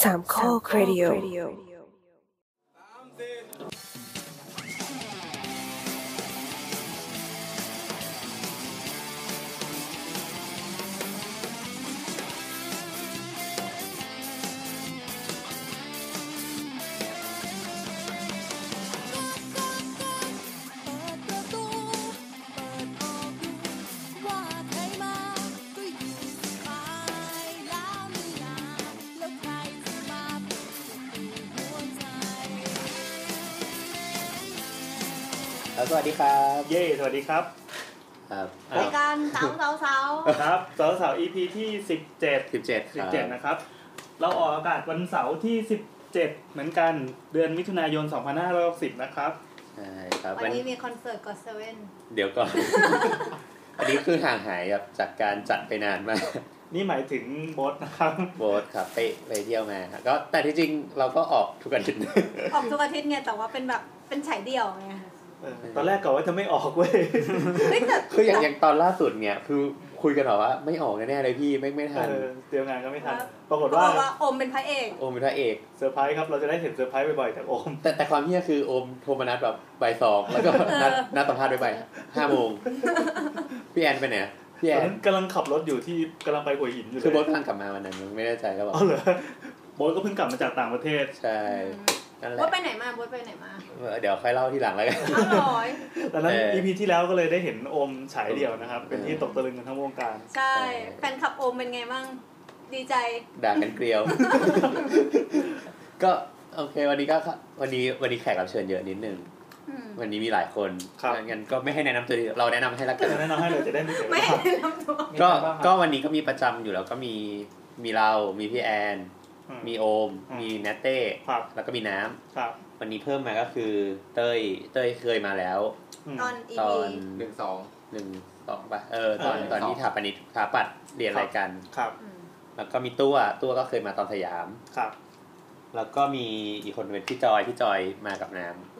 สามข้อครดิโอ เปิดประตู เปิดออกดูว่าใครมาก็อยู่สบายแล้วไม่นานแล้วใครจะมาปลุกหัวใจ ครับสวัสดีครับ เย้ สวัสดีครับ ครับ ครั รา บ ยการเสาเสาเสา ครับสาวสาว EP ที่ 17 สิบเจ็ดครับ 17 นะครับ เราออกอากาศวันเสาร์ที่ 17 เหมือนกัน เดือนมิถุนายน 2560 นะครับ ใช่ครับ วันนี้มีคอนเสิร์ตกอดเซเว่น เดี๋ยวก่อน อันนี้คือห่างหายครับจากการจัดไปนานมาก นี่หมายถึงโบอสนะครับ โบสครับไปไปเที่ยวมาครับก็แต่ที่จริงเราก็ออกทุกอาทิตย์ ออกทุกอาทิตย์ไงแต่ว่าเป็นแบบเป็นฉายเดี่ยวไง เออตอนแรกกะว่าจะไม่ออกเว้ ย เฮ้ยแต่ คืออย่างอย่างตอนล่าสุดเนี่ย คือคุยกันหรอกว่าไม่ออกแน่ๆเลยพี่ไม่ไม่ทัน เออเตรียมงานก็ไม่ทัน ปรากฏ เขา ว่า บอกว่าอมเป็นพระเอก โอมเป็นพระเอก เซอร์ไพรส์ครับ เราจะได้เห็นเซอร์ไพรส์บ่อยๆจากโอม แต่แต่ความเฮี้ยคือโอมโทรมานัดแบบบ่ายสองแล้วก็ นัดนัดสัมภาษณ์ไปบ่ายห้าโมงพี่แอนไปไหนอะพี่ ต แอ อน น นั้นกำลังขับรถอยู่ที่กำลังไปหัวหินอยู่เล คือย โบสกำลังกลับมาวันนั้นไม่แน่ใจแล้วบอก อ๋อเหรอโบอสก็เพิ่งกลับมาจากต่างประเทศ ใช่นั่นแหละ ว่าไปไหนมาบ๊ทไปไหนมา เดี๋ยวค่อยเล่าทีหลังแล้วกัน อ้าวเหรอย ตอนนั้น เออ EP ที่แล้วก็เลยได้เห็นโอมฉายเดี่ยวนะครับ เป็นที่ตกตะลึงกันทั้งวงการ ใช่ แฟนคลับอมเป็นไงบ้าง ดีใจ ด่ากันเกลียว ก็โอเค วันนี้ก็วันนี้วันนี้แขกรับเชิญเยอะนิดนึง อืม วันนี้มีหลายคน ครับ งั้นก็ไม่ให้แนะนำตัวดีเราแนะนำให้ละกัน แนะนำให้เลยจะได้ไม่เสียเว ไม่ ลา ให้แนะนำตัว ก็ก็วันนี้ก็มีประจำอยู่แล้วก็มีมีเรา มีพี่แอน มีโอม อืม มีแนตเต้ ครับ แล้วก็มีน้ำ ครับ วันนี้เพิ่มมาก็คือเต้ยเต้ยเคยมาแล้ว อืม ตอนอี ตอ พี น หนึ่งสอง หนึ่งสองป่ะเออตอน เออ ตอนที่ถาปนิตถาปัดเรียนอะไรกัน ครับ อืม แล้วก็มีตัวตัวก็เคยมาตอนสยาม ครับ แล้วก็มีอีกคนเป็นพี่จอยพี่จอยมากับน้ำ เ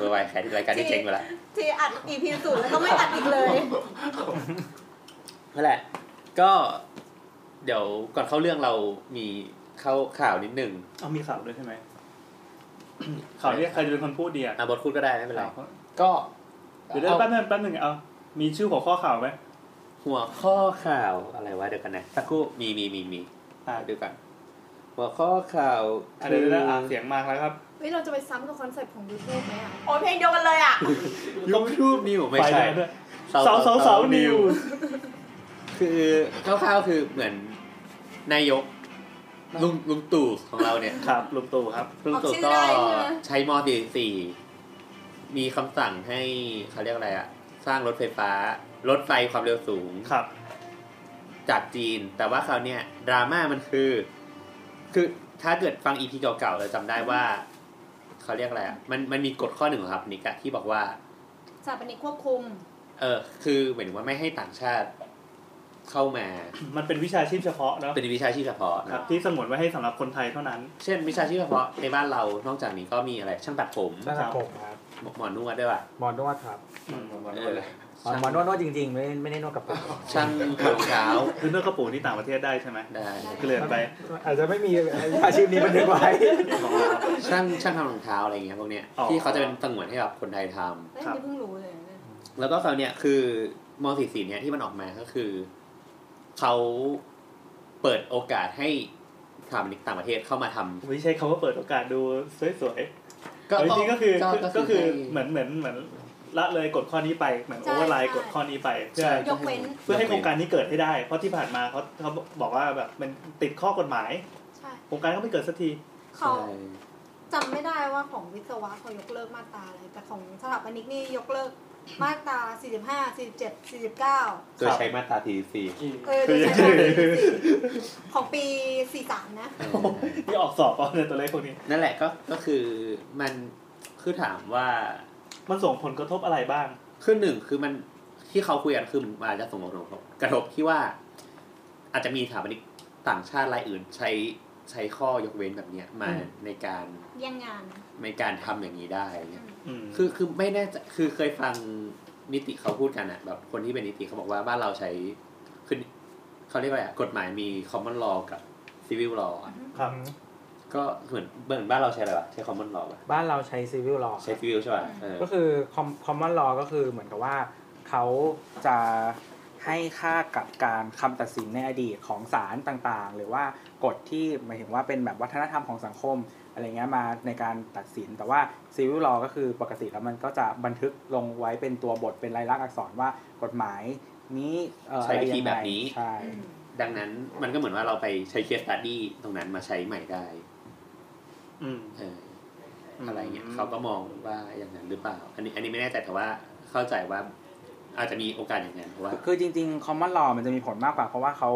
วอร์ไวแคร์รายการที่เจ๊งไปละ ที่อัดอีพีสุดแล้วก็ไม่อัดอีกเลย นั่นแหละ ก็เดี๋ยวก่อนเข้าเรื่องเรามีเข้าข่าวนิดหนึ่ง เอามีข่าวด้วยใช่ไหม ข่าวนี้ใครจะเป็นคนพูดดีอ่ะ อาบทพูดก็ได้ไม่เป็นไร ข่าว ก็ เดี๋ยวเดี๋ยวแป๊บนึงแป๊บนึงเอามีชื่อหัวข้อข่าวไหม หัวข้อข่าวอะไรวะเดี๋ยวกันนะสักครู่มีมีมีมี อ่า ดูกัน หัวข้อข่าว อ่ะเดี๋ยวเดี๋ยวเดี๋ยวอ่าเสียงมากแล้วครับ เฮ้ยเราจะไปซ้ำกับคอนเสิร์ตของยูทูบไหมอ่ะโอ้ยเพลงเดียวกันเลยอ่ะ ยูทูบนิวไม่ ป ใช่ แล้วด้วยสาวสาวสาวนิว คือคร่าวๆคือเหมือนนายกลุงลุงตู่ของเราเนี่ย ครับลุงตู่ครับ ลุงออตู่กชื่อ ก็ ได้ใช่ไหม ใช้ม .44 มีคำสั่งให้เขาเรียกอะไรอะสร้างรถไฟฟ้า รถไฟความเร็วสูง ครับ จากจีน แต่ว่าเขาวเนี่ยดราม่ามันคือ คือถ้าเกิดฟังอีพีเก่าๆเราจำได้ว่า เขาเรียกอะไรอะมันมันมีกฎข้อหนึ่งของครับนิกอะที่บอกว่า สถาปนิกควบคุม เออคือเหมือนว่าไม่ให้ต่างชาติเข้ามา มันเป็นวิชาชีพเฉพาะเนอะ เป็นวิชาชีพเฉพาะ ครับ นะ ที่สงวนไว้ให้สำหรับคนไทยเท่านั้น เช่นวิชาชีพเฉพาะในบ้านเรานอกจากนี้ก็มีอะไรช่างตัดผม นั่นแหละผมครับ หมอหมอนวดด้วยป่ะ หมอนวดครับ อืม เออ หมอหมอนวดนวดจริงๆ ไม่ไม่ได้นวดกับผม ช่างทำรองเท้า คือเนื้อกระปูที่ต่างประเทศได้ใช่ไหม ได้ เกลื่อนไป อาจจะไม่มีอาชีพนี้บันทึกไว้ ช่างช่างทำรองเท้าอะไรเงี้ยพวกเนี้ย อ๋อ ที่เขาจะเป็นสงวนให้กับคนไทยทำ เอ้ย ครับ นี่เพิ่งรู้เลยเนี่ย แล้วก็เขาวเนี่ยคือมสี่สี่เนี่ยที่มันออกมาก็คือเขาเปิดโอกาสให้สถาปนิกต่างประเทศเข้ามาทำ ไม่ใช่เขาก็เปิดโอกาสดูสวยๆ ก็ เอาจริงๆก็คือก็คือเห ให้ มือนเหมือนเหมือนละเลยกฎข้อนี้ไปเหมือนโอเวอร์ไลน์กฎข้อนี้ไป เพื่อ ใช่ ยกเว้น เพื่อให้โครงการนี้เกิดให้ได้ เพราะที่ผ่านมาเขาเขาบอกว่าแบบมันติดข้อกฎหมาย ใช่ โครงการก็ไม่เกิดสักที เขา ใช่ จำไม่ได้ว่าของวิศวะเขายกเลิกมาตราอะไรแต่ของสถาปนิกนี่ยกเลิกมาตรา 45 47 49 โดยใช้มาตราทีสี่ เออ คือ โดยใช้มาตรา44ของปี 43 นะ นี่ออกสอบเอาเนี่ยตัวเลขพวกนี้ นั่นแหละก็ก็คือมันคือถามว่า มันส่งผลกระทบอะไรบ้าง คือหนึ่งคือมันที่เขาคุยกันคือมันอาจจะส่งผลกระทบกระทบที่ว่า อาจจะมีสถาปนิกต่างชาติรายอื่นใช้ใช้ข้อยกเว้นแบบเนี้ยมา อืม ในการ แย่งงาน ในการทำอย่างนี้ได้เนี่ย อืม คือคือไม่แน่ใจคือเคยฟังนิติเขาพูดกันอะแบบคนที่เป็นนิติเขาบอกว่าบ้านเราใช้คือเขาเรียกว่าอะไรอะกฎหมายมี common law กับ civil law อะ ค ครับ ก็เหมือนเหมือนบ้านเราใช้อะไรวะใช้คอมมอนลอวะ บ้านเราใช้ซีวิลลอ ใช้ฟิวใช่ป่ะเออ ก็คือคอมมอนลอก็คือเหมือนกับว่าเขาจะให้ค่ากับการคำตัดสินในอดีตของศาลต่างๆ หรือว่ากฎที่หมายถึงว่าเป็นแบบวัฒนธรรมของสังคมอะไรเงี้ยมาในการตัดสิน แต่ว่าซีวิลลอก็คือปกติแล้วมันก็จะบันทึกลงไว้เป็นตัวบทเป็นลายลักษณ์อักษรว่ากฎหมายนี้เอ่อ ใช้วิธี อะ แบ ไรยังไง บนี้ ใช่ อืม ดังนั้นมันก็เหมือนว่าเราไปใช้เคสตัดดี้ตรงนั้นมาใช้ใหม่ได้ อืม เอออะไรเงี้ยเขาก็มองว่าอย่างนั้นหรือเปล่า อันนี้อันนี้ไม่แน่ใจแต่ว่าเข้าใจว่าอาจจะมีโอกาสอย่างนั้นเพราะว่า คือจริงๆคอมมอนลอมันจะมีผลมากกว่า เพราะว่าเขา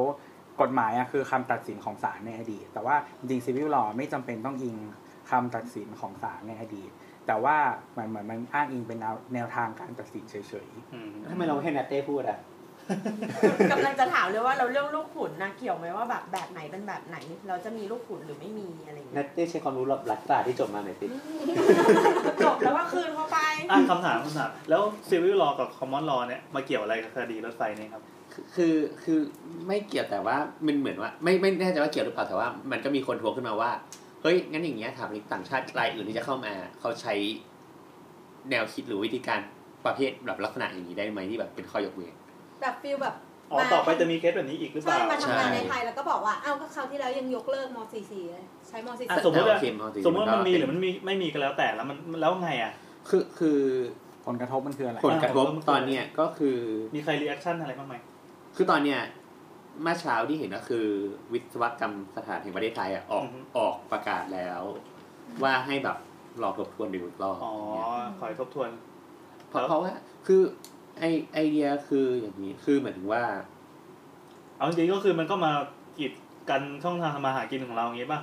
กฎหมายอะคือคำตัดสินของศาลในอดีต แต่ว่าจริงๆซีวิลลอไม่จำเป็นต้องอิงคำตัดสินของศาลในอดีต แต่ว่ามันเหมือนมันอ้างอิงเป็นแนวแนวทางการตัดสินเฉย อืม ทำไมเราให้นัตเต้พูดอ่ะ กำลังจะถามเลยว่าเราเรื่องลูกขุนนะเกี่ยวไหมว่าแบบแบบไหนเป็นแบบไหน เราจะมีลูกขุนหรือไม่มีอะไรอย่าง นั เงี้ย ตเต้ใช้ความรู้หลักศาสตร์ที่จบมาหน่อยสิ จ บแล้วว่าคืนเข้าไป อ่ะคำถามคำถามแล้วซีวิลลอกับคอมมอนลอเนี่ยมาเกี่ยวอะไรกับคดีรถไฟนี่ครับ คือคือไม่เกี่ยวแต่ว่ามันเหมือนว่า ไม่ไม่แน่ใจว่าเกี่ยวหรือเปล่าแต่ว่ามันก็มีคนทวงขึ้นมาว่า เฮ้ย งั้นอย่างเงี้ยถามนิกต่างชาติรายอื่นที่จะเข้ามา เขาใช้แนวคิดหรือวิธีการประเภทแบบลักษณะอย่างนี้ได้ไหมที่แบบเป็นข้อยกเว้น แบบฟิลแบบ อ๋อ มา ต่อไปจะมีเคสแบบนี้อีกหรือเป ใช่ ล่า มาทำงาน ใช่ ในไทยแล้วก็บอกว่าอ้าวก็คราวที่แล้วยังยกเลิกม .44 เลยใช้ม อ่ะ .44 สมมุติว่า แโอเคเอาจริง สมมติว่ามันมีหรือ เป็ มันมีไม่มีก็แล้วแต่แล้วมันแล้วไงอ่ะ คือคือ ๆ ผลกระทบมันคืออะไร ผลกระทบ อ่าผมก็ไม่ ตอนเนี้ยก็คือ มีใครรีแอคชั่นอะไรบ้างไหม คือตอนเนี้ยเมื่อเช้าที่เห็นก็คือ วิศวกรรมสถานแห่งประเทศไทยอ่ะออกออกประกาศแล้ว ว่าให้แบบรอทบทวนดูอีกรอบ อ๋อ ขอให้ทบทวน เพราะเพราะว่าคือไอไอเดียคืออย่างนี้คือหมายถึงว่า เอาจริงๆก็คือมันก็มากีดกันช่องทางทำมาหากินของเราอย่างงี้ป่ะ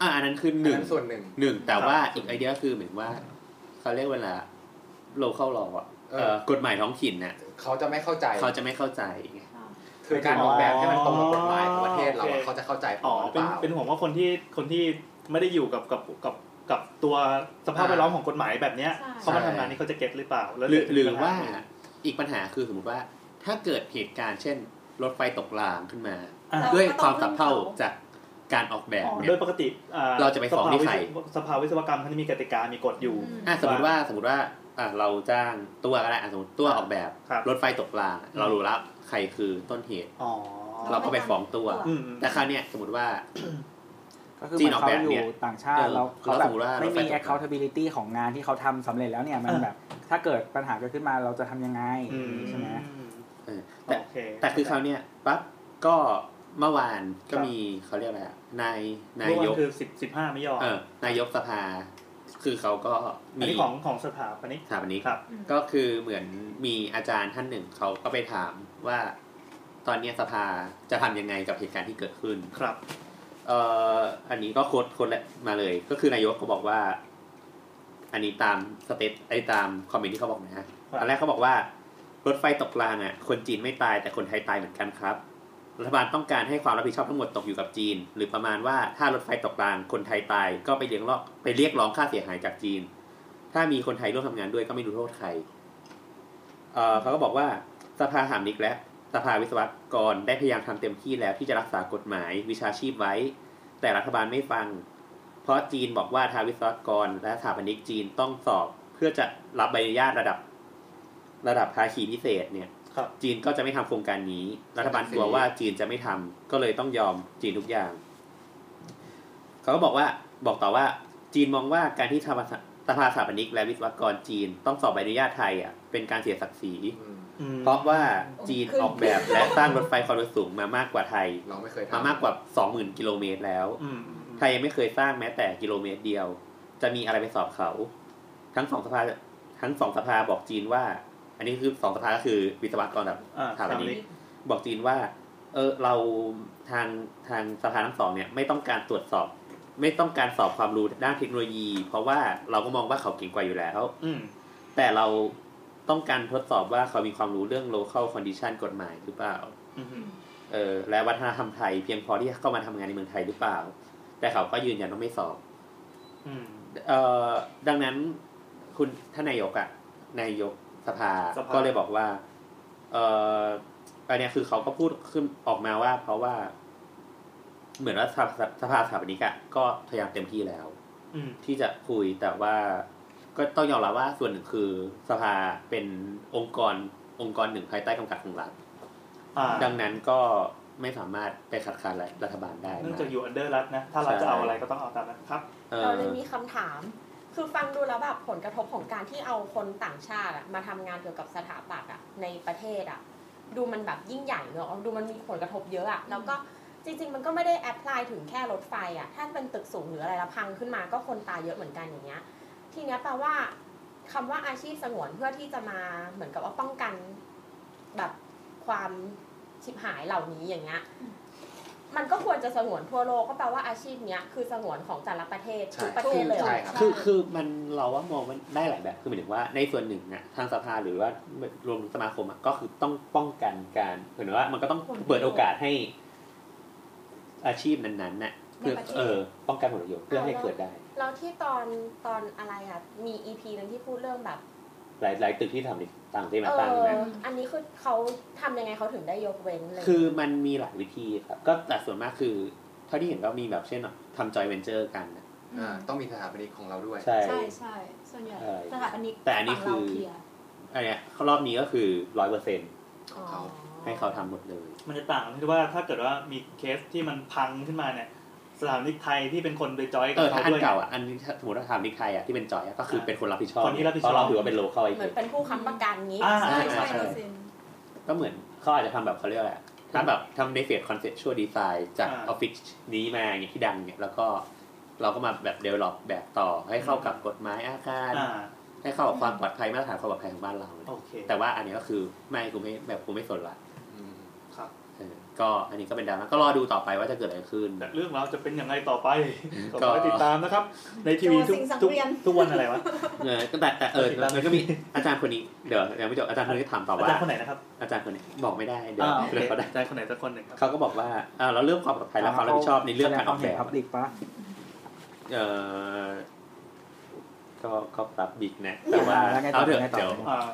อ่าอันนั้นคือ อัน หนึ่ง นั้นส่วนหนึ่ง หนึ่งแต่ ครับ ว่าอีกไอเดียคือเหมือนว่าเขาเรียกเวลา local law อ่ะ เออ เอ่อกฎหมายท้องถิ่นน่ะ เขาจะไม่เข้าใจ เขาจะไม่เข้าใจ คือการออกแบบให้มันตรงกับกฎหมายของประเทศเรา โอ อะ เค เขาจะเข้าใจข อ๋ อ อง เราหรือ เป็นเปล่า เป็นห่วงว่าคนที่คนที่ไม่ได้อยู่กับกับกับกับตัวสภาพแวดล้อมของกฎหมายแบบเนี้ย ใช่ เขามาทำงานนี้เขาจะเก็ตหรือเปล่าแล้ว หรือ จะ หรือว่า ปัญห อีกปัญหาคือสมมติว่าถ้าเกิดเหตุการณ์เช่น รถไฟตกรางขึ้นมา อ่ะ เราก็ ด้วย ต้อง ความสับเท่า ขึ้นเขา จากการออกแบบ อ๋อ เนี่ โด ย ยปกติอ่ เราจะไปฟ้องที่ใคร สภาวิศวสภาวิศวกรรมเขาจะมีกติกามีกฎอยู่ อืม อ่ะสมมติว่าสมมติว่าอ่ะเราจ้างตัวก็ได้อ่ะสมมติตัวออกแบบ ครับ รถไฟตกราง เรารู้แล้วใครคือต้นเหตุ อ๋อ เราก็ไปฟ้องตัว อืมอืม แต่คราวเนี้ยสมมติว่า ก็คือเหมือนจีนอเขาอกแบบ อ เนี่ ยู่ ย ต่างชาติ เออ เราเขา แล้ว แบ ส บ มมุติว่า ไม่ เรา มี ไป accountability ของงานที่เขาทำสำเร็จแล้วเนี่ยมัน อ่ะ แบบถ้าเกิดปัญหาเกิดขึ้นมาเราจะทำยังไง อืม ใช่ไหม เออแต่ โอเค แต่คือคราวเนี้ยปั๊บก็เมื่อวานก็ ครับ มีเขาเรียกอะไรอ่ะนาย เมื่ นา อวั ยก คือสิบสิบห้าไม่ยอม เออนายกสภา คือเขาก็ อัน มี นี้ของของสถาปนิก สถาปนิก ครับ ก็คือเหมือนมีอาจารย์ท่านหนึ่งเขาก็ไปถามว่า ตอนเนี้ยสภาจะทำยังไงกับเหตุการณ์ที่เกิดขึ้น ครับ เอ่ออันนี้ก็โค้ดโค้ดและมาเลย ก็คือนายกก็บอกว่า อันนี้ตามสเตตไอ้ตามคอมเมนต์ที่เขาบอกนะฮะ ครับ ตอนแรกเขาบอกว่ารถไฟตกรางอ่ะ คนจีนไม่ตายแต่คนไทยตายเหมือนกันครับ รัฐบาลต้องการให้ความรับผิดชอบทั้งหมดตกอยู่กับจีน หรือประมาณว่าถ้ารถไฟตกรางคนไทยตาย ก็ไปเรียกร้องไปเรียกร้องค่าเสียหายจากจีน ถ้ามีคนไทยร่วมทำงานด้วยก็ไม่ดูโทษใครเอ่อเขาก็บอกว่าสภาถามนิกแล้ว สภาวิศวกรได้พยายามทำเต็มที่แล้วที่จะรักษากฎหมายวิชาชีพไว้ แต่รัฐบาลไม่ฟัง เพราะจีนบอกว่าทางวิศวกร และสถาปนิกจีนต้องสอบ เพื่อจะรับใบอนุญาตระดับ ระดับภาคีพิเศษเนี่ย ครับ จีนก็จะไม่ทำโครงการนี้ รัฐบาลกลัวว่าจีนจะไม่ทำก็เลยต้องยอมจีนทุกอย่าง เขาก็บอกว่าบอกต่อว่า จีนมองว่าการที่สภาสภาสถาปนิก และวิศวกรจีนต้องสอบใบอนุญาตไทยอ่ะเป็นการเสียศักดิ์ศรี อืม อืม เพราะว่าจีนออกแบบและสร้างรถไฟความเร็วสูงมามากกว่าไทย เราไม่เคยทำ มามากกว่า 20,000 กิโลเมตรแล้ว อืม ไทยยังไม่เคยสร้างแม้แต่กิโลเมตรเดียว จะมีอะไรไปสอบเขา ทั้งสองสภาทั้งสองสภาบอกจีนว่า อันนี้คือสองสภาก็คือวิศวกรกับ อ่า สถาป สถาป นิ นิ ก ก บอกจีนว่า เออเราทางทางสภาทั้งสองเนี่ยไม่ต้องการตรวจสอบ ไม่ต้องการสอบความรู้ด้านเทคโนโลยี เพราะว่าเราก็มองว่าเขาเก่งกว่าอยู่แล้ว อืม แต่เราต้องการทดสอบว่าเขามีความรู้เรื่อง local condition กฎหมายหรือเปล่า อืม เออและวัฒนธรรมไทยเพียงพอที่จะเข้ามาทำงานในเมืองไทยหรือเปล่า แต่เขาก็ยืนยันว่าไม่สอบ อืม เอ่อดังนั้นคุณท่านนายกอะนายกสภา สภา ก็เลยบอกว่าเอ่ออันเนี้ยคือเขาก็พูดขึ้นออกมาว่า เพราะว่า เหมือนว่าสภาสภาสถาปนิกอะก็พยายามเต็มที่แล้ว อืม ที่จะคุยแต่ว่าก็ต้องยอมรับว่าส่วนหนึ่งคือสภาเป็นองค์กรองค์กรหนึ่งภายใต้กำกับของรัฐ อ่า ดังนั้นก็ไม่สามารถไปขัดขานรัฐบาลได้ เนื่อง มาก จากอยู่อันเดอร์รัฐนะ ถ้ารัฐจะเอาอะไรก็ต้องเอาตามนั้นครับ เอ เรา อ เลยมีคำถาม คือฟังดูแล้วแบบผลกระทบของการที่เอาคนต่างชาติอะมาทำงานเกี่ยวกับสถาปัตย์อะในประเทศอะดูมันแบบยิ่งใหญ่เนอะดูมันมีผลกระทบเยอะอะแล้วก็จริง ๆ มันก็ไม่ได้แอพพลายถึงแค่รถไฟอะถ้าเป็นตึกสูงหรืออะไรแล้วพังขึ้นมาก็คนตายเยอะเหมือนกันอย่างเงี้ย ทีเนี้ยแปลว่าคำว่าอาชีพสงวนเพื่อที่จะมาเหมือนกับว่าป้องกันแบบความชิบหายเหล่านี้อย่างเงี้ย มันก็ควรจะสงวนทั่วโลกก็แปลว่าอาชีพเนี้ยคือสงวนของแต่ละประเทศทุกประเทศเลยเหรอ ใช่ครับ คือคือมันเราว่ามองมันได้หลายแบบคือหมายถึงว่าในส่วนหนึ่งนะทางสภาหรือว่ารวมถึงสมาคมอะก็คือต้องป้องกันการเหมือนว่ามันก็ต้องเปิดโอกาสให้อาชีพนั้นๆน่ะเพื่อ ในประเทศ เออป้องกันผลประโยชน์เพื่อให้เกิดได้ แล้วที่ตอนตอนอะไรอะมีอีพีนึงที่พูดเรื่องแบบ หลายหลายตึกที่ทำในต่างประเทศมา เอ ตั้ง อ นะ อันนี้คือเขาทำยังไงเขาถึงได้ยกเว้นเลย คือมันมีหลายวิธีครับ ก็แต่ส่วนมากคือ เท่าที่เห็นก็มีแบบเช่นแบบทำจอยเวนเจอร์กันนะ อ่าต้องมีสถาปนิกของเราด้วย ใช่ ใช่ใช่ส่วนใหญ่ ใช่ สถาปนิก แต่อันนี้ ฝั่งเรา คือ เคลียร์ อันเนี้ยรอบนี้ก็คือร้อยเปอร์เซ็น ของเขา ให้เขาทำหมดเลย มันจะต่างที่ว่าถ้าเกิดว่ามีเคสที่มันพังขึ้นมาเนี่ย สถานีไทยที่เป็นคนไปจอย เอ กับ อ เขา ถ้าอัน ด้วย เก่าอ่ะอันนี้ถ้าสมมติว่าทำที่ไทยอ่ะที่เป็นจอยอ่ะก็คือเป็นคนรับผิดชอบ คนที่รับผิดชอบ เพราะเราถือว่าเป็นโลเคอล เหมือน ไอ เป็นผู้ค้ำประกันงี้ อ่า ใช่ ใช่ ใช่เปใช่อร์เซ็นต์ ก็เหมือนเขาอาจจะทำแบบเขาเรียกอะไรถ้าแบบทำในเฟสคอนเซ็ปชวลดีไซน์จาก อ่า ออฟฟิศนี้มาอย่างเงี้ยที่ดังเนี่ยแล้วก็เราก็มาแบบเดเวล็อปแบบต่อให้เข้ากับกฎหมายอาคาร อ่า ให้เข้ากับความปลอดภัยมาตรฐานความปลอดภัยของบ้านเรา โอเค แต่ว่าอันนี้ก็คือไม่กูไม่แบบกูไม่สนละ อืม ครับ เออก็อันนี้ก็เป็นดราม่าก็รอดูต่อไปว่าจะเกิดอะไรขึ้น แต่เรื่องเราวจะเป็นยังไงต่อไป ก็ ก็ติดตามนะครับ ในทีวีทุก สิ่งสัง ทุก เวียน ทุกวันอะไรวะ เออก็แต่แต่เอ อ ติดตาม มันก็มีอาจารย์คนนี้เดี๋ยวยังไม่จบอาจารย์คนนี้ถามต่อ อา ว่า จารย์คนไหนนะครับ อาจารย์คนนี้บอกไม่ได้เดี๋ยว อ่าโอเค เดี๋ยวเขาได้ อาจารย์คนไหนสักคนหนึ่งครับ เขาก็บอกว่าอ่าเราเรื่องความปลอดภัยและความรับผิดชอบในเรื่องการออกแบบ พับลิกปะ เออก็ก็ปรับบิกนะแต่ว่า แล้วไงต่ เอา อ เถอะ ไงต่อ เดี๋ยว อ่า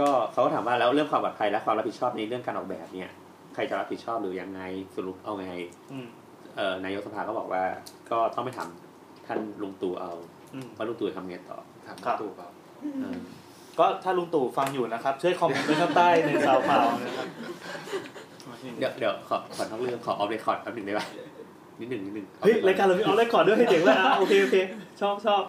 ก็เขาก็ถามว่าแล้วเรื่องความปลอดภัยและความรับผิดชอบในเรื่องการออกแบบเนี่ยใครจะรับผิดชอบหรือยังไงสรุปเอาไง อืม เออนายกสภาก็บอกว่า ก็ต้องไปถามท่านลุงตู่เอา อืม ว่าลุงตู่จะทำไงต่อ ถาม ครับ ตู่เปล่า เออ ก็ถ้าลุงตู่ฟังอยู่นะครับ ช่วยคอมเมนต์ไว้ข้างใต้ในซาวเปล่านะครับ เดี๋ยวเดี๋ยวขอขอนอกเรื่องขอออฟเรคคอร์ดแป๊บหนึ่งได้ป่ะนิดหนึ่งนิดหนึ่ง เฮ้ยรายการเรามีออนไลน์ขอร์ดด้วยให้เจ๋งเลยอ่ะโอเคโอเคชอบชอบ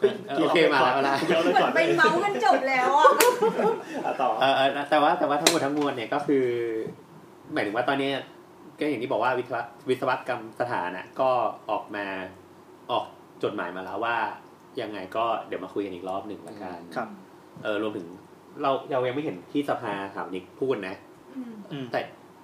เออเออโอเคมาแล้วมาแล้ว เดี๋ยวเลย เหมื ก่ อ อน น เล ไป ย เมาส์กันจบแล้วอ่ะ อ่ะต่อ เออเออแต่ว่าแต่ว่าทั้งหมดทั้งมวลเนี่ยก็คือ หมายถึงว่าตอนเนี้ยก็อย่างที่บอกว่าวิศวะวิศวกรรมสถานอะก็ออกมาออกจดหมายมาแล้วว่ายังไงก็เดี๋ยวมาคุยกันอีกรอบหนึ่งละกัน ครับ เออรวมถึงเราเรายังไม่เห็นที่สภาถามนิกพูดนะ อืม แต่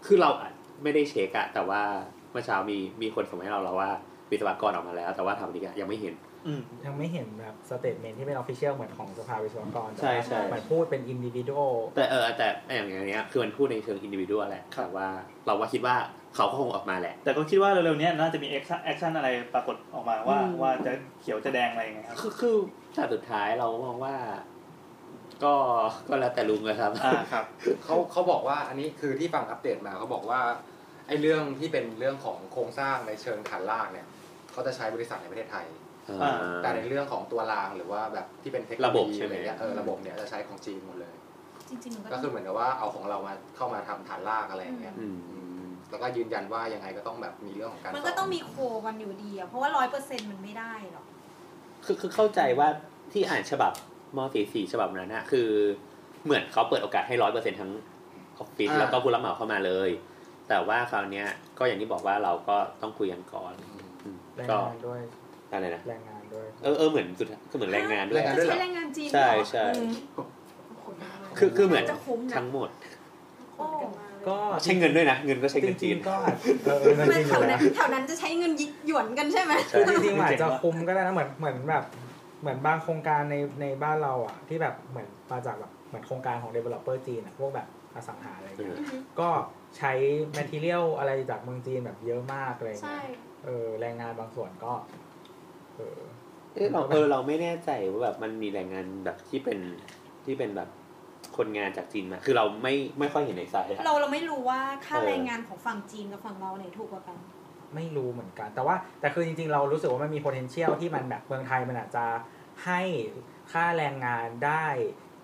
คือเราอะไม่ได้เช็คอะแต่ว่าเมื่อเช้ามีมีคนส่งมาให้เราแล้วว่าวิศวกรออกมาแล้ว แต่ว่าถามนิกอะยังไม่เห็น อืม ยังไม่เห็นแบบสเตทเมนที่เป็นออฟฟิเชียลเหมือนของสภาวิศวกร ใช่ใช่ แต่ว่าเหมือนพูดเป็นอินดิวิโด แต่เออแต่อย่างอย่างเงี้ยคือมันพูดในเชิงอินดิวิด a วแหละ ครับ แต่ว่าเราว่าคิดว่าเขาก็คงออกมาแหละ แต่ก็คิดว่าเร็วๆเนี้ยน่าจะมีแอคชั่นแอคชั่นอะไรปรากฏออกมาว่าว่าจะเขียวจะแดงอะไรยังไงครับ คือคือแต่สุดท้ายเรามองว่า ก็ก็แล้วแต่ลุงนะครับ อ่าครับ เขาเขาบอกว่าอันนี้คือที่ฟังอัปเดตมาเขาบอกว่าไอ้เรื่องที่เป็นเรื่องของโครงสร้างในเชิงฐานรากเนี่ยเขาจะใช้บริษัทในประเทศไทย อ่า แต่ในเรื่องของตัวรางหรือว่าแบบที่เป็นเทคโน ระบ โล บ ยี ใช่ อะ ไหม ไรเงี้ยเออระบบเนี่ยจะใช้ของจีนหมดเลย จริงๆมัน ก็ ก็ คือเหมือนกับว่าเอาของเรามาเข้ามาทำฐานรากอะไรอย่างเงี้ย อืม อืมแล้วก็ยืนยันว่ายังไงก็ต้องแบบมีเรื่องของการ มันก็ต้องมีโคกันอยู่ดีอ่ะ เพราะว่าร้อยเปอร์เซ็นต์มันไม่ได้หรอก คือคือเข้าใจว่าที่อ่านฉบับมสี่สี่ฉบับนั้นนะคือ เหมือนเขาเปิดโอกาสให้ร้อยเปอร์เซ็นทั้งออฟฟิศแล้วก็ผู้รับเหมาเข้ามาเลย แต่ว่าคราวเนี้ยก็อย่างที่บอกว่าเราก็ต้องคุยกันก่อน อืม อืม แรง ก็ งานด้วย อะไรนะ แรงงานด้วย เออเออเหมือนสุดท้ายคือเหมือนแรงงานด้วย แรงงาน จะใช้แรงงานจีนเหรอ ใช่ใช่ อืม คือคือเหมือน จะคุ้มนะ ทั้งหมด โอ้ ก็ ใช้เงินด้วยนะ เงินก็ใช้ จ เงินจี ริ น งๆก็อาจเออ เงิน ไม่ จีนอ แถว ยู่ นั้ แล้ น ว แถวนั้นจะใช้เงินหยวนกันใช่ไหม ใช่ จริงๆมันอาจจะคุมก็ได้นะเหมือนเหมือนแบบเหมือนบางโครงการในในบ้านเราอ่ะที่แบบเหมือนมาจากแบบเหมือนโครงการของ developer จีนอ่ะพวกแบบอสังหาอะไรเงี้ยก็ใช้ material อะไรจากเมืองจีนแบบเยอะมากอะไร ใช่ เงี้ยเออแรงงานบางส่วนก็เออ เออเราเออเราไม่แน่ใจว่าแบบมันมีแรงงานแบบที่เป็นที่เป็นแบบ คนงานจากจีนมา คือเราไม่ไม่ค่อยเห็นในสายอะ เราเราไม่รู้ว่าค่า เออ แรงงานของฝั่งจีนกับฝั่งเราเนี่ยถูกกว่ากัน ไม่รู้เหมือนกัน แต่ว่าแต่คือจริงๆ เรารู้สึกว่ามันมี potential ที่มันแบบเมืองไทยมันอาจจะให้ค่าแรงงานได้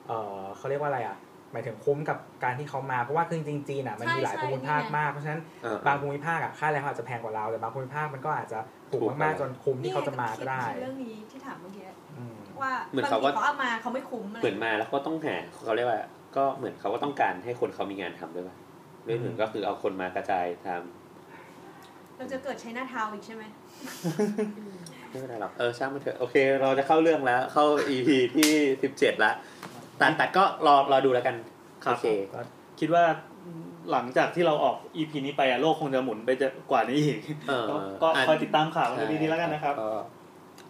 เออเขาเรียกว่าอะไรอ่ะ หมายถึงคุ้มกับการที่เขามา เพราะว่าคือจริงๆจีนอ่ะมันมีหลาย ใช่ ภูมิภาค ใช่ มาก เพราะฉะนั้น เออ บางภูมิภาคอ่ะค่าแรงเขาอาจจะแพงกว่าเรา แต่บางภูมิภาคมันก็อาจจะถูก ถูก มาก ไป ๆจนคุ้มที่เขาจะมาก็ได้ นี่งคิคิเรื่องนี้ที่ถามเมื่อกี้ อืม ว่า เหมือน บาง เขา ที ก็ เขาเอามาเขาไม่คุ้มอะไร เหมือนมาแล้วก็ต้องหาเขาเรียกว่า ก็เหมือนเขาก็ต้องการให้คนเขามีงานทำด้วยป่ะเรื่องหนึ่งก็คือเอาคนมากระจายท เราจะเกิดใช้หน้าเท้าอีกใช่ไหม ำไม่เป็นไรหรอกเออช่างมันเถอะโอเค เราจะเข้าเรื่องแล้วเข้า EP ที่สิบเจ็ดละแต่แต่ก็รอรอดูแล้วกัน ครับ โอเค ก็คิดว่าหลังจากที่เราออก EP นี้ไปอะโลกคงจะหมุนไปจะกว่านี้อีก เออ ก็ก็คอยติดตามข่าวกันดีๆแล้วกันนะครับ ก็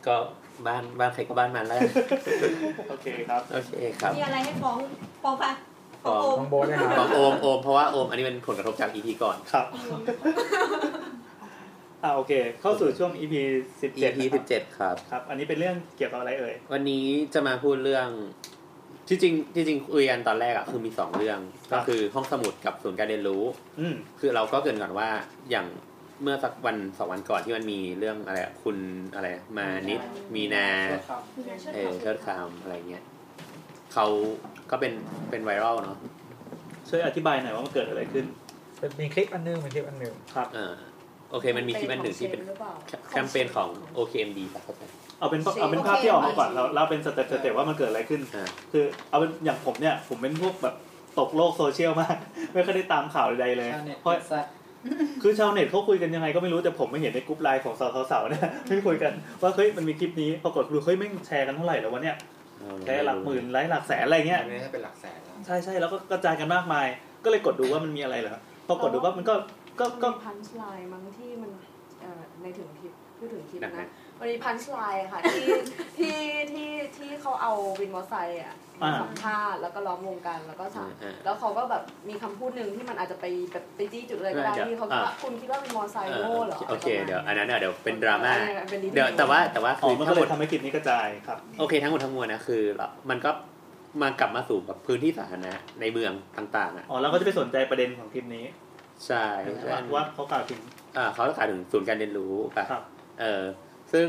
ก็บ้านบ้านใครก็บ้านมัน แล้วกัน โอเคครับ โอเคครับ มีอะไรให้ฟ้องฟ้องปะฟ้องโอม ต้องโบนนะครับ ของโอมโอมเพราะว่าโอมอันนี้เป็นผลกระทบจาก EP ก่อน ครับ อ่าโอเค เข้าสู่ช่วง EP สิบเจ็ด EP สิบเจ็ดครับ ครับ อันนี้เป็นเรื่องเกี่ยวกับอะไรเอ่ย วันนี้จะมาพูดเรื่องที่จริงที่จริงคุยกันตอนแรกอะคือมีสองเรื่อง ครั ก็ บ คือห้องสมุดกับศูนย์การเรียนรู้ อืม คือเราก็เกรินก่อนว่าอย่างเมื่อสักวันสองวันก่อนที่มันมีเรื่องอะไรอะคุณอะไรมานิดมีนา เออเชิดคามอะไรเงี้ยเขาก็เป็นเป็นไวรัลเนาะ ช่วยอธิบายหน่อยว่ามันเกิดอะไรขึ้น มีคลิปอันนึงมีคลิปอันนึง เออโอเคมันมีคลิปอันหนึ่งที่เป็นแคมเปญของ OKMD ป่ะเข้าใจ เอาเป็นเอาเป็นภาพที่ออกมาก่อนเราเราเป็นสเต็ปสเต็ปว่ามันเกิดอะไรขึ้น อ่า คือเอาเป็นอย่างผมเนี่ย ผมเป็นพวกแบบตกโลกโซเชียลมาก ไม่ค่อยได้ตามข่าวใดๆเลยเพราะ คือชาวเน็ตเขาคุยกันยังไงก็ไม่รู้แต่ผมไม่เห็นในกลุ่มไลน์ของสาวสาวๆเนี่ย ไม่คุยกันว่าเฮ้ยมันมีคลิปนี้ปรากฏดูเฮ้ยแม่งแชร์กันเท่าไหร่แล้ววะเนี่ย เอา แชร์หลักหมื่นไลค์หลักแสนอะไรเงี้ย อันนี้ถ้าเป็นหลักแสนแล้ว ใช่ใช่แล้วก็กระจายกันมากมาย ก็เลยกดดูว่ามันมีอะไรเหรอพอกดดูว่ามันก็ก็ก็ ก็พันช์ไลน์มั้งที่มันเอ่อในถึงคลิปพูดถึงคลิปนะ มันมีพันช์ไลน์ค่ะ ที่ที่ที่ที่เขาเอาวินมอเตอร์ไซค์อ่ะ อ่า สัมภาษณ์แล้วก็ล้อมวงกันแล้วก็ อ่า ถาม อ่า แล้วเขาก็แบบมีคำพูดหนึ่งที่มันอาจจะไปแบบไปจี้จุดเลยก็ได้ เดี๋ยว ที่เขาคิดว่า อ่า คุณคิดว่าวินมอเตอร์ไซค์โง่เหรอ โอเค ประมาณ เดี๋ยวอันนั้นเดี๋ยวเป็นดราม่า ออป็นนิ เดี๋ยวแต่ว่าแต่ว่า อ๋ คือ อ มัน ทั้ ก็ ง เล หม ย ด ทำให้คลิปนี้กระจายครับ โอเคทั้งหมดทั้งมวลนะคือเรามันก็มากลับมาสู่แบบพื้นที่สาธารณะในเมืองต่างๆอ่ะ อ๋อแล้วก็จะไปสนใจประเด็นของคลิปนี้ ใช่ใช่ ว่าว่าเขากล่าวถึง อ่าเขาขายถึงศูนย์การเรียนรู้ป่ะ ครับ เออซึ่ง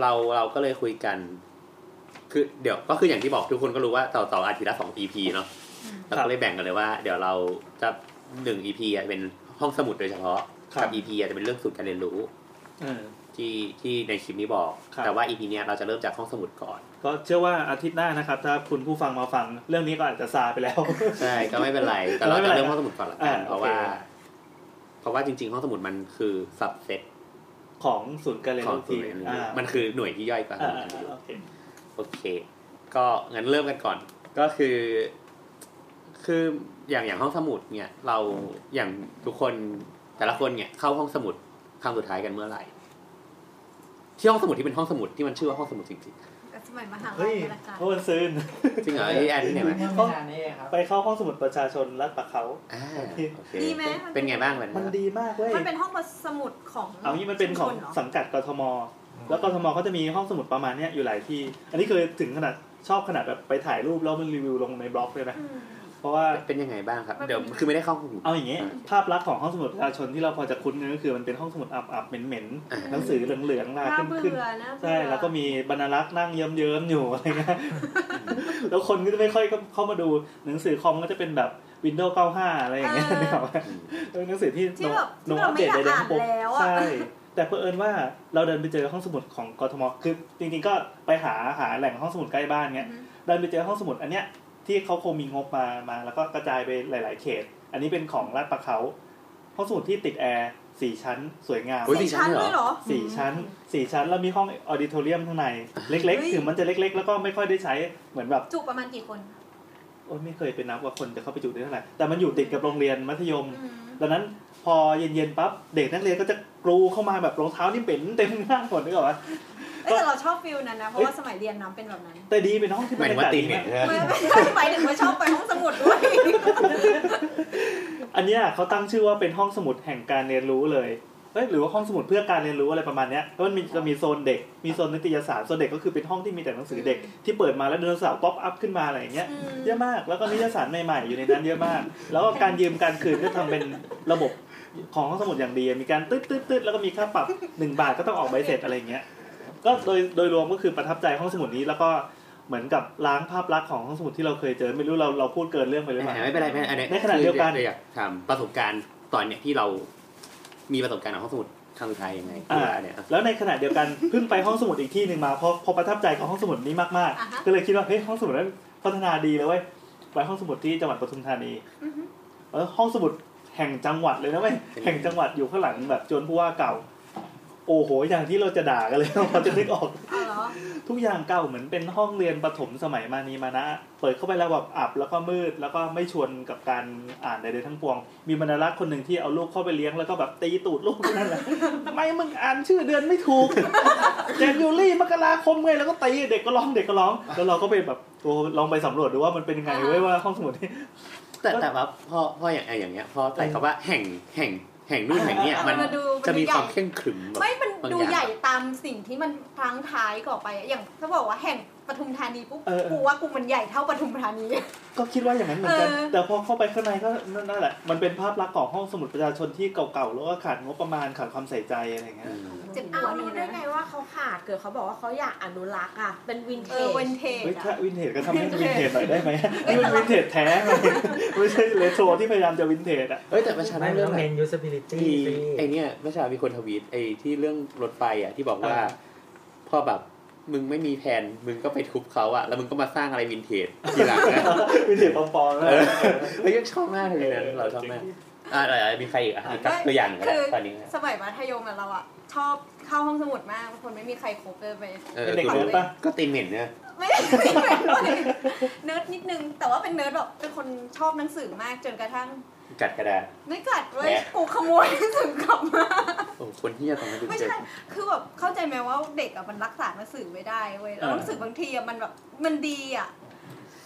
เราเราก็เลยคุยกัน คือเดี๋ยวก็คืออย่างที่บอกทุกคนก็รู้ว่าต่อต่ออาทิตย์ละสอง EP เนาะเราก็เลยแบ่งกันเลยว่า เดี๋ยวเราจะหนึ่ง EP อ่ะเป็นห้องสมุดโดยเฉพาะ ครับ กั EP อาจจะเป็นเรื่องศูนย์การเรียนรู้ เออ ที่ที่ในคลิปนี้บอก ครับ แต่ว่า EP เนี้ยเราจะเริ่มจากห้องสมุดก่อน ก็เชื่อว่าอาทิตย์หน้านะครับ ถ้าคุณผู้ฟังมาฟังเรื่องนี้ก็อาจจะซาไปแล้ว ใช่ ก็ไม่เป็นไร แต่เรา ไม่เป็น จะ ไร เริ่มห้องสมุดก่อนละกัน อ่า เพราะว่า โอเค เพราะว่าจริง ๆ ห้องสมุดมันคือ subset ของศูนย์การเรียน ของ รู้ ศู ที นย์เรียนรู้ อ่า มันคือหน่วยที่ย่อยกว่า อ่า ห้องสมุด โอเค โอเค ก็งั้นเริ่มกันก่อน ก็คือ คืออย่างอย่างห้องสมุดเนี่ย เราอย่างทุกคนแต่ละคนเนี่ยเข้าห้องสมุดครั้งสุดท้ายกันเมื่อไหร่ ที่ห้องสมุดที่เป็นห้องสมุดที่มันชื่อว่าห้องสมุดจริง ก็สมัยมหาลั เฮ้ ย ย นี่แหละค่ะ โทษซืน ๆจริงเหรอไอ้แอนนี่เนี่ยไหม ก็ไปเข้าห้องสมุดประชาชนรัดปากเขา อ่าโอเค ดีไหมมั เป็นไงบ้างเป็นไง มัน บ้าง ดีมากเว้ย มันเป็นห้องสมุดของ เอางี้มันเป็นของ ชุชหร สังกัดกทม แล้วกทมเขาจะมีห้องสมุดประมาณเนี้ยอยู่หลายที่ อันนี้เคยถึงขนาดชอบขนาดแบบไปถ่ายรูปแล้วมันรีวิวลงในบล็อกเลยนะ อืม เพราะว่า เป็นยังไงบ้างครับ มัน เดี๋ยวคือไม่ได้เข้าห้องสมุด เอาอย่างงี้ อ่า ภาพลักษณ์ของห้องสมุดประชาชนที่เราพอจะคุ้นเนี่ยก็คือมันเป็นห้องสมุดอับอับๆเหม็น อ่า ๆหนังสือเหลืองๆลาย น่า ขึ้น เบื่ ขึ้น อนะ ใช่ แล้วก็มีบรรณารักษ์นั่งเยิ้มๆอยู่อะไรเงี้ย แล้วคนก็จะไม่ค่อยเข้ามาดูหนังสือคอมก็จะเป็นแบบ Windows 95 อะไรอย่างเงี้ยนึกออกปะ อืม เออหนังสือที่ ที่แบบ โน ที่ อั เรา ป ไม่อเดต ยากอ่านใดๆทั้งปวง แล้วอ่ะ ใช่ แต่เผอิญว่าเราเดินไปเจอห้องสมุดของกทมคือจริงๆก็ไปหาหาแหล่งห้องสมุดใกล้บ้านเงี้ย อือฮึ เดินไปเจอห้องสมุดอันเนี้ยที่เขาคงมีงบมามา แล้วก็กระจายไปหลาย ๆ เขต อันนี้เป็นของรัฐประเขาห้องสมุดที่ติดแอร์สี่ชั้น สวยงาม โอ้ยสี่ สี่ ชั้ ชั้ น นด้วยเหรอเหรอ สี่ชั้นสี่ชั้นแล้วมีห้องออดิโทเรียมข้างในเล็ก เฮ้ย ๆ ถึงมันจะเล็ก ๆ แล้วก็ไม่ค่อยได้ใช้เหมือนแบบ จุประมาณกี่คน โอ้ยไม่เคยไปนับว่าคนจะเข้าไปจุได้เท่าไหร่แต่มันอยู่ติดกับโรงเรียนมัธยม อืม ดังนั้นพอเย็นๆปั๊บเด็กนักเรียนก็จะกรูเข้ามาแบบรองเท้านี่เป็นเต็มหน้าหมดนึกออกปะ เอ้ยแต่เราชอบฟิลนั้นนะเพ เอ้ ราะ ย ว่าสมัยเรียนน้ำเป็นแบบนั้น แต่ดีเป็นห้องที่ หมายถึงว่าตีนเหม็น นะ ใช่ไหม ไม่ไม่ใช่หมายถึงว่าชอบไปห้องสมุดด้วย อันเนี้ยเขาตั้งชื่อว่าเป็นห้องสมุดแห่งการเรียนรู้เลย เอ้ยหรือว่าห้องสมุดเพื่อการเรียนรู้อะไรประมาณเนี้ยแล้วมันมีจะมีโซนเด็ก มีโซนนิตยสารโซนเด็กก็คือเป็นห้องที่มีแต่หนังสือเด็กที่เปิดมาแล้วไดโนเสาร์ป๊อปอัพขึ้นมาอะไรอย่างเงี้ยเยอะมากแล้วก็นิตยสารใหม่ๆอยู่ในนั้นเยอะมาก แล้วก็การยืมการคืนก็ทำเป็นระบบของห้องสมุดอย่างดีมีการตึ๊ดตึ๊ดตึ๊ดแล้วก็มีค่าปรับหนึ่งบาทก็ต้องออกใบเสร็จอะไรอย่างเงี้ยก็โดยโดยรวมก็คือประทับใจห้องสมุดนี้แล้วก็เหมือนกับล้างภาพลักษณ์ของห้องสมุดที่เราเคยเจอไม่รู้เราเราพูดเกินเรื่องไปหรือเปล่า ไม่เป็นไรไม่เป็นไรอันนี้ ในขณะเดียวกัน คืออยากถามประสบการณ์ตอนเนี้ยที่เรามีประสบการณ์ของห้องสมุดครั้งไทยยังไง อ่า อันเนี้ย แล้วในขณะเดียวกัน เพิ่งไปห้องสมุดอีกที่หนึ่งมาเพราะเพอประทับใจของห้องสมุดนี้มาก อ่าฮะ ๆ ก็เลยคิดว่าเฮ้ยห้องสมุดนั้นพัฒนาดีเลยเว้ยไปห้องสมุดที่จังหวัดปทุมธานีเออห้องสมุดแห่งจังหวัดเลยนะเว้ย เป็นไง แห่งจังหวัดอยู่ข้างหลังแบบจวนผู้ว่าเก่า โอ้โหอย่างที่เราจะด่ากันเลย เราจะนึกออก เอาเหรอ ทุกอย่างเก่าเหมือนเป็นห้องเรียนประถมสมัยมานีมานะ เปิดเข้าไปแล้วแบบอับแล้วก็มืดแล้วก็ไม่ชวนกับการอ่านใดๆทั้งปวง มีบรรลักษ์คนหนึ่งที่เอาลูกเข้าไปเลี้ยงแล้วก็แบบตีตูดลูกนั่นแหละทำไมมึงอ่านชื่อเดือนไม่ถูก เจนยูรี่มกราคมไงแล้วก็ตีเด็กก็ร้องเด็กก็ร้อง แล้วเราก็ไปแบบโอ้ลองไปสำรวจดูว่ามันเป็นยังไงเว้ยว่าห้องสมุดนี่ แต่แต่ว่าพอพออย่างอย่างเงี้ยพอใส่คำว่าแห่งแห่งแห่งนู่นแห่งเนี้ย เออ มัน มันดูมันดู จะมีความ ใหญ่ เข้มขรึมแบบ ไม่มัน บาง ดู อย่าง ใหญ่ตามสิ่งที่มันพลังท้ายก่อไปอะอย่างถ้าบอกว่าแห่งปทุมธานีปุ๊บกูว่ากูมันใหญ่เท่าปทุมธานี ก็คิดว่าอย่างนั้นเหมือนกัน เออ แต่พอเข้าไปข้างในก็นั่นแหละ มันเป็นภาพลักษณ์ของห้องสมุดประชาชนที่เก่าๆแล้วก็ขาดงบประมาณขาดความใส่ใจอะไรอย่างเงี้ย อืม เจ็บป เอา วด รู้ได้ไงว่าเขาขาดเกิดเขาบอกว่าเขาอยากอนุรักษ์อ่ะเป็นวินเท เออ จ วันเทจ เฮ้ย อะ ถ้าวินเทจก็ทำให้มัน วิ วิน น เท เท จ จ หน่อยได้ไหม เอ้ยนี่แต่ มัน ละ วินเทจแท้ไงไม่ใช่เลโทรที่พยายามจะวินเทจอ่ะ เอ้ยแต่ประชา ไม่ ได้เรื่อง ต้อง ไหน เน้น usability ที่ สิ ไอเนี้ยประชามีคนทวีตไอที่เรื่องรถไฟอ่ะที่บอกว่า อ่า พ่อแบบมึงไม่มีแผนมึงก็ไปทุบเขาอ่ะแล้วมึงก็มาสร้างอะไรวินเทจทีหลังนะ วินเทจปลอมๆนะ เออเฮ้ยชอบมากเลยนะเราชอบมากอ่าอะไรอะไรมีใครอีกอ่ะมีกับตัวอย่างกัน คือ ตอนนี้ สมัยมัธยมอะเราอะชอบเข้าห้องสมุดมากเป็นคนไม่มีใครคบเลยไป เออ เป็นเด็ก กู เลิฟป่ะ ก็ตีนเหม็นเนี่ย ไม่ได้เป็นเนิร์ดด้วยเนิร์ดนิดนึง แต่ว่าเป็นเนิร์ดแบบเป็นคนชอบหนังสือมากจนกระทั่ง กัดกระดาษ ไม่กัดเว้ย แหละ กูขโมยหนังสือกลับมา โอ้คนที่จะทำให้ดู ไม่ เจ็บ ใช่ คือแบบเข้าใจไหมว่าเด็กอะมันรักษาหนังสือไม่ได้เว้ยแล้ว อ่า หนังสือบางทีอะมันแบบมันดีอะ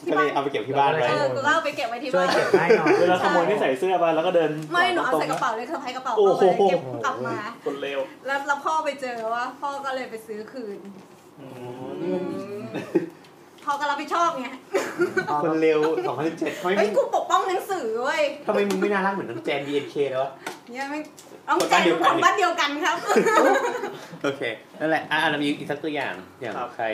ก็เลยเอาไปเก็บที่บ้านไว้ เออกูก็เอาไปเก็บไว้ที่ ช่บ้าวยน เก็บให้หน่อย เวลาขโมยนี่ใส่เสื้อมาแล้วก็เดิน ไม่หนูเอาใส่กระ ตงๆ เป๋าเลยสะพายกระเป๋า โอ้ เอา โห ไปเก็บกลับมา คนเลว แล้วแล้วพ่อไปเจอว่าพ่อก็เลยไปซื้อคืน พ่อก็รับผิดชอบไง คนเร็ว2017ทำไม เฮ้ มึ ย ง กูปกป้องหนังสือเว้ย ทำไมมึงไม่น่ารักเหมือนน้องแจน B N K แล้ววะ เนี่ยไม่ต้องแจกทุกคนบ้านเดียวกันครับ โอเค นั่นแหละ อ่ะเรามีอีกสักตัวอย่าง อย่าง ครับ ใคร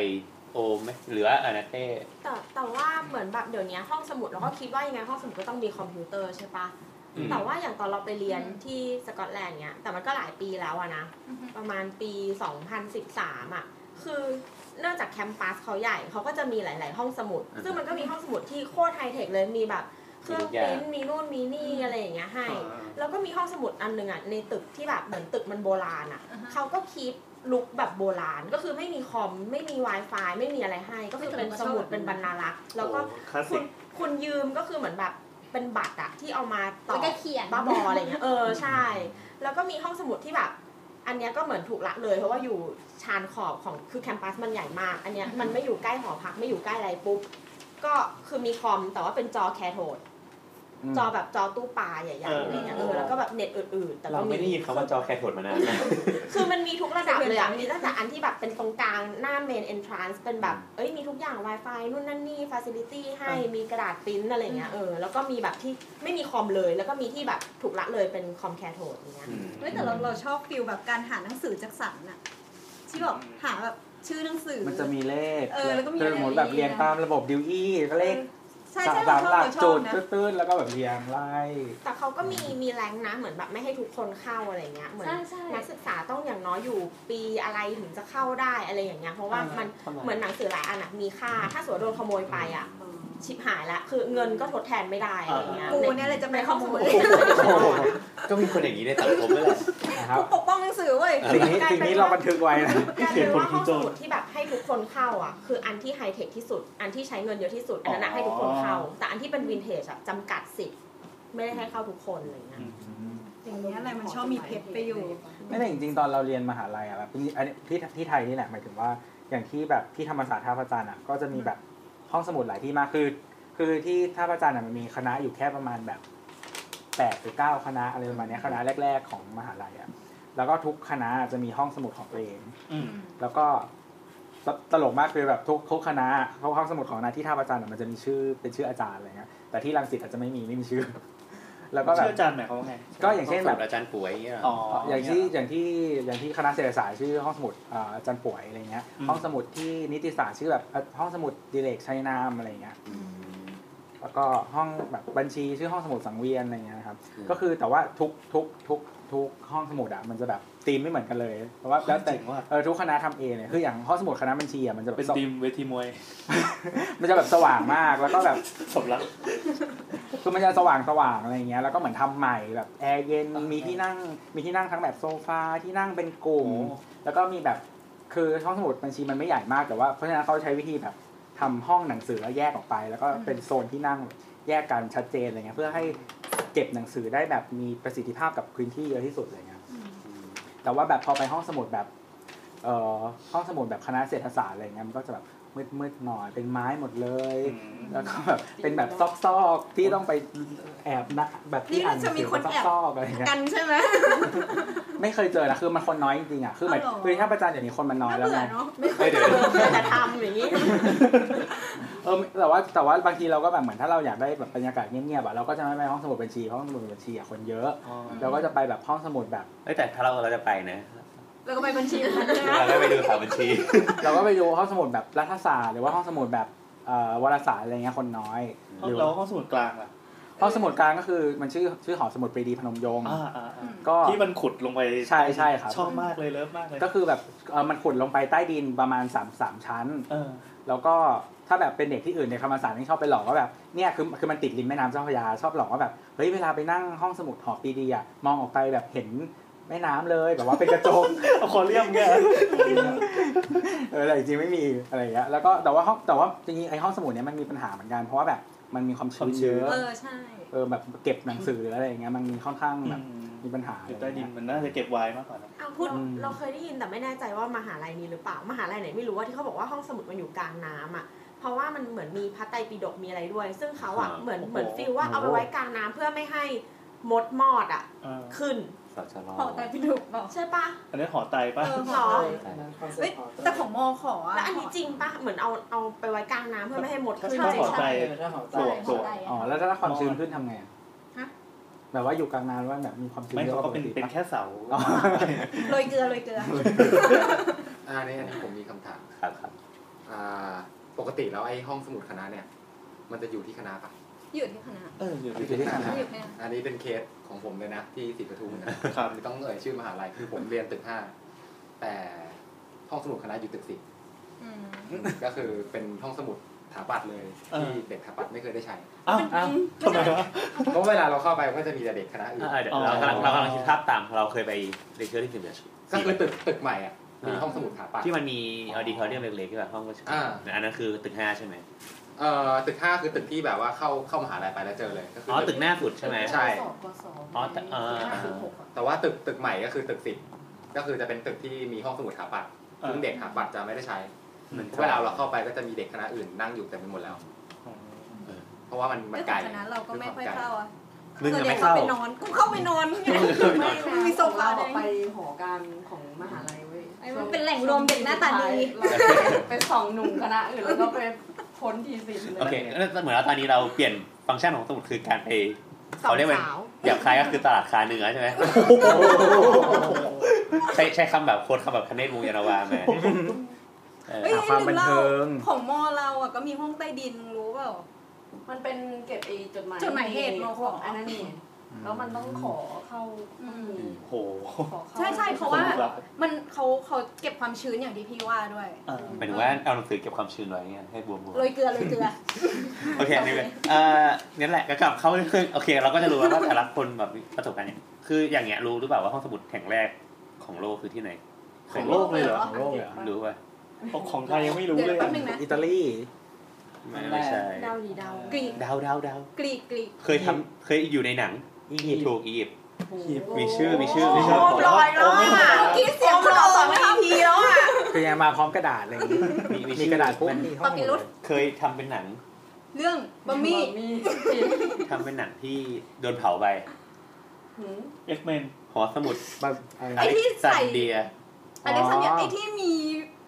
โอมไหมหรือว่าอานาเต้ แต่แต่ว่าเหมือนแบบเดี๋ยวนี้ห้องสมุดเราก็คิดว่ายังไงห้องสมุดก็ต้องมีคอมพิวเตอร์ใช่ปะ อืม แต่ว่าอย่างตอนเราไปเรียน อืม ที่สกอตแลนด์เนี้ยแต่มันก็หลายปีแล้วอะนะ ประมาณปี 2013อะคือเนื่องจากแคมปัสเขาใหญ่เขาก็จะมีหลาย ๆ ห้องสมุด อ่าฮะ ซึ่งมันก็มีห้องสมุดที่โคตรไฮเทคเลยมีแบบเครื่อง มีทุกอ ป ย่าง ริ้นท์มีนู่นมีนี่อะไรอย่างเงี้ยให้ แล้วก็มีห้องสมุดอันหนึ่งอ่ะในตึกที่แบบเหมือนตึกมันโบราณอ่ะ อ่าฮะ เขาก็คีปลุกแบบโบราณ ก็คือไม่มีคอมไม่มี Wi-Fi ไม่มีอะไรให้ ก็คือเป็นสมุด ไม่ต้อง เป็นบรรณารักษ์แล้วก็ โอ้คลาส คุ สิ ณ ก คุณยืมก็คือเหมือนแบบเป็นบัตรอะที่เอามาต่ แล้ อ วก็เขียน บ้าบออะไรเงี้ยเออใช่ แล้วก็มีห้องสมุดที่แบบ อันเนี้ยก็เหมือนถูกละเลย เพราะว่าอยู่ชานขอบของคือแคมปัสมันใหญ่มาก อันเนี้ยมันไม่อยู่ใกล้หอพักไม่อยู่ใกล้อะไรปุ๊บก็คือมีคอมแต่ว่าเป็นจอแคโทด จอแบบจอตู้ปลาใหญ่ๆอะไรเงี้ยเออแล้วก็แบบเน็ตอื่นๆ แต่ เรา ก็ ไม่ได้ยินคำว่าจอแคทโทดมานานมาก คือมันมีทุกระดับเลยอะมีตั้งแต่อันที่แบบเป็นตรงกลางหน้าเมนเอนทรานซ์เป็นแบบ เอ้ยมีทุกอย่าง Wi-Fi นู่นนั่นนี่ฟ a ซิลิตี้ให้มีกระดาษปริ้นอะไรเงี้ยเออแล้วก็มีแบบที่ไม่มีคอมเลย แล้วก็มีที่แบบถูกละเลยเป็นคอมแคโทดอย่างเงี้ย อืม เฮ้ยแต่เราเราชอบฟิลแบบการหาหนังสือจากสารน่ะที่แบบหาแบบชื่อหนังสือ มันจะมีเลข เออแล้วก็มี คือสมมติแบบเรียงตามระบบดิวอี้ก็เลข ใช่ สา ใช่ ม เรา สาม ชอบเราชอหลักจุ บ ด นะ ตื้นๆแล้วก็แบบเรียงไล่ แต่เขาก็มีมีแรงนะเหมือนแบบไม่ให้ทุกคนเข้าอะไรเงี้ยเหมือน ใช่ใช่ นักศึกษาต้องอย่างน้อยอยู่ปีอะไรถึงจะเข้าได้อะไรอย่างเงี้ยเพราะว่ามัน ทำไ เหมือนหนังสือหลายอันอะมีค่า ถ้าสมมติโดนขโมยไปอะ ชิบหายละคือเงินก็ทดแทนไม่ได้อะไรอย่างเงี้ย กูเนี่ยเลยจะไปเข้าสมุด ในข้อมูล โอ้โหก็มีคนอย่างนี้ในสังคมนั่นแหละ นะครับ กูปกป้องหนังสือเว้ย สิ่งนี้สิ่งนี้เราบันทึกไว้นะ กลายเป็นว่าห้องสมุดที่แบบให้ทุกคนเข้าอ่ะ คืออันที่ไฮเทคที่สุด อันที่ใช้เงินเยอะที่สุด อันนั้นอะให้ทุกคนเข้า แต่อันที่เป็นวินเทจอะจำกัดสิทธิ์ไม่ได้ให้เข้าทุกคนอะไรอย่างเงี้ย อย่างนี้ยอะไรมันชอบมีเพชรไปอยู่ ไม่แต่จริงๆ ตอนเราเรียนมหาลัยอะแบบที่อันนี้ที่ที่ไทยนี่แหละหมายถึงว่าอย่างที่แบบที่ธรรมศาสตร์ท่าพระจันทร์อะก็จะมีแบบห้องสมุดหลายที่มากคือ คือที่ท่าพระจันทร์อะมันมีคณะอยู่แค่ประมาณแบบแปดหรือเก้าคณะอะไรประมาณเนี้ยคณะแรก ๆ ของมหาลัยอะ แล้วก็ทุกคณะจะมีห้องสมุดของตัวเอง อืม แล้วก็ตตลกมากคือแบบทุกทุกคณะเขาห้องสมุดของคณะที่ท่าพระจันทร์อะมันจะมีชื่อเป็นชื่ออาจารย์อะไรเงี้ยแต่ที่รังสิตอาจจะไม่มีไม่มีชื่อ แล้วก็แบ เชื่อบอาจารย์หมายความว่าไง ก็อย่างเช่นแบบ ห้สมุดอาจารย์ป่วยอย่างเงี้ยเหรอ อ๋อ อ อย่าง ที่ เนี่ย อย่างที่อย่างที่คณะเศรษฐศาสตร์ชื่อห้องสมุดอ่าอาจารย์ป่วยอะไรเงี้ย อืม ห้องสมุดที่นิติศาสตร์ชื่อแบบอ่ะห้องสมุดดิเลกชัยนามอะไรเงี้ยแล้วก็ห้องแบบบัญชีชื่อห้องสมุดสังเวียนอะไรเงี้ยนะครับก็คือแต่ว่าทุกทุกทุกทุกห้องสมุดอ่ะมันจะแบบธีมไม่เหมือนกันเลยเพราะว่าแล้วแต่ จริงว่า เออทุกคณะทำเองเลยคืออย่างห้องสมุดคณะบัญชีอ่ะมันจะแบบ เป็น สว ทีมเวทีมวย มันจะแบบสว่างมากแล้วก็แบบ สมรัก คือมันจะสว่างสว่างอะไรอย่างเงี้ยแล้วก็เหมือนทำใหม่แบบแอร์เย็นมีที่นั่งมีที่นั่งทั้งแบบโซฟาที่นั่งเป็นกลุ่ม โอ้ แล้วก็มีแบบคือห้องสมุดบัญชีมันไม่ใหญ่มากแต่ว่าเพราะฉะนั้นเขาใช้วิธีแบบทำห้องหนังสือแล้วแยกออกไป แล้วก็เป็นโซนที่นั่งแยกกันชัดเจนอะไรเงี้ยเพื่อให้เก็บหนังสือได้แบบมีประสิทธิภาพกับพื้นที่เยอะที่สุดอะไรเงี้ยแต่ว่าแบบพอไปห้องสมุดแบบเอ่อห้องสมุดแบบคณะเศรษฐศาสตร์อะไรเงี้ยมันก็จะแบบมืดๆหน่อยเป็นไม้หมดเลย แล้วก็แบบเป็นแบบซอกๆที่ต้องไปแอบนะแบบที่ นี่ อ่านห จะ ง มี สื คนแอบ ซอกๆอะไรเงี้ย กันใช่ไหม ไม่เคยเจอนะคือมันคนน้อยจริงๆอ่ะคือหมาย อ๋อเหรอ คือถ้าประจานอย่างนี้คนมันน้อย น่า แล้ว เบื่อ ไง เนาะ เอ้ยเดี๋ยวเดี๋ยว จะทำอย่างนี้ เออแต่ว่าแต่ว่าบางทีเราก็แบบเหมือนถ้าเราอยากได้แบบบรรยากาศเงียบๆอ่ะเราก็จะไม่ไปห้องสมุดบัญชีห้องสมุดบัญชีอ่ะคนเยอะเราก็จะไปแบบห้องสมุดแบบ เอ้ยแต่ถ้าเราเราจะไปนะ แล้วก็ไปบัญชีเหมือนกันใช่ไหม เราได้ไปดูสาวบัญชี เราก็ไปดูห้องสมุดแบบรัฐศาสตร์หรือว่าห้องสมุดแบบเอ่อวารสารอะไรเงี้ยคนน้อยหรือ เราห้องสมุดกลางล่ะ ห้องสมุดกลางก็คือมันชื่อชื่อหอสมุดปรีดีพนมยงค์ อ่าอ่าอ่า ก็ ที่มันขุดลงไป ใช่ใช่ครับ ชอบมากเลยเลิฟมากเลย ก็คือแบบเอ่อมันขุดลงไปใต้ดินประมาณ3ามสามชั้น เออ แล้วก็ถ้าแบบเป็นเด็กที่อื่นในธรรมศาสตร์นี่ชอบไปหลอกว่าแบบเนี่ยคือคือมันติดริมแม่น้ำเจ้าพระยาชอบหลอกว่าแบบเฮ้ยเวลาไปนั่งห้องสมุดหอปีดีอะมองออกไปแบบเห็นแม่น้ำเลยแบบว่าเป็นกระจก เอาคอเรียมแก เออแต่จริงๆไม่มีอะไรอย่างเงี้ยแล้วก็แต่ว่าห้องแต่ว่าจริงๆไอห้องสมุดเนี่ยมันมีปัญหาเหมือนกันเพราะว่าแบบมันมีความชื้นเยอะ เออใช่ เออแบบเก็บหนังสือหรืออะไรอย่างเงี้ยมันมีค่อนข้าง อื แบบ ม มีปัญหา อยู่ใต้ดินมันน่าจะเก็บไวน์มากกว่านะ เอาพูดเราเคยได้ยินแต่ไม่แน่ใจว่ามหาลัยนี้หรือเปล่ามหาลัยไหนไม่รู้ว่าที่เขาบอกว่าห้องสมุดมันอยู่กลางน้ำอ่ะเพราะว่ามันเหมือนมีพระไตรปิฎกมีอะไรด้วย ซึ่งเขาอ่ะ อ่า เหมือนเหมือนฟีลว่าเอาไปไว้กลางน้ำเพื่อไม่ให้มดมอดอ่ะ เออ ขึ้น สาวชะลอ ขอแต่พี่ดุกบอก ใช่ปะ อันนี้หอไตป่ะ เออ ห ห ร ร อ อ เฮ้ยแต่ของมอขออะ แล้วอันนี้จริงปะเหมือนเอาเอาไปไว้กลางน้ำเพื่อไม่ให้มดขึ้น ถ้าหอไต ใช่ ปลวก ข ปล อ วก ไต อ๋ อ๋ อ อ แล้วถ้าความชื้นขึ้นทำไงอะ ฮะ แบบว่าอยู่กลางน้ำแล้วแบบมีความชื้น ไม่ เยอะ เขา ว่า ก็ ปก เป็น ติ เป็น ปะ แค่เสา อ๋อ โรยเกลือโรยเกลือ อ่าในอันนี้ผมมีคำถาม ครับครับ อ่าปกติแล้วไอ้ห้องสมุดคณะเนี่ย มันจะอยู่ที่คณะปะ อยู่ที่คณะ เอออยู่ อยู่ ที่ ที่คณะ อยู่ที่คณะ อันนี้เป็นเคสของผมเลยนะที่สีปทุมนะครับ ต้องเอ่ยชื่อมหาลัยคือผมเรียนตึกห้าแต่ห้องสมุดคณะอยู่ตึกสิบ อืม ก็คือเป็นห้องสมุดถาปัดเลย เออ ที่เด็กถาปัดไม่เคยได้ใช้ อ้าวอ้าวทำไมวะ เพราะเวลาเราเข้าไปมันก็จะมีแต่เด็กคณะอื่น อ่าเดี๋ยว อ๋อ เรากำลังเรากำลังคิดภาพตามเราเคยไปเลคเชอร์ที่ถึงเนี่ย ก็คือตึกตึกใหม่อ่ะมี อ่า ห้องสมุดถาปัด ที่มันมีออดิทอเรียมเล็กๆที่แบบห้องประชุม อ่า อันนั้นคือตึกห้าใช่ไหม เอ่อตึกห้าคือตึกที่แบบว่าเข้าเข้ามหาลัยไปแล้วเจอเลยก็คื อ๋อตึกหน้าสุดใช่ไหม ใช่ กสอง อ๋อแต่เออ ห้าสิบหกอะ แต่ว่าตึกตึกใหม่ก็คือตึกสิบก็คือจะเป็นตึกที่มีห้องสมุดถาปัด เออ ซึ่งเด็กถาปัดจะไม่ได้ใช้ มัน เวลาเราเข้าไปก็จะมีเด็กคณะอื่นนั่งอยู่เต็มไปหมดแล้ว เพราะว่ามันมัน ด้วย ไกล คณะเราก็ไม่ค่อยเข้าอะ มึง ส่ว ยั นใหญ่งไม่ เขา เข้า ไปนอนกูเข้าไปนอนไง ไม่ มึ นะ งมีโซ ของ ฟา เรา ด้ว อะ ย ไปหอการของมหาลัยเว้ย ไอ้มันเป็นแหล่งรวมเด็กหน้าตาดี ไปสองหนุ่มคณะอื่นแล้วก็ไปพ้นทีสิบเลย โอเคแล้วเหมือนว่าตอนนี้เราเปลี่ยนฟังก์ชันของสมุดคือการไปเขาเรียกว่า สาว หยาบคายก็คือตลาดคาเนื้อใช่ไหมใช้ใช้คำแบบโคตรคำแบบคเนตวงศ์ยานนาวามาเออ เอ้ย หาความ ลืม บันเทิ เล่าง ของมอเราอ่ะก็มีห้องใต้ดินมึงรู้เปล่า มันเป็นเก็บไอ้จดหมาย จดหมายเหตุมาข ข อ องอันนั้นนี่แล้วมันต้องขอเข้า อืม โอ้โห ขอเข้า ใช่ใช่เพราะว่า คนลุกอ มันเขาเขาเก็บความชื้นอย่างที่พี่ว่าด้วย อ่า หมายถึงว่าเอาหนังสือเก็บความชื้นไว้เงี้ยให้บวมๆ โรยเกลือโรยเกลือ โอเคนี่เลยเอ่อนั่นแหละก็กลับเข้าเรื่องโอเค เราก็จะรู้แล้วว่าแต่ละคนแบบประสบการณ์เนี่ยคืออย่างเงี้ยรู้หรือเปล่าว่าห้องสมุดแห่งแรกของโลกคือที่ไหน ของโลกเลยเหรอ ของโลกเลยเหรอ รู้ป่ะ ของของไทยยังไม่รู้ เดี๋ยว เลย แป๊ อะ บนึงนะ อิตาลี ไม่ไม่ใช่ เดาดีเดาก รีก ดาวดาวดาว กรีกกรีก เคยทำเคยอยู่ในหนัง อียิปต์ ถูกอียิปต์ หีบ มีชื่อมีชื่อ มีชื่อ โลอยแล้วอ่ะ เมื่อกี้เสียง โอ้โห โผล่ สองอีพีแล้วอ่ะ คือยังมาพร้อมกระดาษอะไรอย่างงี้ มีมี มี ชื่อก ระดาษปุ๊บ มัน มีห้องหมดเลย เคยทำเป็นหนัง เรื่องบะห มี มี่ มี ทำเป็นหนังที่โดนเผาไป หืม เอ็กเมน โห อสมุด แบบอะไร ไอ้ นะ ที่ใส่ ซันเดีย อันนี้ อ๋อ สัญญาไอ้ที่มี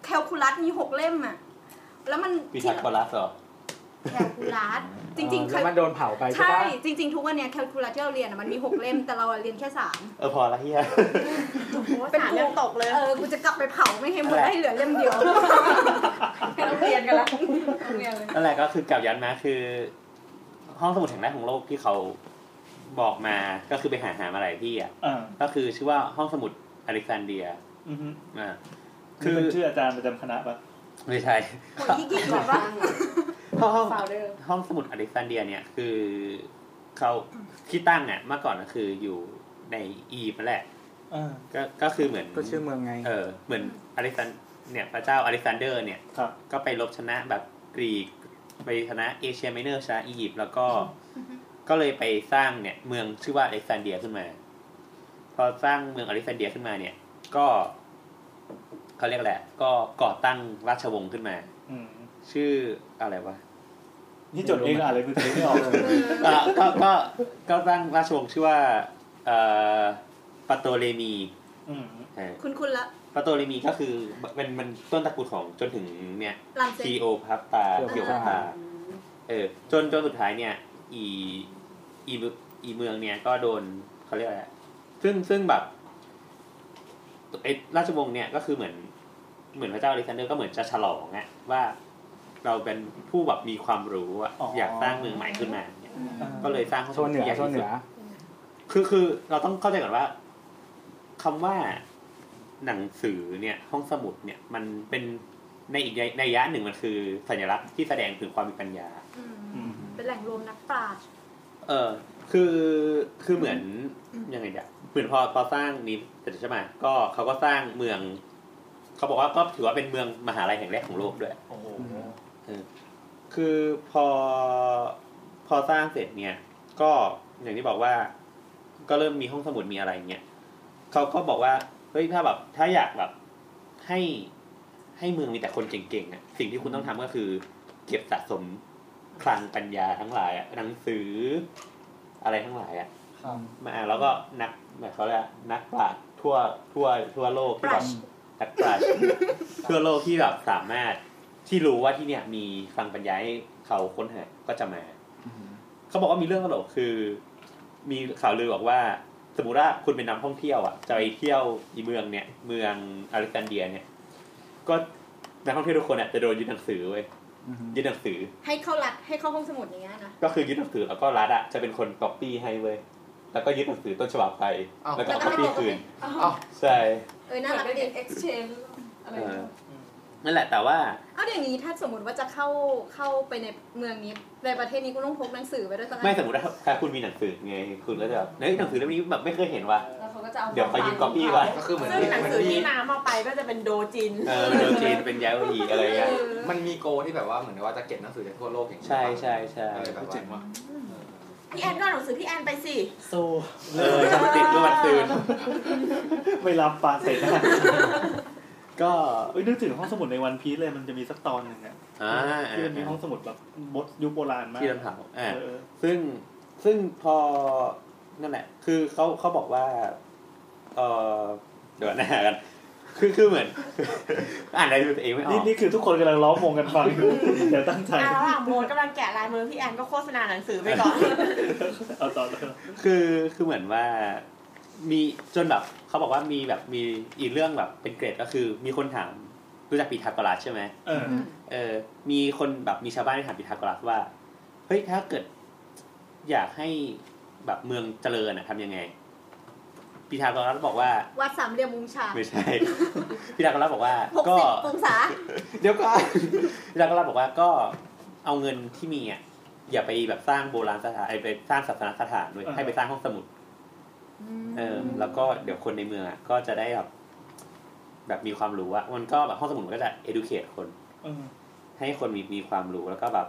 แคลคูลัสมีหกเล่มอะแล้วมัน มีทักบอลัสเหรอ แคลคูลัสจริงๆเค แล้ ยว มันโดนเผาไปใช่ ใช่ ปะ จริง ๆ ทุกวันเนี้ยแคลคูลัสที่เราเรียนอะมันมีหกเล่มแต่เราอะเรียนแค่สาม เออพอละเฮีย เป็นเรื่องตกเลย เออกูจะกลับไปเผาไม่ให้หมด อะไร ให้เหลือเล่มเดียว ไม่ต้องเรียนกันละ นั่นแหละก็คือกลับย้อนมาคือ ห้องสมุดแห่งแรกของโลกที่เขาบอกมาก็คือไปหาหามาหลายที่อ่ะ อ่า ก็คือชื่อว่าห้องสมุดอเล็กซานเดีย อือฮึ อ่า คื คือ อ ชื่ออาจารย์ประจำคณะปะ ไม่ใช่ คนที่กินแบบ บ้า ว่า ง ห้องห้อง ฟาวเดอร์ ห้องสมุดอเล็กซานเดียเนี่ยคือเขาที่ตั้งอ่ะเมื่อก่อนก็คืออยู่ในอียิปต์นั่นแหละ อ่า ก็ก็คือเหมือน ก็ชื่อเมืองไง เออเหมือนอเล็กซานเนี่ยพระเจ้าอเล็กซานเดอร์เนี่ย ครับ ก็ไปลบชนะแบบกรีกไปชนะเอเชียไมเนอร์ชนะอียิปต์แล้วก็ก็เลยไปสร้างเนี่ยเมืองชื่อว่าอเล็กซานเดียขึ้นมา พอสร้างเมืองอเล็กซานเดียขึ้นมาเนี่ย ก็เขาเรียกแหละไรก็ก่อตั้งราชวงศ์ขึ้นมา อืม ชื่ออะไรวะ นี่จดเองอะไรมือถือไม่ออกเลย อ่ะก็ก็ก็ตั้งราชวงศ์ชื่อว่าเอ่อปาโตเลมี อืม เออ คุณคุณละ ปาโตเลมีก็คือมันมันต้นตระกูลของจนถึงเนี่ย ลามเซน ทีโอพับตา เกี่ เกี่ย ยว ว พั กั บบ ตา ตา เออจนจนสุดท้ายเนี่ย อีอีเมือีเมืองเนี่ยก็โดนเขาเรียกอะไรอะซึ่งซึ่งแบบไอ้ราชวงศ์เนี่ยก็คือเหมือน เหมือนพระเจ้าอเล็กซานเดอร์ก็เหมือนจะฉลองอะว่า เราเป็นผู้แบบมีความรู้อะอยากสร้างเมืองใหม่ขึ้นมาเนี่ยก็เลยสร้าง โซนเหนือ ที่ใญ่ โซน ที่ เห สุดนือ คือคือเราต้องเข้าใจก่อนว่าคำว่าหนังสือเนี่ย ห้องสมุดเนี่ย มันเป็นในอีกในยะหนึ่งมันคือสัญลักษณ์ที่แสดงถึงความมีปัญญา อืม อืม เป็นแหล่งรวมนักปราชญ์ เออ คือคือเหมือนยังไงเดียเหมือนพอพอสร้างนี้เสร็จใช่ไหมก็เขาก็สร้างเมือง เขาบอกว่าก็ถือว่าเป็นเมืองมหาลัยแห่งแรกของโลกด้วย โอ้โห คือพอพอสร้างเสร็จเนี่ย ก็อย่างที่บอกว่า ก็เริ่มมีห้องสมุดมีอะไรเงี้ยเขาก็บอกว่าเฮ้ยถ้าแบบ ถ้าอยากแบบ ให้ให้เมืองมีแต่คนเก่งๆอ่ะสิ่งที่คุณต้องทำก็คือ เก็บสะสมคลังปัญญาทั้งหลายอะหนังสืออะไรทั้งหลายอ่ะมาแล้วก็นักแบบเขาเรียกนักปราชญ์ทั่วทั่วทั่วโลก ป ที่ รา แบ ช บ ญ์ นักปราชญ์ ทั่วโลกที่แบบสามารถที่รู้ว่าที่เนี่ยมีคลังปัญญาให้เขาค้นหาก็จะมา เขาบอกว่ามีเรื่องตลกคือ มีข่าวลือบอกว่า สมมติว่าคุณเป็นนักท่องเที่ยวอ่ะจะไปเที่ยวอีเมืองเนี่ย เมืองอเล็กซานเดียเนี่ย ก็นักท่องเที่ยวทุกคนอ่ะจะโดนยึดหนังสือเว้ยยึดหนังสือ ให้เข้ารัดให้เข้าห้องสมุดอย่างเงี้ยนะ ก็คือยึดหนังสือแล้วก็รัฐอ่ะจะเป็นคนก๊อปปี้ให้เว้ยแล้วก็ยึดหนังสือต้นฉบับไป อ้าว แล้วก็ก๊อปปี้คืน เอ้า ใช่ เออ น่า น่า รั รั ก ก ดี ดี เอ็กซ์เชนอะไร เอ อย่าง อ เงี้ย นั่นแหละแต่ว่า เอาอย่างนี้ถ้าสมมติว่าจะเข้าเข้าไปในเมืองนี้ในประเทศนี้กูต้องพกหนังสือไปด้วยสักอัน ไม่สมมติว่าถ้าคุณมีหนังสือไงคุณก็จะแบบเฮ้ยหนังสือเล่มนี้แบบไม่เคยเห็นว่ะ แล้วเขาก็จะเอา เดี๋ยวไปยืม copy ไว้ ก็คือเหมือน ซึ่งหนัง มั สือ มี ที่น้ำเอาไปก็จะเป็นโดจิน เออเป็นโดจีนเป็นยาวีอะไรเงี้ย มันมีโกที่แบบว่าเหมือนว่าจะเก็บหนังสือจากทั่วโลกอย่างเงี้ย ใช่ใช่ใช่ ก็เลยแบบว่า เจ๋งว่ะ พี่แอนก็เอาหนังสือพี่แอนไปสิ โซ เออทำติดเมื่อวันตื่น ไม่รับปาเสร็จนะ ก็ เอ้ยนึกถึงห้องสมุดในวันพีซเลยมันจะมีสักตอนหนึ่งอะ อ่า ที่มันมีห้องสมุดแบบบดยุคโบราณมาก ที่รันเผาอ่า เออ ซึ่งซึ่งพอนั่นแหละ คือเขาเขาบอกว่าเออเดี๋ยวนะกันคือคือเหมือน อ่านอะไรดูตัวเองไม่อ นี่ อก นี่คือทุกคนกำลังล้อมวงกันฟัง เดี๋ยวตั้งใจ อ่ะระหว่างโมนกำลังแกะลายมือพี่แอนก็โฆษณาหนังสือไปก่อน เอาต่อเลย คือคือเหมือนว่ามีจนแบบเขาบอกว่ามีแบบมีอีกเรื่องแบบเป็นเกรดก็คือ มีคนถามรู้จักปีทาโกรัสใช่ไหม เออ เออมีคนแบบมีชาวบ้านที่ถามพีทาโกรัสว่า เฮ้ย ถ้าเกิดอยากให้แบบเมืองเจริญอะทำยังไงพีทาโกรัสบอกว่า วัดสามเหลี่ยมมุมฉาก ไม่ใช่ พีทาโกรัสบอกว่า หก ก็ สิบองศา เดี๋ยวก็ พีทาโกรัสบอกว่าก็เอาเงินที่มีอ่ะอย่าไปแบบสร้างโบราณสถานไอ้ไปสร้างศาสนสถานด้วย อ่า ให้ไปสร้างห้องสมุด เออ แล้วก็เดี๋ยวคนในเมืองอ่ะก็จะได้แบบแบบมีความรู้อะมันก็แบบห้องสมุดมันก็จะ educate คน เออ ให้คนมีมีความรู้แล้วก็แบบ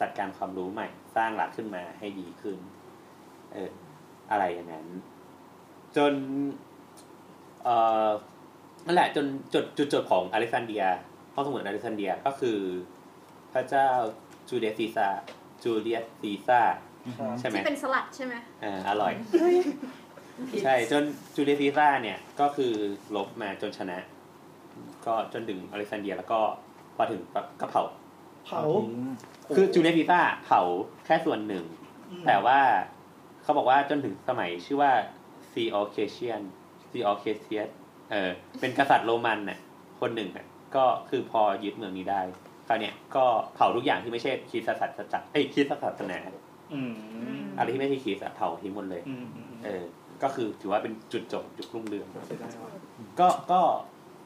จัดการความรู้ใหม่ สร้างหลักขึ้นมาให้ดีขึ้น เอออะไรอย่างนั้น จนเอ่อนั่นแหละ จนจุดจุดจบของอเล็กซานเดียห้องสมุดอเล็กซานเดียก็คือ พระเจ้าจูเลียสซีซาร์จูเลียสซีซาร์ ครับ ใช่ไหม ที่เป็นสลัดใช่ไหม เอออร่อย ใช่จนจูเลียซีซ่าร์เนี่ยก็คือลบมาจนชนะ ก็จนถึงอเล็กซานเดรียแล้วก็พอถึงปั๊บก็เผา เผา อืม คือจูเลียซีซ่าร์เผาแค่ส่วนหนึ่ง แต่ว่าเขาบอกว่าจนถึงสมัยชื่อว่าซีออเคเชียนซีออเคเชียเออเป็นกษัตริย์โรมันน่ะคนหนึ่งน่ะก็คือพอยึดเมืองนี้ได้คราวเนี้ยก็เผาทุกอย่างที่ไม่ใช่คริสตศาสนาเอ้ยคริสตศาสนา อืม อะไรที่ไม่ใช่คริสต์อะเผาทิ้งหมดเลย อืมอืม เออ ก็คือถือว่าเป็นจุดจบจุดรุ่งเรือง เสียดายว่ะ ก็ก็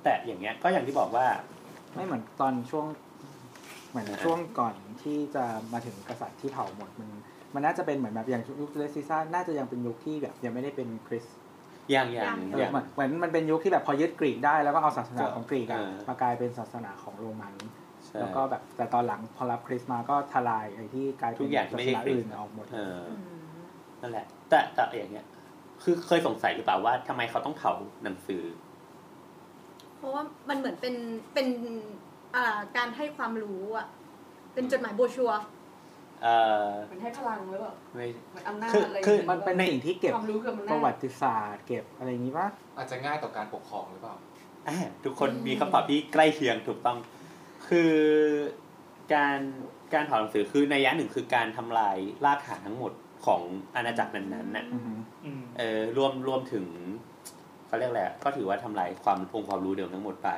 แต่อย่างเงี้ยก็อย่างที่บอกว่า ไม่เหมือนตอนช่วง เหมือนช่วงก่อนที่จะมาถึงกษัตริย์ที่เผาหมดมันมันน่าจะเป็นเหมือนแบบอย่างยุคเลซิซ่าน่าจะยังเป็นยุคที่แบบยังไม่ได้เป็นคริสต์ อย่างอย่าง เออ อย่าง เหมือนเหมือนมันเป็นยุคที่แบบพอยึดกรีกได้แล้วก็เอาศาสนาของกรีกอะ เออ มากลายเป็นศาสนาของโรมัน ใช่ แล้วก็แบบแต่ตอนหลังพอรับคริสต์มาก็ทลายไอ้ที่กลายเป็น ทุกอย่างที่ ศา ไม่ ส ใช่ นา คริสต์ อื่นออกหมด เออนั่นแหละ แต่แต่อย่างเงี้ย คือเคยสงสัยหรือเปล่าว่าทำไมเขาต้องเผาหนังสือ เพราะว่ามันเหมือนเป็นเป็นอ่าการให้ความรู้อ่ะ เป็นจดหมายโบรชัวร์ เอ่อ มันให้พลังหรือเปล่า ไม่ เหมือนอำนาจ คือ อะไร คือ มันเป็นสิ่งที่เก็บ ความรู้กับมัน ประวัติศาสตร์ เก็บอะไรอย่างนี้ว่า อาจจะง่ายต่อการปกครองหรือเปล่า อ่าทุกคนมีคำตอบที่ใกล้เคียงถูกต้อง คือการการเผาหนังสือคือในยะหนึ่งคือการทำลายรากฐานทั้งหมดของอาณาจักรนั้นๆน่ะ อืม เออรวมรวมถึงเขาเรียกอะไรอะก็ถือว่าทำลายความองค์ความรู้เดิมทั้งหมดไป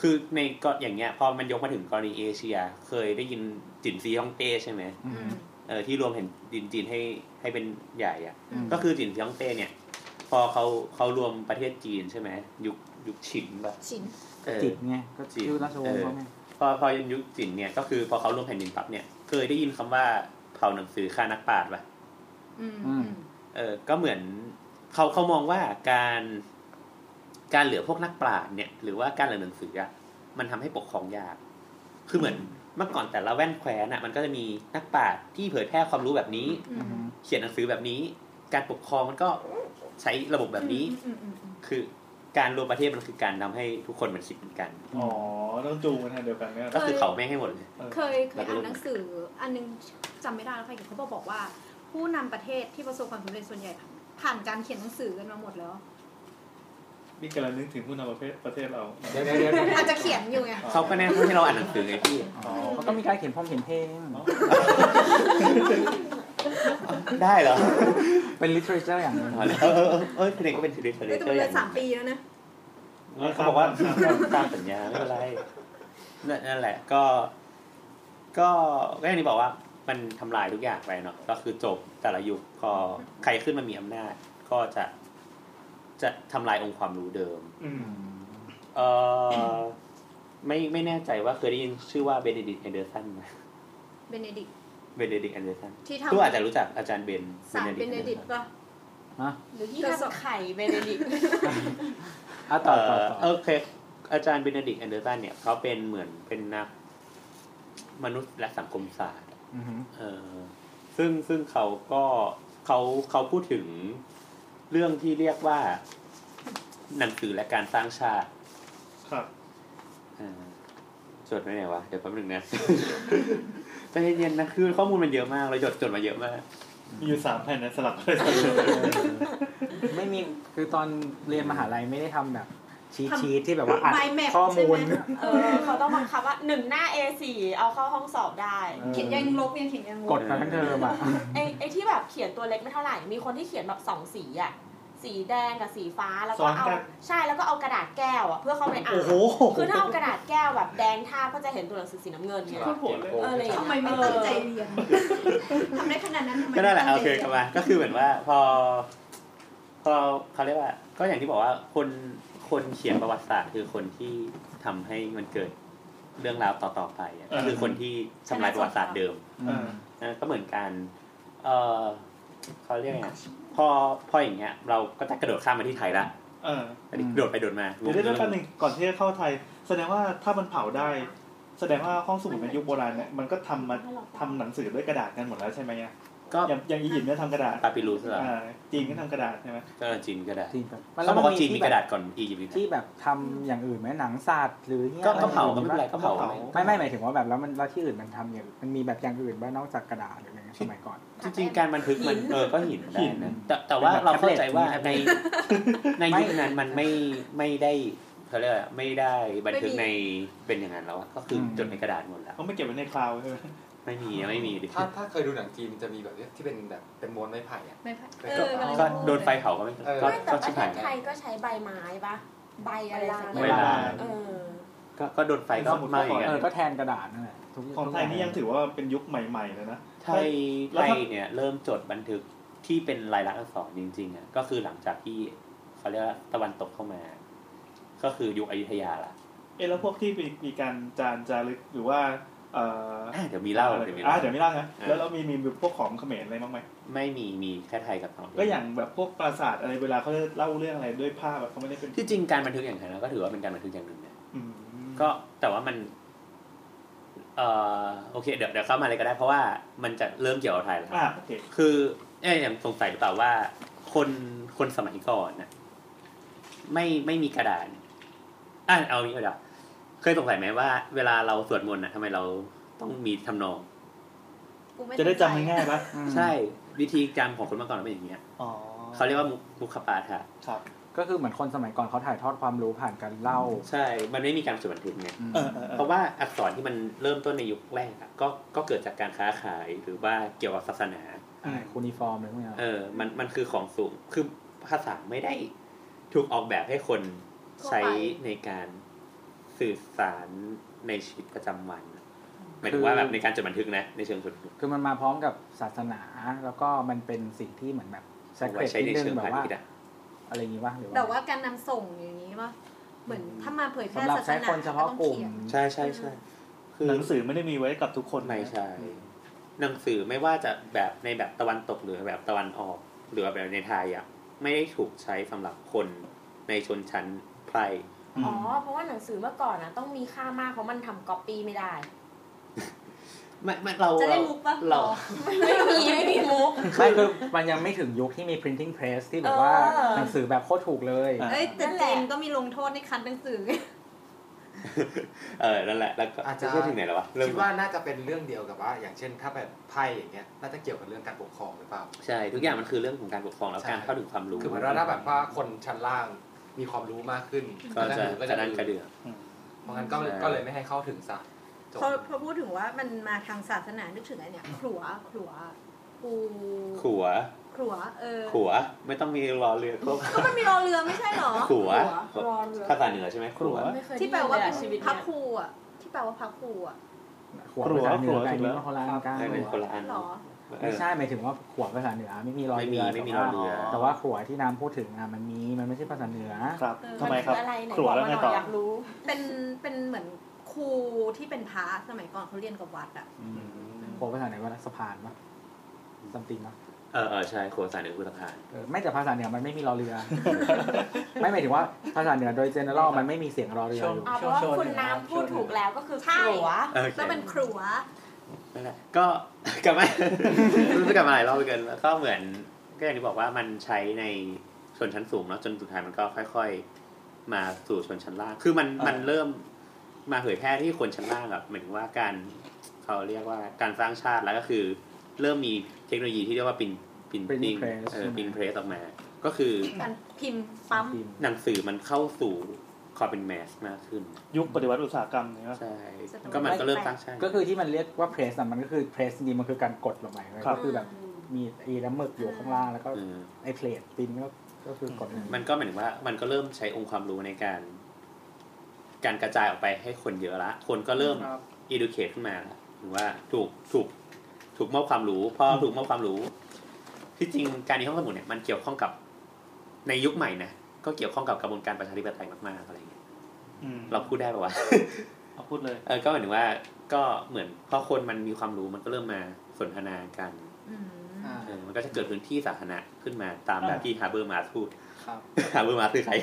คือในก็อย่างเงี้ยพอมันยกมาถึงกรณีเอเชีย เคยได้ยินจินซีฮ่องเต้ใช่ไหมเออที่รวมเห็นจีนจีนให้ให้เป็นใหญ่อะก็คือจินซีฮ่องเต้เนี่ย พอเขาเขารวมประเทศจีนใช่ไหมยุคยุคฉินแบบ ชิน เออ จิตไงก็ จิต ชื่อราชวงศ์ เออ เขาไง พอพอยุคจีนเนี่ยก็คือพอเขารวมแผ่นดินปั๊บเนี่ยเคยได้ยินคำว่าเผาหนังสือฆ่านักปราชญ์ปะ อืม เออก็เหมือนเขาเขามองว่าการการเหลือพวกนักปราชญ์เนี่ย หรือว่าการเหลือหนังสืออะมันทำให้ปกครองยาก คือเหมือนเมื่อก่อนแต่ละแว่นแคว้นอะมันก็จะมีนักปราชญ์ที่เผยแพร่ความรู้แบบนี้ อืม เขียนหนังสือแบบนี้ การปกครองมันก็ใช้ระบบแบบนี้ อืมอืมอืม คือการรวมประเทศมันคือการทำให้ทุกคนมันคิดเหมือนกัน อ๋อต้องจูงกันทางเดียวกันเนี่ย ก็คือเขาแม่งให้หมดเลย เคยเคยอ่านหนังสือ อันนึงจำไม่ได้แล้วใครเขียนเขาบอกบอกว่า ผู้นำประเทศที่ประสบความสำเร็จส่วนใหญ่ ผ่านการเขียนหนังสือกันมาหมดแล้ว นี่กำลังนึกถึงผู้นำประเทศประเทศเรา เดี๋ยวเดี๋ยวเดี๋ยว อาจจะเขียนอยู่ไง เขาก็แนะนำให้เราอ่านหนังสือไงพี่ อ๋อ เขาก็มีการเขียนพรมเขียนเพลง ได้เหรอ เป็น literature อย่างหนึง เออเออเออเออเด็กก็เป็นเด็ก นี่ เด็ก แต่มัก็น อ เล ย่าย ง สามปีแล้วนะ เขาบอกว่าตามสัญญาไม่เป็นไรนั่นนั่นแหละก็ ก็ก็อย่างที่บอกว่ามันทำลายทุกอย่างไปเนาะก็คือจบแต่ละยุคก็ใครขึ้นมามีอำนาจ ก็จะ จะทำลายองค์ความรู้เดิม อืม เออไม่ไม่แน่ใจว่าเคยได้ยินชื่อว่าเบนเดดิกแอนเดอร์สันไหม เบเนดิกต์ เบนเดดิกแอนเดอร์สัน ที่ ทุกอาจ ทำ จะรู้จักอาจารย์เบน สารเบเนดิกต์ป่ะ นะ หรือที่ทำไข่เบเนดิกต์ อ่ะต่ ต่ อ อ ต่อ โอ ต่อ เค อาจารย์เบนเดดิกแอนเดอร์สันเนี่ยเขาเป็นเหมือนเป็นนักมนุษย์และสังคมศาสตร์ อหือ เออซึ่งซึ่งเขาก็เขาเขาพูดถึงเรื่องที่เรียกว่า หนังสือและการสร้างชาติ ครับ เออจดไว้ไหนวะ เดี๋ยวแป๊บหนึงนะ ใจเย็นๆนะคือข้อมูลมันเยอะมากเราจดจดมาเยอะมาก มีอยู่สามแผ่นนะสลับกันเลย ไม่มีคือตอนเรียนมหาลัยไม่ได้ทำแบบชีท ทำ ชีทที่แบบว่าอัด Mind Map ข้อ ใช่ มู ไห ล เออเขาต้องบังคับว่าหนึ่งหน้า A4 เอาเข้าห้องสอบได้ เขียนยังลบยังเขียนยังล ก บ ดมาทั้งเทอมอ่ะ ไอไอที่แบบเขียนตัวเล็กไม่เท่าไหร่ มีคนที่เขียนแบบสองสีอะสีแดงกับสีฟ้าแล้วก็เอาใช่แล้วก็เอากระดาษแก้วอะเพื่อเข้าไปอ่าน โอ้โห คือถ้าเอากระดาษแก้วแบบแดงทาบก็จะเห็นตัวหนังสือสีน้ำเงินเนี่ย โคตรโหดเลย เอออะไรอย่าง ทำไม เงี้ย ไม่ตั้งใจเรียนทำได้ขนาดนั้นทำไม ก็นั่นแหละ ม่ โอ ตั้ง เค ใจ กลัรียบน มาก็คือเหมือนว่าพอ พอเขาเรียกว่า ก็อย่างที่บอกว่าคนคนเขียนประวัติศาสตร์ คือคนที่ทำให้มันเกิดเรื่องราวต่อๆไปอะก็คือคนที่ทำลายประวัติศาสตร์เดิม อ่า นะก็เหมือนกัน เออเขาเรียกไงพอพออย่างเงี้ย เราก็จะกระโดดข้ามมาที่ไทยละ อ่า อันนี้กระโดดไปโดดมาง เดี๋ยงวได้แล้วกันหนึ่งก่อนที่จะเข้าไทย แสดงว่าถ้ามันเผาได้ แสดงว่าห้องสมุดในยุคโบราณเนี่ยมันก็ทำมาทำหนังสือด้วยกระดาษกันหมดแล้วใช่ไหมอะ ก็ อย่างอย่างอียิปต์เนี่ยทำกระดาษ ปาปิรุสเหรอ อ่าจีนก็ทำกระดาษใช่ไหม ก็จีนก็ได้ จริงแบบ เขาบอกว่าจีนมีกระดาษก่อนอียิปต์อีกนะ ที่แบบทำอย่างอื่นไหมหนังสัตว์หรือนี่ย ก็ อะไร ก็เผาก็ อย่ง ไม่เป็นงี้ปะ ไรก็เผา เผา ไม่ไม่หมายถึงว่าแบบแล้วมันแล้วที่อื่นมันทำอย่างมันมีแบบอย่างอื่นบ้างนอกจากกระดาษหรืออะไรเงี้ย สมัยก่อน จริงๆการบันทึกมัน หิน เออก็หินได้ หิน นะแต่แต่ว่าเราเข้าใจว่า แท็บ ใน เล็ต ในยุคนั้นมันไม่ไม่ได้เขาเรียกอะไรอะไม่ได้บันทึกในเป็นอย่างนั้นแล้วอะก็คือจดในกระดาษหมดแล้ว เขาไม่เก็บไว้ในคลาวด์ใช่ไหม ไม่มีไม่มีดิ ถ้าถ้าเคยดูหนังจีนจะมีแบบที่เป็นแบบเป็นม้วนไม้ไผ่อะ ไม่ผ่าน เคย เอ ดู อ ปะ ก็โดนไฟเผาก็ไม่ เออ ก็ ไม่แต่ ก็ ป ชิบ ระหายเทศไทยก็ใช้ใบไม้ปะใบอะไรสักอ เว ย่าง ลา เออ ก็ก็โดนไฟก็ไหม้เหมือน เอ กั อน ก็แทนกระดาษนั่นแหละทุก ของไทยนี่ยังถือว่าเป็นยุคใหม่ๆเลยนะ ไทย แล้ว ไท ถ้า ยเนี่ยเริ่มจดบันทึกที่เป็นลายลักษณ์อักษรจริงๆอ่ะก็คือหลังจากที่เขาเรียกว่าตะวันตกเข้ามา ก็คือยุคอยุธยาละ เอ๊ะแล้วพวกที่มีมีการจานจารึกหรือว่าเอ่อ อ่ะเดี๋ยวมีเล่า อ่ะ เดี๋ยวมี อ่ะ เล่า เดี๋ยวไม่เล่านะ อ่ะ แล้วเรามีมีพวกของเขมรอะไรบ้างไหม ไม่มีมีแค่ไทยกับต่างประเทศ ก็อย่างแบบพวกปราสาทอะไรเวลาเขาจะเล่าเรื่องอะไรด้วยภาพแบบเขาไม่ได้เป็น ที่จริงการบันทึกอย่างไทยนะก็ถือว่าเป็นการบันทึกอย่างหนึ่งนะ อืม ก็แต่ว่ามันเอ่อโอเคเดี๋ยวเดี๋ยวเข้ามาเลยก็ได้ เพราะว่ามันจะเริ่มเกี่ยวกับไทยแล้ว อ่ะโอเค คือเอ๊ะอย่างสงสัยหรือเปล่าว่า คนคนสมัยก่อนนะไม่ไม่มีกระดาษอ่ะเอาอย่างนี้ก็ได้เคยสงสัยไหมว่า เวลาเราสวดมนต์นะทำไมเราต้องมีทำนอง กูม่ จะได้จำ สนใจ ง่ายๆปะ ใช่วิธีจำของคนเมื่อก่อนมันเป็นอย่างเงี้ย อ๋อ เขาเรียกว่ามุมุขปาฐะ ครับ ก็คือเหมือนคนสมัยก่อนเขาถ่ายทอดความรู้ผ่านการเล่า ใช่ มันไม่มีการจดบันทึกไง อืม เออเออเออ เพราะว่าอักษรที่มันเริ่มต้นในยุคแรกอะก็ก็เกิดจากการค้าขายหรือว่าเกี่ยวกับศาสนา อืม คูนิฟอร์มอะไรพวกเนี้ย เออ มันมันคือของสูง คือภาษาไม่ได้ถูกออกแบบให้คนใช้ในการสื่อสารในชีวิตประจำวันหมายถึงว่าแบบในการจดบันทึกนะ ในเชิงจดบันทึก คือมันมาพร้อมกับศาสนา แล้วก็มันเป็นสิ่งที่เหมือนแบบแซก เอา เร ไว้ ต ใช้ใน นิดนึง เชิง แบ พา บว่า ณิชย์อะ อะไรอย่างงี้ว่าหรือ แต่ ว่า ว่าการนำส่งอย่างนี้ป่ะเหมือนถ้ามาเผยแพร่ สำหรับ ศาส ใช้ นา คนเฉพาะกลุ่ม ใช่ใช่ใช่คือ หนังสือไม่ได้มีไว้กับทุกคนนะ ไม่ใช่ หนังสือไม่ว่าจะแบบในแบบตะวันตกหรือแบบตะวันออก หรือแบบในไทยอะไม่ได้ถูกใช้สำหรับคนในชนชั้นไพร ม อ๋อ เพราะว่าหนังสือเมื่อก่อนนะต้องมีค่ามากเพราะมันทำก๊อปปี้ไม่ได้ ไม่ไม่เรา จะได้ เรา มุกปะ เรา ไม่มีไม่มีมุก ไม่คือมันยังไม่ถึงยุคที่มี printing press ที่แบบว่า เออ หนังสือแบบโคตรถูกเลย ะ เอ้ยแต่ นั่นแห จี ละ นก็มีลงโทษในคันหนังสือ เออนั่นแหละแล้วก็ อาจจะ ไม่ถึงไหนแล้ววะเริ่ม คิดว่าน่าจะเป็นเรื่องเดียวกับว่า อย่างเช่น ถ้าแบบไพ่อย่างเงี้ยน่าจะเกี่ยวกับเรื่องการปกครองหรือเปล่า ใช่ ทุกอย่างมันคือเรื่องของการปกครองแล้ว ใช่ การเข้าถึงความรู้ คือเหมือนว่าถ้าแบบว่าคนชั้นล่างมีความรู้มากขึ้น ก็จะ ถือ จะนั่นกระ ถื เดื อ อก อืม เพราะงั้นก็ ใช่ ก็เลยไม่ให้เข้าถึงซะจบ พอพอพูดถึงว่ามันมาทางศาสนานึกถึงอะไรเนี่ยขลัวขลัวปู ขัว ขลัวเออ ขัว ไม่ต้องมีรอเรือก็ ก็มันมีรอเรือไม่ใช่เหรอ ขัว รอเรือ ภาษาเหนือใช่ไหมขัว ขัว ไม่เคย ที่แปลว่า ได้ เป็ ยินเยอะชีวิต นพ เนี่ ระ ย ครูอ่ะที่แปลว่าพระครูอ่ะ ขวบ ครัว ภาษาเหนื ครัวอกับอัน ถูกแล้วนี้คนละอันกัน ไม่เป็นคนละอัน หรอ เอ ไม่ อ ใช่หมายถึงว่าขวบภาษาเหนือไม่มีรอยเรือ ไม่มีไม่มีรแต่ว่าอยเรือ แต่ว่าขวบที่น้ำพูดถึงอ่ะมันมีมันไม่ใช่ภาษาเหนือ ครับ เออ ทำไมครับ นออะไรไหน ครัว บอก แล้ว มา ไง หน่ ต่ออยอยากรู้ เป็นเป็นเหมือนครูที่เป็นพระสมัยก่อนเขาเรียนกับวัดอ่ะ ขวบภาษาเหนือว่าสะพานปะซัมติงปะ เออเออใช่ขัวภาษาเหนือคือสะพาน เออไม่แต่ภาษาเหนือมันไม่มีรอเรือ ไม่หมายถึงว่าภาษาเหนือโดย general มันไม่มีเสียงรอเรืออยู่ อ๋อเพราะว่าคุณน้ำพูดถูกแล้วก็คือ ใช่ ขัว เออโอค แล้วเป็นครัว นั่นแหละก็ กลับมา รู้สึกกลับมาหลายรอบเหลือเกินแล้วก็เหมือน ก็อย่างที่บอกว่ามันใช้ในชนชั้นสูงเนาะจนสุดท้ายมันก็ค่อย ๆ มาสู่ชนชั้นล่าง คือมัน อ่ามั มันเริ่มมาเผยแพร่ที่คนชั้นล่างแบบเหมือนว่าการเขาเรียกว่าการสร้างชาติแล้วก็คือ เริ่มมีเทคโนโลยีที่เรียกว่าปินปินติ้งเออปินเพรสออกมา ก็คือ การพิมพ์ปั๊ม ทีม หนังสือมันเข้าสู่ความเป็นแมสมากขึ้น ยุคปฏิวัติอุตสาหกรรมเนี่ยนะ ใช่ก็มันก็เริ่มสร้างชาติ ก็คือที่มันเรียกว่า press อะมันก็คือ press จริงๆมันคือการกดลงไปเลย ครับ ก็คือแบบมีไอ้น้ำหมึกอยู่ข้างล่างแล้วก็ อืม ไอ้เพลทปินก็ก็คือกดหนึ่ง มันก็หมายถึงว่ามันก็เริ่มใช้องค์ความรู้ในการ การกระจายออกไปให้คนเยอะละ คนก็เริ่ม ครับ educate ขึ้นมาละถึงว่าถูกถูกถูกมอบความรู้พอถูกมอบความรู้ ที่จริงการในห้องสมุดเนี่ยมันเกี่ยวข้องกับในยุคใหม่นะก็เกี่ยวข้องกับกระบวนการประชาธิปไตยมากๆอะไรอย่างเงี้ย อืม เราพูดได้ปะวะ เอาพูดเลย เออก็หมายถึงว่าก็เหมือนพอคนมันมีความรู้มันก็เริ่มมาสนทนากัน อืม อ่า เออมันก็จะเกิดพื้นที่สาธารณะขึ้นมาตามแบบที่ฮาร์เบอร์มาพูด ครับ หาเบอร์มาคือใคร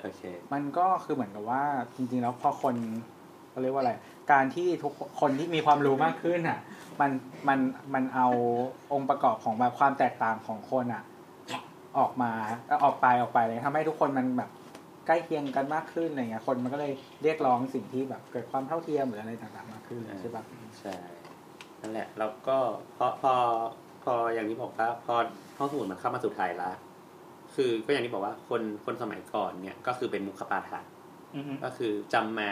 โอเค มันก็คือเหมือนกับว่าจริงๆแล้วพอคนเขาเรียกว่าอะไร การที่ทุกคนที่มีความรู้มากขึ้นอ่ะ มันมันมันเอาองค์ประกอบของแบบความแตกต่างของคนอ่ะ ออกมาเอ่อออกไปออกไปเลยทำให้ทุกคนมันแบบใกล้เคียงกันมากขึ้นอะไรเงี้ยคนมันก็เลยเรียกร้องสิ่งที่แบบเกิดความเท่าเทียมหรืออะไรต่างๆมากขึ้น อ่า ใช่ปะ ใช่ นั่นแหละ แล้วก็พอพอพออย่างที่บอกว่าพอห้องสมุดมันเข้ามาสู่ไทยละคือก็อย่างที่บอกว่าคนคนสมัยก่อนเนี่ยก็คือเป็นมุขปาฐะ อือฮึ ก็คือจำมา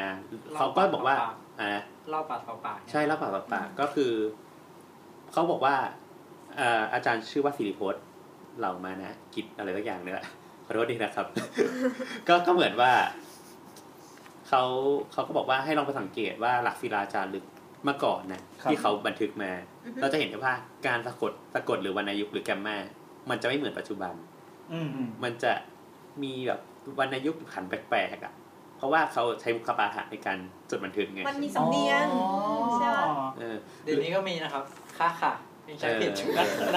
เขาก็บอกว่า เล่าปากต่อปาก อ่า เล่าปากต่อปาก ใช่รับปากต่อปากก็คือ เขาบอกว่าเอ่ออาจารย์ชื่อว่าสิริพจน์เหล่ามานะกิจอะไรสักอย่างเนี่ยแหละ ขอโทษดีนะครับ ก็ก็เหมือนว่าเขาเขาก็บอกว่าให้ลองไปสังเกตว่าหลักศิลาจารึกเมื่อก่อนนะครับ ที่เขาบันทึกมา เราจะเห็นได้ว่าการสะกดสะกดหรือวรรณยุกต์หรือแกรมมามันจะไม่เหมือนปัจจุบัน อืมอืม มันจะมีแบบวรรณยุกต์ขันแปลกๆอ่ะ เพราะว่าเขาใช้มุขปาฐะในการจดบันทึกไง มันมีสำเนียงใช่ไหม เออ เดี๋ยวนี้ก็มีนะครับ ค่าค่ะมี เอ ใช้ อ เปลี่ยนชุด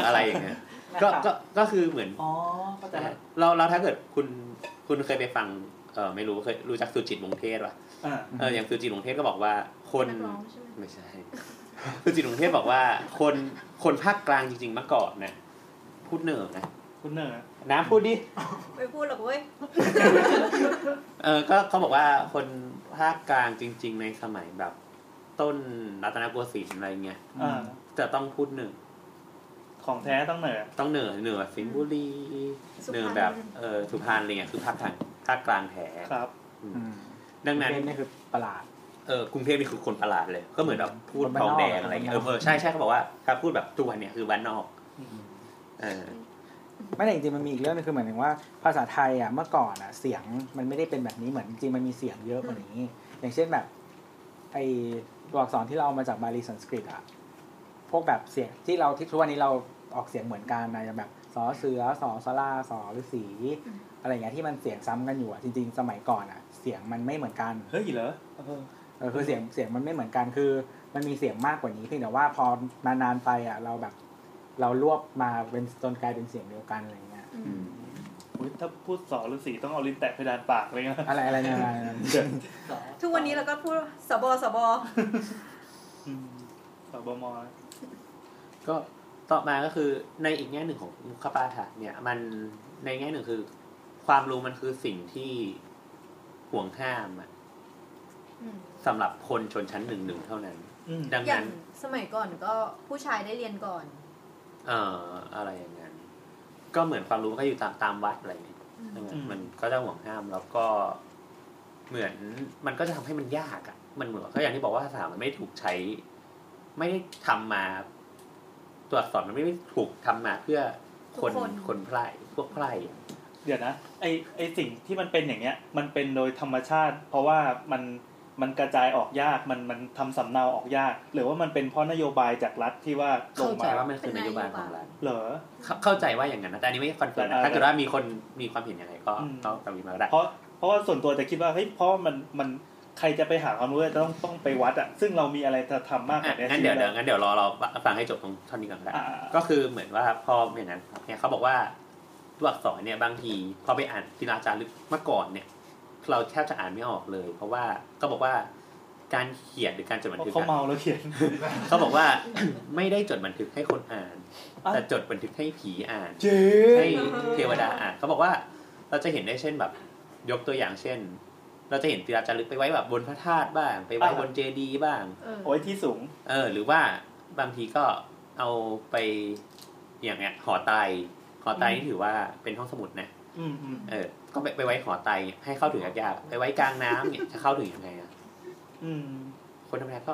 อะไรอย่างเงี้ย ก็ ก็ ก็คือเหมือน อ๋อเข้าใจละ เรา เราถ้าเกิดคุณ คุณเคยไปฟัง เออไม่รู้ เคยรู้จักสุจิตวงเทศป่ะ อ่า เออ อย่างสุจิตวงเทศก็บอกว่า คน นักร้องใช่ไหม ไม่ใช่ สุจิตวงเทศบอกว่า คน คนภาคกลางจริงๆเมื่อก่อนนะพูดเหนือนะ คุณเนอร์ น้ำพูดดิ ไม่พูดหรอกเว้ย เออ ก็เขาบอกว่าคนภาคกลางจริง ๆ ในสมัยแบบ ต้นรัตนโกสินทร์อะไรเงี้ย อ่า จะต้องพูดเหนือ ของแท้ต้องเนอร์ ต้องเหนือเหนือแบบสิงห์บุรี สุพรรณ เหนือแบบเออสุพรรณอะไรเงี้ยคือภาคกลางภาคกลางแท้ ครับ อืมดังนั้น นี่คือประหลาด เออกรุงเทพนี่คือคนประหลาดเลย ก็เหมือนแบบพูด คนบ้าน ทองแดง นอก อะไรเงี้ย ค เอน อ บ้านนอก เออใช่ใช่เขาบอกว่าถ้าพูดแบบตัวนเนี่ยคือบ้านนอกเออ ไม่แต่จริงๆมันมีอีกเรื่องนึงคือเหมือนถึงว่าภาษาไทยอ่ะเมื่อก่อนอ่ะเสียงมันไม่ได้เป็นแบบนี้เหมือนจริงๆมันมีเสียงเยอะกว่านี้ อย่างเช่นแบบไอตัวอักษรที่เราเอามาจากบาลีสันสกฤตอ่ะพวกแบบเสียงที่เราที่ทุกวันนี้เราออกเสียงเหมือนกันนะอย่างแบบสอเสือสอสลาสอฤาษีอะไรเงี้ยที่มันเสียงซ้ำกันอยู่อ่ะจริง ๆ สมัยก่อนอ่ะ เสียงมันไม่เหมือนกัน เฮ้ยเหรอเออ เออคือเสียงเสียงมันไม่เหมือนกันคือ มันมีเสียงมากกว่านี้เพียงแต่ว่าพอนานๆไปอ่ะเราแบบ เรารวบมาเป็นจนกลายเป็นเสียงเดียวกันอะไรเงี้ย อืม อุ๊ยถ้าพูดสอฤาษีต้องเอาลิ้นแตะเพดานปากอะไรเงี้ย อะไรอะไรเนี่ยอะไรเนี่ย เดี๋ยว ทุกวันนี้เราก็พูดสบสบ อืมสบม ก็ต่อมาก็คือในอีกแง่หนึ่งของมุขปาฐะเนี่ยมันในแง่หนึ่งคือ ความรู้มันคือสิ่งที่ห่วงห้ามอะ อืม สำหรับคนชนชั้นหนึ่งหนึ่งๆเท่านั้น อืม ดัง อย่าง นั้น สมัยก่อนก็ผู้ชายได้เรียนก่อน เอ่ออะไรอย่างนั้น ก็เหมือนความรู้ก็อยู่ตามตามวัดอะไรอย่างเงี้ย อืม มันก็จะห่วงห้ามแล้วก็เหมือนมันก็จะทำให้มันยากอะ่ะ มันเหมือนก็อย่างที่บอกว่าภาษามันไม่ถูกใช้ ไม่ได้ทำมา ตัวอักษรมันไม่ได้ถูกทำมาเพื่อคน ทุกคน คนไพร่พวกไพร่ เดี๋ยวนะไอไอสิ่งที่มันเป็นอย่างเงี้ย มันเป็นโดยธรรมชาติ เพราะว่ามันมันกระจายออกยากมันมันทำสำเนาออกยาก หรือว่ามันเป็นเพราะนโยบายจากรัฐที่ว่าล เข้าง ใจ มา ว่ามันคือนโยบายของรัฐ เหรอ เข้าเข้าใจว่าอย่างนั้นนะแต่อันนี้ไม่คอนเฟิร์ม แต่ นะถ้าเกิดว่ามีคนมีความเห็นยังไงก็ อืม ก็ตามนี้มาก็ได้ เพราะเพราะว่าส่วนตัวจะคิดว่าเฮ้ยเพราะมันมันใครจะไปหาความรู้จะต้องต้องไปวัดอะซึ่งเรามีอะไรจะทำมากก อ่ะ ว่านี้ งั้นเดี๋ยว ใช่ เดี๋ยว ไหม งั้นเดี๋ยวรอเราฟังให้จบตรงท่อนนี้ก่อนก็ได้ อ่า ก็คือเหมือนว่าพออย่างนั้นครับเนี่ยเขาบอกว่าตัวอักษรเนี่ยบางทีพอไปอ่านศิลาจารึกเมื่อก่อนเนี่ย เราแทบจะอ่านไม่ออกเลย เพราะว่าก็บอกว่าการเขียนหรือการจดบัน เพราะ ทึก เขา อะ เมาแล้วเขียน เขาบอกว่า ไม่ได้จดบันทึกให้คนอ่าน อ้าว แต่จดบันทึกให้ผีอ่าน เจ๊ ให้เทวดาอ่านเขาบอกว่าเราจะเห็นได้เช่นแบบ ยกตัวอย่างเช่น เราจะเห็นศิลาจารึกไปไว้แบบบนพระธาตุบ้าง ไปไว้บนเจดีย์บ้าง เออ โอ้ยที่สูง เออหรือว่าบางทีก็เอาไปอย่างเงี้ยหอไตรหอไตร อืม นี่ถือว่าเป็นห้องสมุดนะ อืมอืม เออ ก็ไปไปไว้หอไตรให้เข้าถึงยากๆไปไว้กลางน้ำเนี่ยจะเข้าถึงยังไงอะ อืม คนธรรมดาก็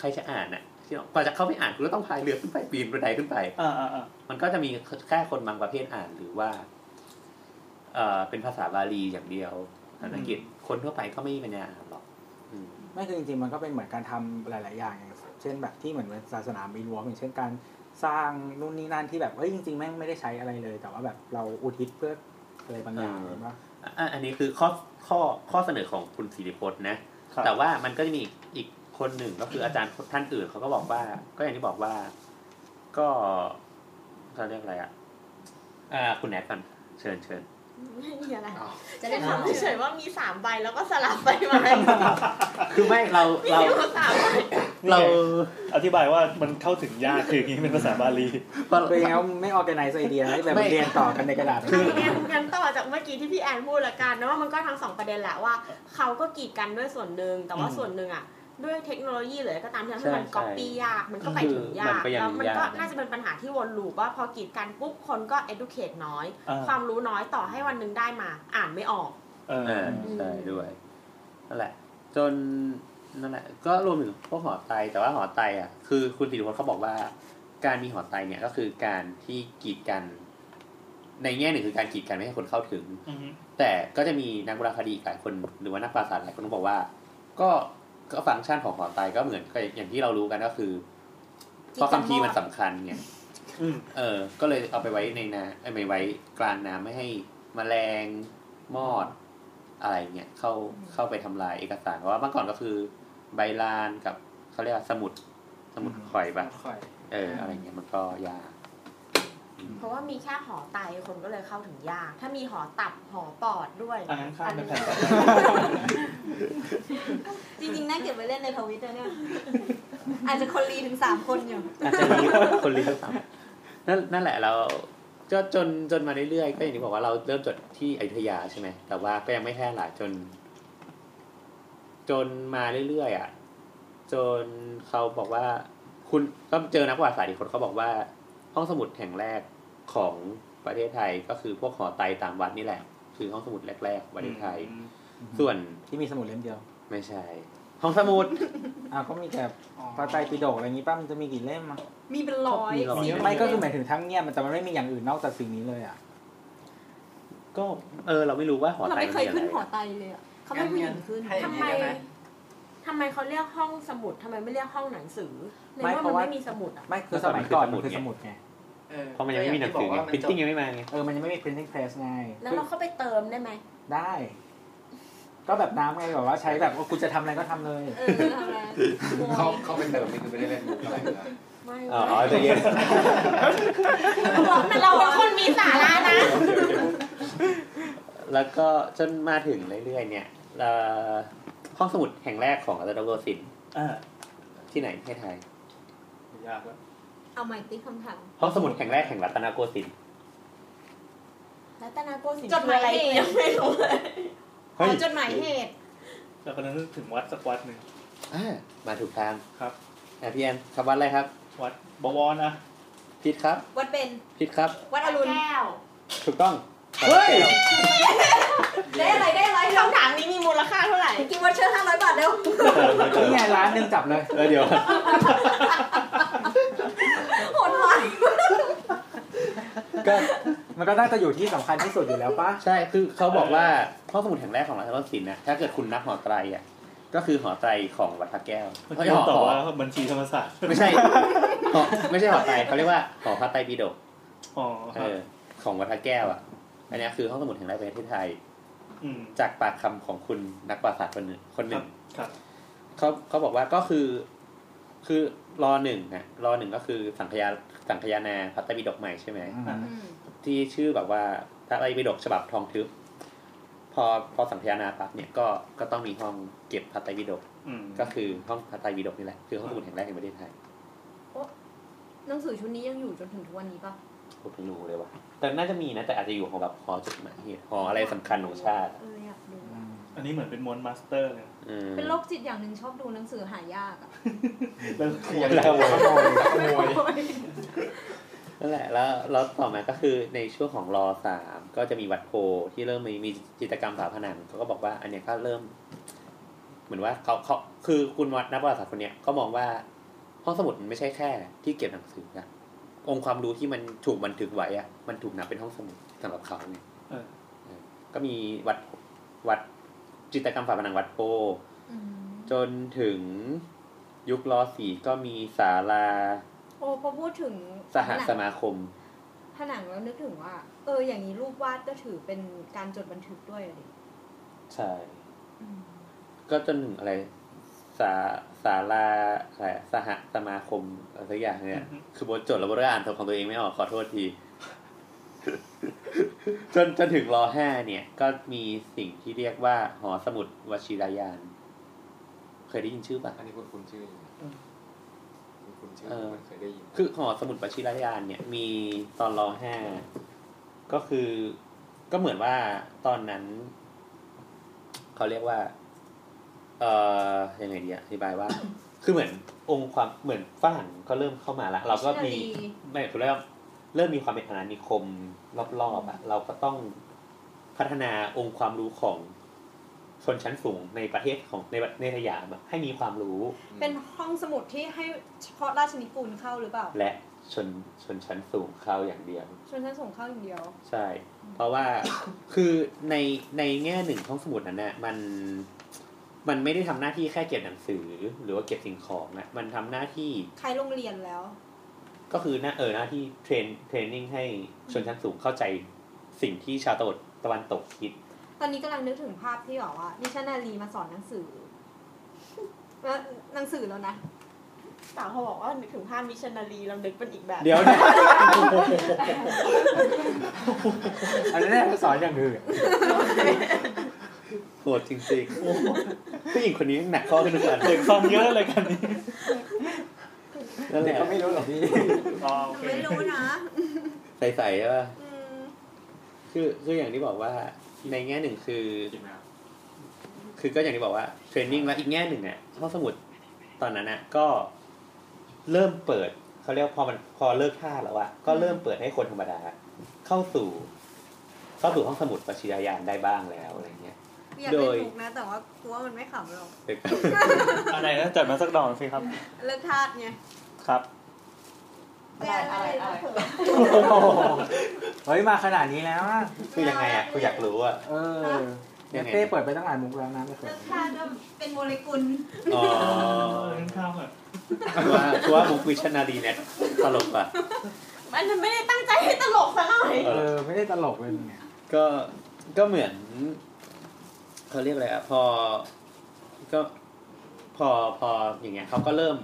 ใครจะอ่านอ่ะที่บอกกว่าจะเข้าไปอ่านคุณก็ต้องพายเรือขึ้นไปปีนบันไดขึ้นไป อ่าอ่าอ่า มันก็จะมีแค่คนบางประเภทอ่านหรือว่าเออเป็นภาษาบาลีอย่างเดียวภาษาอังกฤษคนทั่วไปก็ไม่มีปัญญาอ่านหรอกอืม ไม่คือจริงๆมันก็เป็นเหมือนการทำหลาย ๆ อย่างอย่างเช่นแบบที่เหมือนเป็นศาสนามีรวมอย่างเช่นการสร้างนู่นนี่นั่นที่แบบเอ้ยจริงๆแม่งไม่ได้ใช้อะไรเลย แต่ว่าแบบเราอุทิศเพื่ออะไรบางอย่าง เออ ว่า อ่ะอันนี้คือข้อข้อข้อเสนอของคุณสิริพจน์นะ ครับ แต่ว่ามันก็จะมีอีกอีกคนหนึ่งก็คืออาจารย์ท่านอื่นเขาก็บอกว่า ก็อย่างที่บอกว่า ก็เขาเรียกอะไรอ่ะอ่าคุณแอดก่อนเชิญเชิญ ไม่มีอะไร อ้าว จะได้ทำเฉยๆว่ามีสามใบแล้วก็สลับไป มา คือไม่เราเรา มีอยู่สามใบ เรา อธิบายว่ามันเข้าถึงยากคืออย่างนี้เป็นภาษาบาลี ก็ คือยังไงก็ไม่ออแกไนซ์ไอเดียแบบมัน ไม่ เรียนต่อกันในกระดาษ คืองั้นงั้นต่อจากเมื่อกี้ที่พี่แอนพูดละกันนะว่ามันก็ทั้งสองประเด็นแหละว่าเขาก็กีดกันด้วยส่วนหนึ่งแต่ว่า อืม ส่วนหนึ่งอ่ะ ด้วยเทคโนโลยีเลยก็ตามที่ทำให้มัน ใช่ ก๊อปปี้ยากมันก็ไปถึงยา มั ก นก็ยัง แล้วมันก็ ยาก น่าจะเป็นปัญหาที่วนลูปว่าพอกีดกันปุ๊บคนก็ educate น้อย อ่า ความรู้น้อยต่อให้วันหนึงได้มา อ่านไม่ออก เออ อ่าใช่ด้วยนั่นแหละ จนนั่นแหละ ก็รวมถึงพวกหอไตแต่ว่าหอไตอ่ะคือคุณติรพลเขาบอกว่า การมีหอไตเนี่ยก็คือการที่กีดกัน ในแง่หนึ่งคือการกีดกันไม่ให้คนเข้าถึง อือฮึ แต่ก็จะมีนักโบราณคดีหลายคนหรือว่านักปราศาสตร์หลายคนก็บอกว่า ก็ก็ฟังก์ชันของหอไตก็เหมือนก็อย่างที่เรารู้กันก็คือเพราะคำพีร์มันสำคัญเนี่ย อืม เออ ก็เลยเอาไปไว้ในนาเอ้ยไม่ไว้กลางน้ำไม่ให้แมลงมอดอะไรเงี้ยเข้าเข้าไปทำลายเอกสารเพราะว่าเมื่อก่อนก็คือใบลานกับเขาเรียกว่าสมุดสมุดข่อยแบบ ค่อย เออ อะไรเงี้ยมันก็ยาก เพราะว่ามีแค่หอไตคนก็เลยเข้าถึงยาก ถ้ามีหอตับหอปอดด้วย อันนั้นข้ามไปแผ่นต่อไป จริงๆน่าเก็บไว้เล่นในทวิตนะเนี่ย อาจจะคนรีถึงสามคนอยู่ อาจจะมีคนเลี้ยงซ้ำนั่นนั่นแหละเราก็จนจนมาเรื่อยๆก็อย่างที่บอกว่าเราเริ่มจดที่อยุธยาใช่ไหมแต่ว่าก็ยังไม่แพร่หลายจน จนมาเรื่อยๆอ่ะ จนเขาบอกว่า คุณก็เจอนักประวัติศาสตร์อีกคนเขาบอกว่า ห้องสมุดแห่งแรกของประเทศไทยก็คือพวกหอไตรตามวัดนี่แหละ คือห้องสมุดแรกๆของประเทศไทย อืม ๆ ส่วน ที่มีสมุดเล่มเดียว ไม่ใช่ ห้องสมุด อ่ะก็มีแต่พระไตรปิฎกอะไรอย่างงี้ป้ามันจะมีกี่เล่มอ่ะ มีเป็นร้อย มีร้อย สี่ ไม่ก็คือหมายถึงทั้งเนี่ยมันแต่มันไม่มีอย่างอื่นนอกจากสิ่งนี้เลยอ่ะ ก็เออ เราไม่รู้ว่าหอ เรา ไตร ไม่เคย น ขึ้นห มี อ อะไร ไตเลยอะเขาไม่ให้ผู้หญิงขึ้น ให้ ทำไม ด้ห ทำไมเขาเรียกห้องสมุดทำไมไม่เรียกห้องหนังสือในเมื่อมันไม่มีสมุดอ่ะ ไม่คือสมัยก่อนมันคือสมุดไง เออ เพราะมันยังไม่มีหนังสือไง ก็ย่า พิม ที่ พ์ติ้ง บกว่า ยังไม่มาไง เออมันยังไม่มี printing press ไง แล้วเราเข้าไปเติมได้ไหม ได้ ก็แบบน้ำไงแบบว่าใช้แบบว่ากูจะทำอะไรก็ทำเลย เออทำอะไร เขาเขาเป็นเดิมนี่คือไม่ได้เล่นมุกอะไรเลยนะ ไม่ อ๋อใจเย็น แต่เราเป็นคนมีสาระนะ แล้วก็จนมาถึงเรื่อยๆเนี่ยเอ่อห้องสมุดแห่งแรกของอาจารย์ดรสิน อ่า ที่ไหนประเทศไทย ยากแล้ว เอาใหม่ติ๊กคำถาม ห้องสมุดแห่งแรกแห่งรัตนโกสินทร์ รัตนโกสินทร์ จดหมายเหตุ คืออะรยังไม่รู้เลย เฮ้ย จดหมายเหตุ แล้วก็นึกถึงวัดสักวัดหนึ่ง อ่ามาถูกทาง ครับ อ่ะพี่แอนคำวัดอะไรครับ วัดบวรนะ พิษครับ วัดเป็น พิษครับ วัดอรุณ แก้ว ถูกต้อง เฮ้ย ได้อะไรได้อะไร คำถามนี้มีมูลค่าเท่าไหร่ กินวัชเชอร์ห้าร้อยบาทเร็ว นี่ไงร้านหนึ่งจับเลย เออเดี๋ยว โหดวาย ก็มันก็น่าจะอยู่ที่สำคัญที่สุดอยู่แล้วปะ ใช่คือเขาบอกว่าห้องสมุดแห่งแรกของรัตนโกสินทร์นะถ้าเกิดคุณนับหอไตรอ่ะก็คือหอไตรของวัดพระแก้ว เมื่อ เฮ้ย กี้ หอ ต่อ หอ ว่าบัญชีธรรมศาสตร์ ไม่ใช่หอไม่ใช่หอไตรเขาเรียกว่าหอพระไตรปิฎก อ๋อค เอ รัอบของวัดพระแก้วอ่ะ อันเนี้ยคือห้องสมุดแห่งแรกในประเทศไทย ม จากปากคำของคุณนักปราชญ์คนหนึ่งคนห ครั นึ่ บ ง ครับ เขาเขาบอกว่าก็คือ คือรอหนึ่งนะรอหนึ่งก็คือสังขยาสังขยานาพระไตรปิฎกใหม่ใช่ไหม อืม ที่ชื่อแบบว่าพระไตรปิฎกฉบับทองทึบ พอพอสังขยานาปั๊บเนี่ยก็ก็ต้องมีห้องเก็บพระไตรปิฎก อืม ก็คือห้องพระไตรปิฎกนี่แหละคือห้องสมุดแห่งแรกในประเทศไทย หนังสือชุดนี้ยังอยู่จนถึงทุกวันนี้ปะ ผมเพิ่งรู้เลยว่าแต่น่าจะมีนะแต่อาจจะอยู่ของแบบหอจดหมายเหตุหออะไรสำคัญของชาติ เอออยากดู อืม อันนี้เหมือนเป็นมอนต์มาสเตอร์เลย อืม เป็นโรคจิตอย่างหนึ่งชอบดูหนังสือหายาก อะ แล้ว คือยัง แล้ แล้ว ว ขโมย นั่นแหละแล้วแล้วต่อมาก็คือในช่วงของรอสามก็จะมีวัดโพที่เริ่มมีมีจิตรกรรมฝาผนังเขาก็บอกว่า อันเนี้ยก็เริ่ม เหมือนว่าเขาเขาคือคุณวัดนักประวัติศาสตร์คนเนี้ยก็มองว่าห้องสมุดมันไม่ใช่แค่ ที่เก็บหนังสือนะองค์ความรู้ที่มันถูกบันทึกไว้อะมันถูกนับเป็นห้องสมุดสำหรับเขาเนี่ย เออ ก็มีวัดวัดจิตรกรรมฝาผนังวัดโพ อืม จนถึงยุครอสี่ก็มีศาลา โอ้พอพูดถึง สหสมาคม ผนังแล้วนึกถึงว่า เอออย่างนี้รูปวาดก็ถือเป็นการจดบันทึกด้วยอะดิ ใช่ ก็จนถึงอะไรสาสาลาอะไรสหสมาคมอะไรสักอย่างเนี่ย คือบทจดแล้วบทอ่านของตัวเองไม่ออกขอโทษที จนจนถึงรอห้าเนี่ย ก็มีสิ่งที่เรียกว่า หอสมุดวชิรยาน เคยได้ยินชื่อป่ะ อันนี้คุณคุณชื่ออยู่นะคุณคุณชื่อ เออ มันเคยได้ยิน คือหอสมุดวชิรยานเนี่ย มีตอนรอห้าก็คือก็เหมือนว่าตอนนั้น เขาเรียกว่า เ เอ่อยังไงดีอะอธิบายว่า คือเหมือนองค์ความเหมือนฝรั่งก็เริ่มเข้ามาละเราก็มี Missionary ไม่ถูกแล้วเริ่มมีความเป็นอาณานิคมรอบๆอะเราก็ต้องพัฒนาองค์ความรู้ของชนชั้นสูงในประเทศของในในสยามอะให้มีความรู้ เป็นห้องสมุดที่ให้เฉพาะราชนิกูลเข้าหรือเปล่า และชนชนชั้นสูงเข้าอย่างเดียว ชนชั้นสูงเข้าอย่างเดียว ใช่ เพราะ ว่า คือในในแง่หนึ่งห้องสมุดนั้นน่ะมันมันไม่ได้ทำหน้าที่แค่เก็บหนังสือ หรือว่าเก็บสิ่งของนะมันทำหน้าที่ ใครโรงเรียนแล้ว ก็คือหน้าเออหน้าที่เทรนเทรนนิ่งให้ชนชั้นสูงเข้าใจสิ่งที่ชาวตะวันตะวันตกคิด ตอนนี้กำลังนึกถึงภาพที่บอกว่านิชานารีมาสอนหนังสือ แล้วหนังสือแล้วนะ สาวเขาบอกว่านึกถึงภาพมิชชันนารีเรานึกเป็นอีกแบบ เดี๋ยวนะ อันนั้นน่าจะสอนอย่างอื่น โหดจริงๆผู้หญิงคนนี้หนักข้อขึ้นทุกวัน เด็กฟังเยอะเลยกันนี้ นั่นแหละ ก็ไม่รู้หรอกพี่ อ๋อโอเค ไม่รู้นะ ใสๆใช่ป่ะ อืม คือคืออย่างที่บอกว่าในแง่หนึ่งคือ คือก็อย่างที่บอกว่าเทรนนิ่งแล้วอีกแง่หนึ่งเนี่ยห้องสมุดตอนนั้นน่ะก็เริ่มเปิดเขาเรียกว่าพอมันพอเลิกท่าสแล้วอะก็เริ่มเปิดให้คนธรรมดา เข้าสู่ เข้าสู่ห้องสมุดปัชญายานได้บ้างแล้วอะไรเงี้ย อยาก โด เล่ ย นมุกนะ แต่ว่ากลัวมันไม่ขำหรอก อะไรนะจัดมาสักดอกสิครับ เลิกทาสไง ครับ อะไรอะไรอะไร เฮ้ยมาขนาดนี้แล้วอะ คือยังไงอะกูอยากรู้อะ เออเนี่ยเต้เปิดไปตั้งหลายมุกแล้วนะไม่เคย เลิกทาสก็เป็นโมเลกุล อ๋อ ข้าวแบบ กูว่ากูว่ามุกวิชนารีเนี่ยตลกอะ มันไม่ได้ตั้งใจให้ตลกซะหน่อย เออไม่ได้ตลกเลยเนี่ย ก็ก็เหมือนเขาเรียกอะไรอะพอ ก็พอพออย่างเงี้ยเขาก็เริ่ม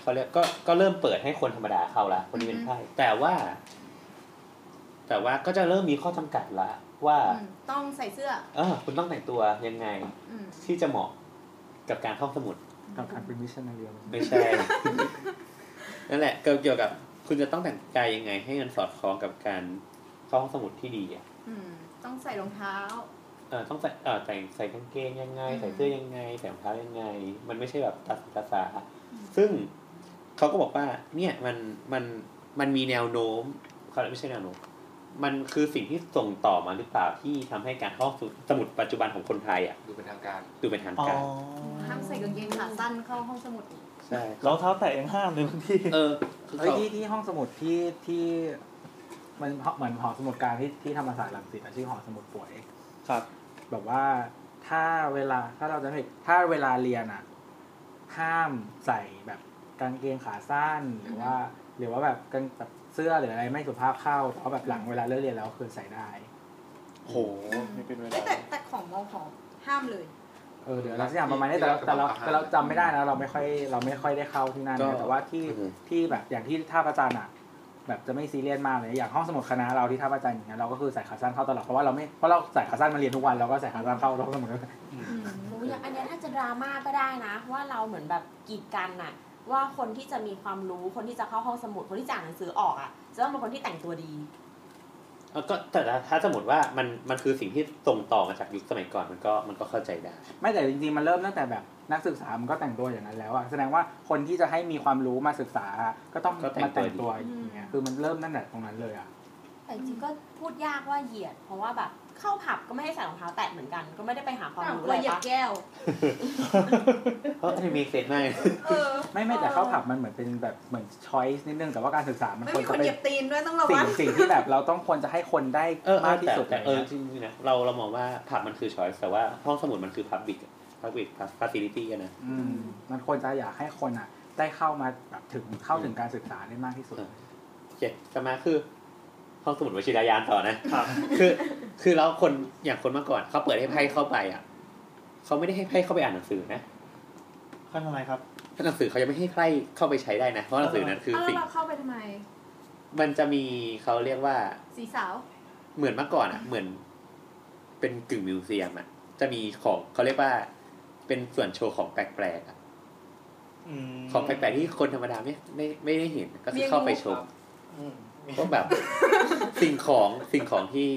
เขาเรียกก็ก็เริ่มเปิดให้คนธรรมดาเข้าละคนที่เป็นไพ่แต่ว่า แต่ว่าก็จะเริ่มมีข้อจำกัดละว่า อืมต้องใส่เสื้อ เออคุณต้องแต่งตัวยังไง อืม ที่จะเหมาะกับการท่องสมุด กับการเป็นมิชชันนาเรียน ไม่ใช่ นั่นแหละก็เกี่ยวกับ คุณจะต้องแต่งกายยังไง ให้มันสอดคล้องกับการเข้าห้องสมุดที่ดีอ่ะ อืมต้องใส่รองเท้า เออต้องใส่เออแต่งใส่กางเกงยังไง อืม ใส่เสื้อยังไงใส่รองเท้ายังไง มันไม่ใช่แบบตาสตาสาซึ่งเขาก็บอกว่า เนี่ยมันมันมันมีแนวโน้มเขาไม่ใช่แนวโน้มมันคือสิ่งที่ส่งต่อมาหรือเปล่าที่ทำให้การเข้าสมุดปัจจุบันของคนไทยอ่ะ ดูเป็นทางการ ดูเป็นทาง อ๋อ การ ห้ามใส่กางเกงขาสั้นเข้าห้องสมุด ใช่ รองเท้าแตะยังห้ามเลยบางที เออคือ เฮ้ย เขา ที่ที่ห้องสมุดที่ที่มันเหมือนหอสมุดกลางที่ที่ธรรมศาสตร์ลังสิตอะชื่อหอสมุดป่วย ครับ แบบว่าถ้าเวลาถ้าเราจะไม่ผิดถ้าเวลาเรียนอ่ะ ห้ามใส่แบบกางเกงขาสั้นหรือว่า หรือว่าแบบกางแบบเสื้อหรืออะไรไม่สุภาพเข้าแต่ว่าแบบหลังเวลาเลิกเรียนแล้วคือใส่ได้ โหนี่เป็นเว เอ้ ลาย แต่แต่ของมอของห้ามเลย เออเดี๋ยวเราจะอย่างประมาณนี้แต่เราแต่เราแต่เราจำไม่ได้นะเราไม่ค่อยเราไม่ค่อยได้เข้าที่นั่น ก็ นะแต่ว่าที่ อือฮึ ที่แบบอย่างที่ท่าประจันทร์อ่ะ แบบจะไม่ซีเรียสมากเลยอย่างห้องสมุดคณะเราที่ท่าประจันทร์อย่างเงี้ยเราก็คือใส่ขาสั้นเข้าตลอดเพราะว่าเราไม่เพราะเราใส่ขาสั้นมาเรียนทุกวันเราก็ใส่ขาสั้นเข้าห้องสมุด รู้อย่างอันเนี้ยถ้าจะดราม่าก็ได้นะ ว่าเราเหมือนแบบกีดกันน่ะ ว่าคนที่จะมีความรู้คนที่จะเข้าห้องสมุดคนที่จะอ่านหนังสือออกอ่ะจะต้องเป็นคนที่แต่งตัวดี แล้วก็แต่ถ้าสมมติว่ามันมันคือสิ่งที่ส่งต่อมาจากยุคสมัยก่อนมันก็มันก็เข้าใจได้ ไม่แต่จริงๆ มันเริ่มตั้งแต่แบบนักศึกษามันก็แต่งตัวอย่างนั้นแล้วอะแสดงว่าคนที่จะให้มีความรู้มาศึกษาอะก็ต้อง ก็แต่ง มาแต่ง ตั ตัว วอย่างเงี้ยคือมันเริ่มตั้งแต่ตรงนั้นเลยอะ แต่จริงๆก็พูดยากว่าเหยียด เพราะว่าแบบเข้าผับก็ไม่ได้ใส่รองเท้าแตะเหมือนกัน ก็ไม่ได้ไปหาความรู้ กลั อะไร วเหยียบ ปะ แก้ว เพราะอันนี้มีเซนมากเลย เออ ไม่ไม่แต่เข้าผับมันเหมือนเป็นแบบเหมือนช้อยส์นิดนึงแต่ว่าการศึกษามัน ไม่ ควร มีคนเหจะเป็น ยียบตีนด้วยต้องระ สิ่ วั ง ง สิ่งที่แบบเราต้องควรจะให้คนได้ เออเอ มาก อ ที่ แต่ สุด แต่เออ เลย จริงๆนะเราเรามองว่าผับมันคือช้อยแต่ว่าห้องสมุดมันคือพับบิกพับบิกพับฟิลิตี้กันนะ อืมมันควรจะอยากให้คนอะได้เข้ามาแบบถึงเข้าถึงการศึกษาได้มากที่สุด โอเคต่อมาคือ ห้องสมุดวิชยายานต่อนะ ครับ คือ คือแล้วคนอย่างคนเมื่อก่อนเขาเปิดให้ไพ่เข้าไปอ่ะเขาไม่ได้ให้ไพ่เข้าไปอ่านหนังสือนะ ขั้นอะไรครับ หนังสือเขายังไม่ให้ไพ่เข้าไปใช้ได้นะเพราะหนังสือนั้นคือ เอาแล้ว สิ่ง เราเข้าไปทำไม มันจะมีเขาเรียกว่า สีสาว เหมือนเมื่อก่อนอ่ะ เหมือนเป็นกึ่งมิวเซียมอ่ะ จะมีของเขาเรียกว่าเป็นส่วนโชว์ของแปลกๆอะ อืม ของแปลกๆที่คนธรรมดาไม่ไม่ไม่ได้เห็นก็คือ เมียงู เข้าไปชม อืม พวกแบบ สิ่งของสิ่งของที่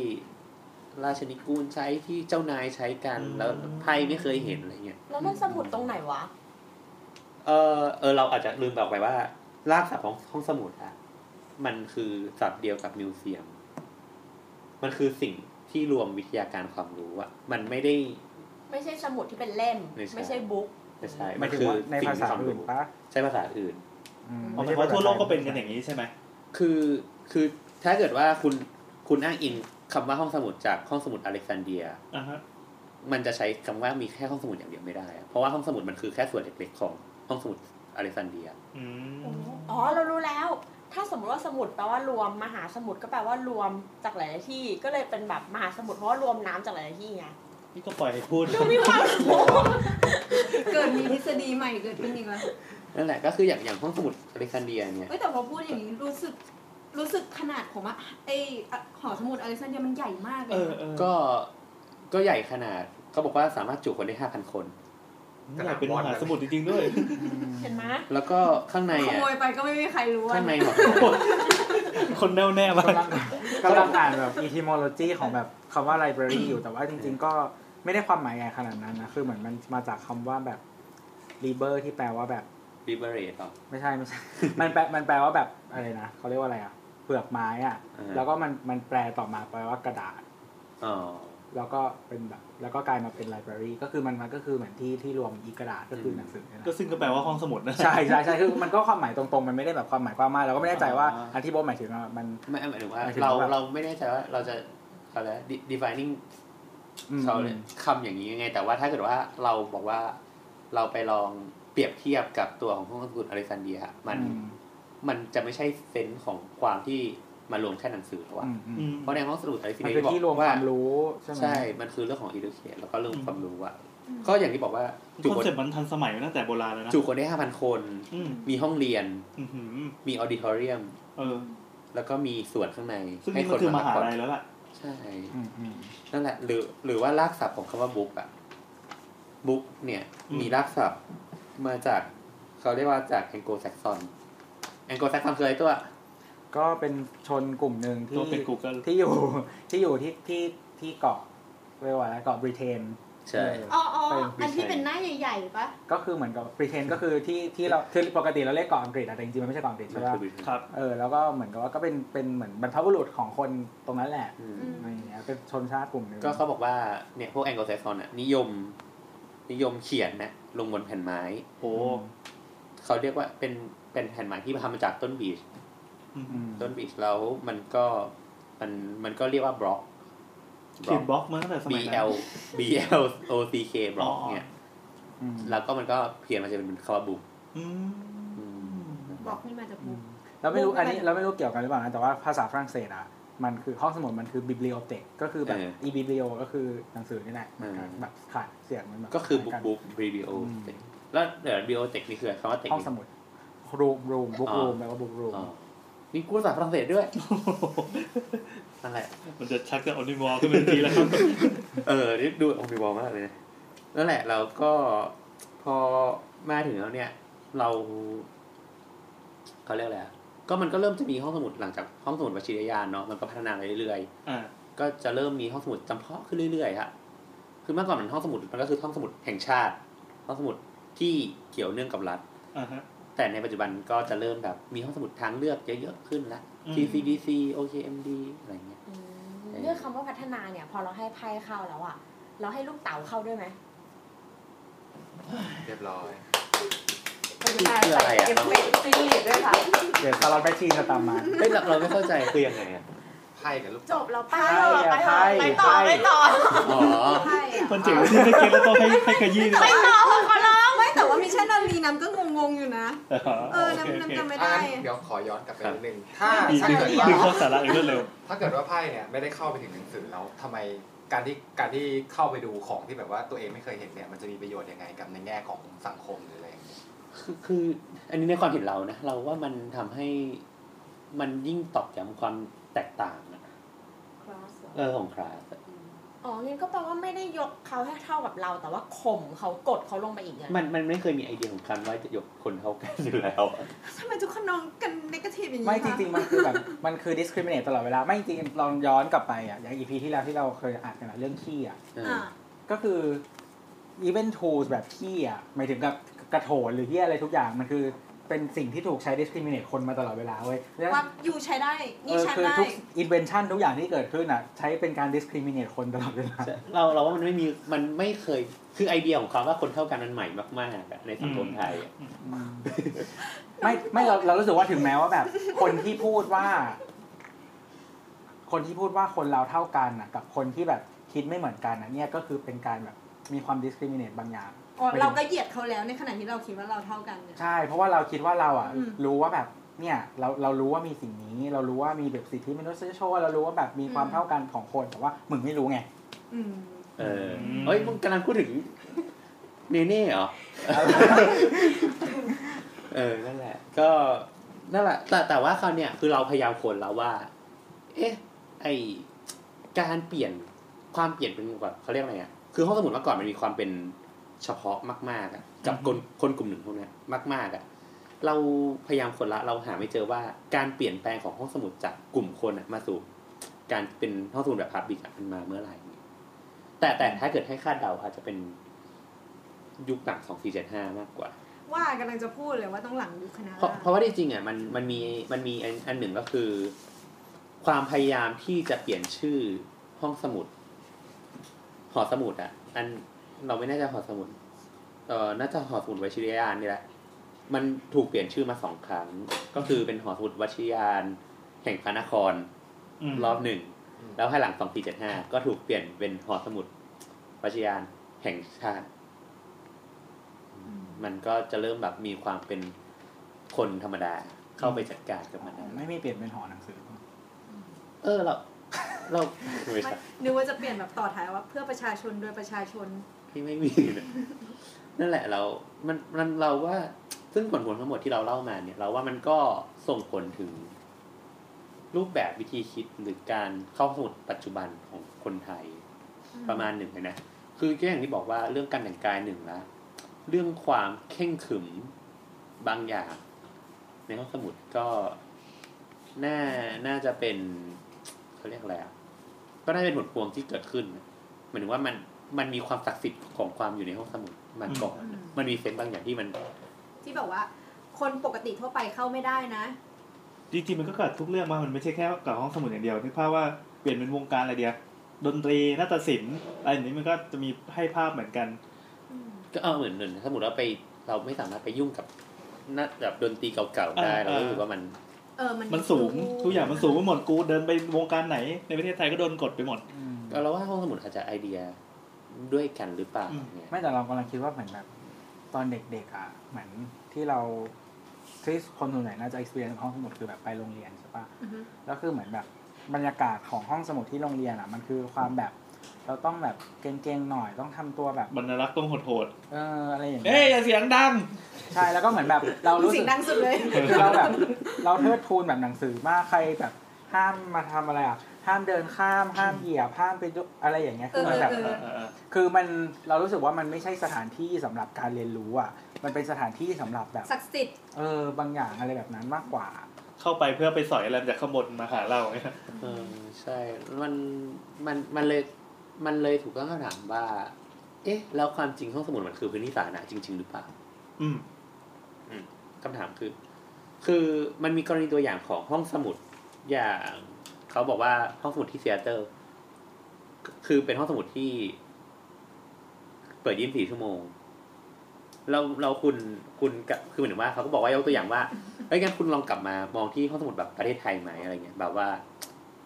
ราชนิกูลใช้ที่เจ้านายใช้กัน อืม แล้วไพ่ไม่เคยเห็นอะไรเงี้ย แล้วมันสมุดตรงไหนวะ เออเออเราอาจจะลืมบอกไปว่า รากศัพท์ของห้องสมุดอะมันคือศัพท์เดียวกับมิวเซียม มันคือสิ่งที่รวมวิทยาการความรู้อะมันไม่ได้ ไม่ใช่สมุดที่เป็นเล่ม ไม่ใช่ ไม่ใช่บุ๊ก ไม่ใช่ ห มั มาย น ถึง คือ ว่าใน สิ่ง ภา ที่ ษา ความ อื่น รู้ ปะ ใช้ภาษาอื่น อืม เอาหมายถึงว่าทั่วโลกก็เป็นกันอย่างนี้ใช่ไหม คือคือถ้าเกิดว่าคุณคุณอ้างอิงคำว่าห้องสมุดจากห้องสมุดอเล็กซานเดีย อ่าฮะ มันจะใช้คำว่ามีแค่ห้องสมุดอย่างเดียวไม่ได้อะเพราะว่าห้องสมุดมันคือแค่ส่วนเล็กๆของห้องสมุดอเล็กซานเดีย อืม อ๋อเรารู้แล้ว ถ้าสมมติว่าสมุดแปลว่ารวมมหาสมุดก็แปลว่ารวมจากหลายๆที่ ก็เลยเป็นแบบมหาสมุดเพราะว่ารวมน้ำจากหลายๆที่ไง นี่ก็ปล่อยให้พูด ดูมีความรู้ เกิดมีทฤษฎีใหม่เกิดขึ้นอีกแล้ว นั่นแหละก็คืออย่างอย่างห้องสมุดอเล็กซานเดียเนี่ย เอ้ยแต่พอพูดอย่างนี้รู้สึกรู้สึกขนาดของอะไออะหอสมุดอเล็กซานเดียมันใหญ่มากเล เอย อ นะ เออ ก็ก็ใหญ่ขนาดเขาบอกว่าสามารถจุคนได้ห้าพันคน นี่แหละเป็นมหาสมุทรจริงๆด้วย เห็นไหม แล้วก็ข้างใน ข อ่ะ โมยไปก็ไม่มีใครรู้ว่า ข้างในหอ คนแน่วแน่มาก กำลังกำลังอ่านแบบ etymology ของแบบคำว่า library อยู่แต่ว่าจริง ๆ ก็ไม่ได้ความหมายใหญ่ขนาดนั้นนะ คือเหมือนมันมาจากคำว่าแบบ liber ที่แปลว่าแบบ liberate หรอ ไม่ใช่ไม่ใช่ มันแปลมันแปลว่าแบบอะไรนะเขาเรียกว่าอะไรอ่ะเปลือกไม้อ่ะ อ่า แล้วก็มันมันแปลต่อมาแปลว่ากระดาษ อ๋อ แล้วก็เป็นแบบ แล้วก็กลายมาเป็น library ก็คือมันมันก็คือเหมือนที่ที่รวมอีกระดาษก็คือหนังสือเนี่ยนะ ก็ซึ่งก็แปลว่าห้องสมุดนะ ใช่ใช่ใช่คือมันก็ความหมายตรงๆ มันไม่ได้แบบความหมายกว้างมากเราก็ไม่แน่ใจว่า อ่า อันที่โบทหมายถึงอะมัน ไม่หมายถึงว่า หมายถึง เรา ว่า เราไม่แน่ใจว่าเราจะอะไร de- defining อืม เขาเลยคำอย่างนี้ยังไง แต่ว่าถ้าเกิดว่าเราบอกว่าเราไปลองเปรียบเทียบกับตัวของห้องสมุดอเล็กซานเดียอะมัน อืม มันจะไม่ใช่เซนส์ของความที่มารวมแค่หนังสือแล้วอะ อืมอืม อืม เพราะในห้องสมุดอเล็กซาน มัน เดีย คือที่รวมความรู้ใช่ไหม ใช่ มันคือเรื่องของ education แล้วก็เรื่องความรู้อะก็อย่างที่บอกว่า ค จุ อน คน เซ็ปต์มันทันสมัยมาตั้งแต่โบราณแล้วนะ จุคนได้ห้าพันคน อืม มีห้องเรียน อือหือ มีออดิทอเรียม เออ แล้วก็มีส่วนข้างใน ซึ่ง ให้ นี่ ค มัน น คือม มา หา พักผ่อน ลัยแล้วล่ะ ใช่ อืมอืม นั่นแหละหรือหรือว่ารากศัพท์ของคำว่าบุ๊กอะบุ๊กเนี่ย อืม มีรากศัพท์มาจากเขาเรียกว่าจากแองโกลแซกซอนแองโกลแซกซอนคืออะไรตัว ก็เป็นชนกลุ่มหนึ่ง ตั ที่ วเป็น Google ที่ อยู่ที่อยู่ที่ที่ที่เกาะเรียกว่าอะไรเกาะบริเตน ใช่ เออ อ๋ออ๋ออันที่เป็นหน้าใหญ่ๆปะ ก็คือเหมือนกับบริเตนก็คือที่ที่เราคือปกติเราเรียกเกาะอังกฤษอะแต่จริงๆมันไม่ใช่เกาะอังกฤษ มัน ใช่ปะ คือ Britain ครับ เออแล้วก็เหมือนกับว่าก็เป็นเป็นเหมือนบรรพบุรุษของคนตรงนั้นแหละ อืม อะไรอย่างเงี้ยเป็นชนชาติกลุ่มหนึ่ง ก็เขาบอกว่าเนี่ยพวกแองโกลแซกซอนอะนิยม นิยมเขียนนะลงบนแผ่นไม้ โอ้ เขาเรียกว่าเป็นเป็นแผ่นไม้ที่ทำมาจากต้นบีช อืม อืม ต้นบีชแล้วมันก็มันมันก็เรียกว่าบล็อก เขียนบล็อกมาตั้งแต่ส B มัยนั้น L B L O C K บล็อกเนี่ย อืม แล้วก็มันก็เพียนมาจะเป็นคำว่าบุ๊ก อืม บล็อกนี่มาจากบุ๊ก เราไม่รู้ ไม่ อันนี้ ไม่ เราไม่รู้เกี่ยวกันหรือเปล่านะแต่ว่าภาษาฝรั่งเศสอ่ะมันคือห้องสมุดมันคือบิบลิโอเทกก็คือแบบอีบิบลิโอก็คือหนังสือนี่แหละเหมือนกันแบบขาดเสียงมันแบบ ก็คือบุ๊ก ล้ายน บุ๊ก B O อืม แล้วเดี๋ยว B O เทคนี่คือคำว่าเทค ห้อง นิค สมุดรูมรูมบุ๊ก อ๋อ รูมแปลว่าบุ๊กรูม อ๋อนี่กูภาษาฝรั่งเศสด้วย นั่นแหละ มันจะชักจะออนิมอลขึ้นเป็นทีแล้วครับ เออนี่ดูโอมิบอลมากเลยนะนั่นแหละเราก็พอมาถึงแล้วเนี่ย เราเขาเรียกอะไรอะก็มันก็เริ่มจะมีห้องสมุดหลังจากห้องสมุดวชิรยานเนาะมันก็พัฒนาไปเรื่อย อ่า ๆ ก็จะเริ่มมีห้องสมุดจำเพาะขึ้นเรื่อยๆฮะคือเมื่อก่อนมันห้องสมุดมันก็คือห้องสมุดแห่งชาติ ห้องสมุดที่เกี่ยวเนื่องกับรัฐ อ่าฮะ แต่ในปัจจุบันก็จะเริ่มแบบมีห้องสมุดทางเลือกเยอะๆขึ้นละ อืม TCDC OKMD อะไรเงี้ย อืมเรื่องคำว่าพัฒนาเนี่ย พอเราให้ไพ่เข้าแล้วอะเราให้ลูกเต๋าเข้าด้วยไหม เรียบร้อย คืออะไรอะ เอฟเฟกต์ซีรีส์ด้วยค่ะ เดี๋ยวตลอดไปทีจะตามมา เฮ้ยเราเราไม่เข้าใจคือยังไงอะ ไพ่กับลูก จบเราไป ไพ่อะ ไปต่อ ไพ่ ไปต่อไปต่อ อ๋อ ใช่อะ มันเจ๋งที่ไม่เก็ตแล้วต้องให้ให้ขยี้ด้วย ไม่แต่ว่ามิชชั่นนารีน้ำก็งงๆอยู่นะ เออ โค น้ำ โค น้ำจำไม่ อ่ะ ได้ งั้นเดี๋ยวขอย้อนกลับไป ครับ นิดนึง ถ้า ดี ถ้า ดี เกิด ดี ว่า คือเข้าสาระอย่างรวดเร็ว ถ้าเกิดว่าไพ่เนี่ยไม่ได้เข้าไปถึงหนังสือแล้วทำไมการที่การที่เข้าไปดูของที่แบบว่าตัวเองไม่เคยเห็นเนี่ยมันจะมีประโยชน์ยังไงกับในแง่ของสังคมหรืออะไรอย่างเงี้ย คือคืออันนี้ในความเห็นเรานะเราว่ามันทำให้มันยิ่งตอกย้ำความแตกต่างอะเออของคลาสอะ อ๋องั้นก็แปลว่าไม่ได้ยกเขาให้เท่ากับเรา แต่ว่าข่มเขากดเขาลงไปอีกเนี่ย มันมันไม่เคยมีไอเดียของการว่าจะยกคนเท่ากันอยู่แล้ว ทำไมทุกคนน้องกันนกาทีฟอย่างนี้ ไม่จ คะ ริงๆ มันคือแบบมันคือ discriminate ตลอดเวลา ไม่จริงๆลองย้อนกลับไปอ่ะอย่าง EP ที่แล้วที่เราเคยอ่านกันอะเรื่องขี้อ่ะ อ่า ก็คือ event tools แบบขี้อ่ะหมายถึงกับกระโถนหรือที่อะไรทุกอย่างมันคือเป็นสิ่งที่ถูกใช้ discriminate คนมาตลอดเวลาเว้ยแล้ว ว่าอยู่ใช้ได้ เอ นี่ อ ใช้ คือ ได้ ทุก invention ทุกอย่างที่เกิดขึ้นอ่ะ ใช้เป็นการ discriminate คนตลอดเวลา เราเราว่ามันไม่มีมันไม่เคยคือไอเดียของคำว่าคนเท่ากันมันใหม่มากๆอะในสังคมไทยอะ ไม่ไม่เราเรารู้สึกว่าถึงแม้ว่าแบบ คนที่พูดว่า คนที่พูดว่าคนเราเท่ากันน่ะ กับคนที่แบบคิดไม่เหมือนกันนะเนี่ยก็คือเป็นการแบบมีความ discriminate บางอย่าง อ๋อเราก็เหยียดเขาแล้วในขณะที่เราคิดว่าเราเท่ากันเนี่ย ใช่ เพราะว่าเราคิดว่าเราอ่ะ อืม รู้ว่าแบบ เนี่ย เราเรารู้ว่ามีสิ่งนี้ เรารู้ว่ามีแบบสิทธิมนุษยชนเรารู้ว่าแบบมีความ อืม เท่ากันของคนแต่ว่ามึงไม่รู้ไง อืม เออเอ้ยมึงกำลังพูดถึงเนเน่เหรอ เออ นั่นแหละ ก็นั่นแหละ แต่แต่ว่าคราวเนี่ยคือเราพยายามคนแล้วว่า เอ๊ะ ไอการเปลี่ยนความเปลี่ยนเป็นแบบเขาเรียกอะไรอ่ะ คือห้องสมุดเมื่อก่อนมันมีความเป็นเฉพาะมาก ๆอะกับคนคนกลุ่มหนึ่งพวกเนี้ยมาก ๆอ่ะ เราพยายามคนละ เราหาไม่เจอว่าการเปลี่ยนแปลงของห้องสมุดจากกลุ่มคนอะมาสู่ การเป็นห้องสมุดแบบพับบิกมันมาเมื่อไหร่ แต่แต่ถ้าเกิดให้คาดเดาอาจจะเป็นยุคหลังสองสี่เจ็ดห้ามากกว่า ว่ากำลังจะพูดเลยว่าต้องหลังยุคคณะ เพราะเพราะว่าที่จริงอ่ะมันมันมีมันมีอันอันหนึ่งก็คือ ความพยายามที่จะเปลี่ยนชื่อห้องสมุด หอสมุดอ่ะ อันเราไม่แน่ใจหอสมุดเออน่าจะหอสมุดวชิรยานนี่แหละ มันถูกเปลี่ยนชื่อมาสองครั้ง ก็คือเป็นหอสมุดวชิรยาน แห่งพระนคร รอบหนึ่ง อืม แล้วภายหลังสองสี่เจ็ดห้าก็ถูกเปลี่ยนเป็นหอสมุดวชิรยาน แห่งชาติ มันก็จะเริ่มแบบมีความเป็นคนธรรมดาเข้าไปจัดการกับมันได้ ไม่มีเปลี่ยนเป็นหอหนังสือ เออเรา เราไม่ใช่ นึกว่าจะเปลี่ยนแบบต่อท้ายว่าเพื่อประชาชนโดยประชาชน ที่ไม่มีนะนั่นแหละเรา มันมันเราว่าซึ่งผลผลทั้งหมดที่เราเล่ามาเนี่ย เราว่ามันก็ส่งผลถึง รูปแบบวิธีคิดหรือการเข้าสมุดปัจจุบันของคนไทย ประมาณหนึ่งเลยนะ คือก็อย่างที่บอกว่าเรื่องการแต่งกายหนึ่งละเรื่องความเข่งขรึมบางอย่าง ในห้องสมุดก็น่าน่าจะเป็นเขาเรียกอะไรอ่ะก็น่าจะเป็นบทพวงที่เกิดขึ้นหมายถึงว่ามันมันมีความศักดิ์สิทธิ์ของความอยู่ในห้องสมุดมาก่อน อืม มันมีเซนต์บางอย่างที่มัน ที่แบบว่า คนปกติทั่วไปเข้าไม่ได้นะ จริงๆมันก็เกิดทุกเรื่องมามันไม่ใช่แค่กับห้องสมุดอย่างเดียวนึกภาพว่าเปลี่ยนเป็นวงการอะไรเดียวดนตรีนาฏศิลป์อะไรอย่างนี้มันก็จะมีให้ภาพเหมือนกัน ก็เอาเหมือนเหมือนสมมติว่าไปเราไม่สามารถไปยุ่งกับนักแบบดนตรีเก่าๆได้ อ่า เรารู้สึกว่ามัน เออ มัน มันสูง ดู ทุกอย่างมันสูงไปหมดกูเดินไปวงการไหน ในประเทศไทยก็โดนกดไปหมด ก็เราว่าห้องสมุดอาจจะไอเดียด้วยกันหรือเปล่า อืม เนี่ย ไม่แต่เรากำลังคิดว่าเหมือนแบบ ตอนเด็กๆอ่ะเหมือนที่เราที่คนส่วนใหญ่น่าจะ experience กับห้องสมุดคือแบบไปโรงเรียนใช่ปะ อือฮึ แล้วคือเหมือนแบบบรรยากาศของห้องสมุดที่โรงเรียนอ่ะ มันคือความแบบ เราต้องแบบเกรงๆหน่อยต้องทำตัวแบบ บรรลักษ์ต้องโหด เอออะไรอย่าง ๆ เงี้ เอ้ย ย อย่าเสียงดัง ใช่แล้วก็เหมือนแบบเรารู้ เสี สึ ย ก งดังสุดเลย คือเราแบบเราเทิดทูนแบบหนังสือมากใครแบบห้ามมาทำอะไรอ่ะห้ามเดินข้ามห้ามเหยียบห้ามไปดูอะไรอย่างเงี้ยคือเหมือนแบบ เออเออ คือมันเรารู้สึกว่ามันไม่ใช่สถานที่สำหรับการเรียนรู้อ่ะ มันเป็นสถานที่สำหรับแบบ ศักดิ์สิทธิ์ เออบางอย่างอะไรแบบนั้นมากกว่า เข้าไปเพื่อไปสอยอะไรมาจากข้างบนมาหาเราเนี่ย เออใช่ มัน มัน มันเลย มันเลยถูกตั้งคำถามว่า เอ๊ะ แล้วความจริงห้องสมุดมันคือพื้นที่สาธารณะจริง ๆ หรือเปล่า อืม คำถามคือ คือมันมีกรณีตัวอย่างของห้องสมุด อย่างเขาบอกว่าห้องสมุดที่เซียเตอร์ คือเป็นห้องสมุดที่ เปิดยี่สิบสี่ชั่วโมง เราเราคุณคุณกับคือเหมือนว่าเขาก็บอกว่ายกตัวอย่างว่าเอ้ยงั้นคุณลองกลับมามองที่ห้องสมุดแบบประเทศไทยไหมอะไรเงี้ยแบบว่า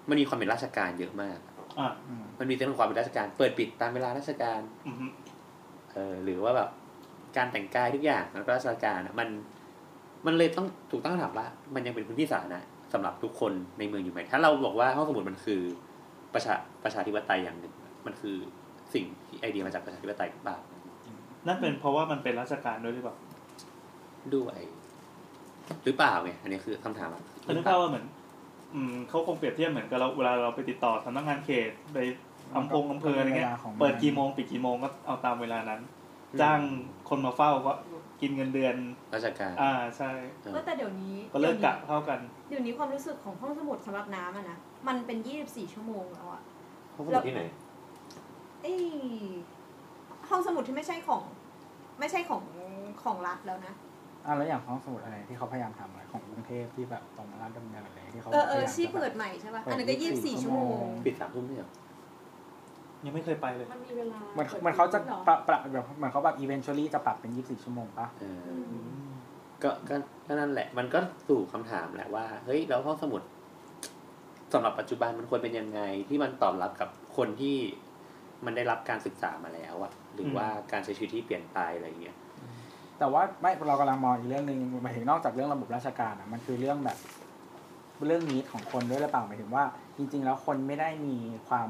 มันมีความเป็นราชการเยอะมาก อ่ะ อืม มันมีเรื่องของความเป็นราชการ เปิดปิดตามเวลาราชการ อืมฮึ เออหรือว่าแบบการแต่งกายทุกอย่างแล้วก็ราชการอะมัน มันเลยต้องถูกตั้งคำถามว่า มันยังเป็นพื้นที่สาธารณะสำหรับทุกคนในเมืองอยู่ไหมถ้าเราบอกว่าห้องสมุดมันคือประชาประชาธิปไตยอย่างหนึ่ง มันคือสิ่งที่ไอเดียมาจากประชาธิปไตยหรือเปล่า นั่นเป็นเพราะว่ามันเป็นราชการด้วยหรือเปล่า ด้วยหรือเปล่าไงอันนี้คือคำถามอะ คือนึกภาพว่าเหมือน อืมเขาคงเปรียบเทียบเหมือนกับเราเวลาเราไปติดต่อสำนักงานเขตไป อำพงอำเภออะไรเงี้ย เวลาของมัน เปิดกี่โมงปิดกี่โมงก็เอาตามเวลานั้น จ้างคนมาเฝ้าก็กินเงินเดือน ราชการ อ่าใช่ ก็แต่เดี๋ยวนี้ ก็เลิกกะเท่ากัน เดี๋ยวนี้ความรู้สึกของห้องสมุดสำหรับน้ำอะนะ มันเป็น 24 ชั่วโมงแล้วอะ เขาพูดที่ไหน เอ้ยห้องสมุดที่ไม่ใช่ของ ไม่ใช่ของของรัฐแล้วนะ อ่ะแล้วอย่างห้องสมุดอะไรที่เขาพยายามทำอะไรของกรุงเทพที่แบบตรงราชดำเนินอะไรที่เขา เออเออ พยายามจะ ที่เปิด แบบ ใหม่ใช่ป่ะ เปิอัดนนั้นก็ 24 24 ชั่วโมง ปิดสามทุ่มไม่เหรอ ยังไม่เคยไปเลย มันมีเวลา เหมือน ปิด เหมือนเขาจะ หรอ ปรับปรับแบบเหมือนเขาแบบ eventually จะปรับเป็น 24 ชั่วโมงปะ เออ ก็ก็ก็นั่นแหละ มันก็สู่คำถามแหละว่า เฮ้ย แล้วห้องสมุดสำหรับปัจจุบันมันควรเป็นยังไง ที่มันตอบรับกับคนที่มันได้รับการศึกษามาแล้วอะหรือว่าการใช้ชีวิตที่เปลี่ยนไปอะไรอย่างเงี้ย แต่ว่าไม่เรากำลังมองอีกเรื่องหนึ่งหมายถึงนอกจากเรื่องระบบราชการอ่ะมันคือเรื่องแบบ เรื่องนี้ของคนด้วยหรือเปล่าหมายถึงว่า จริง ๆ แล้วคนไม่ได้มีความ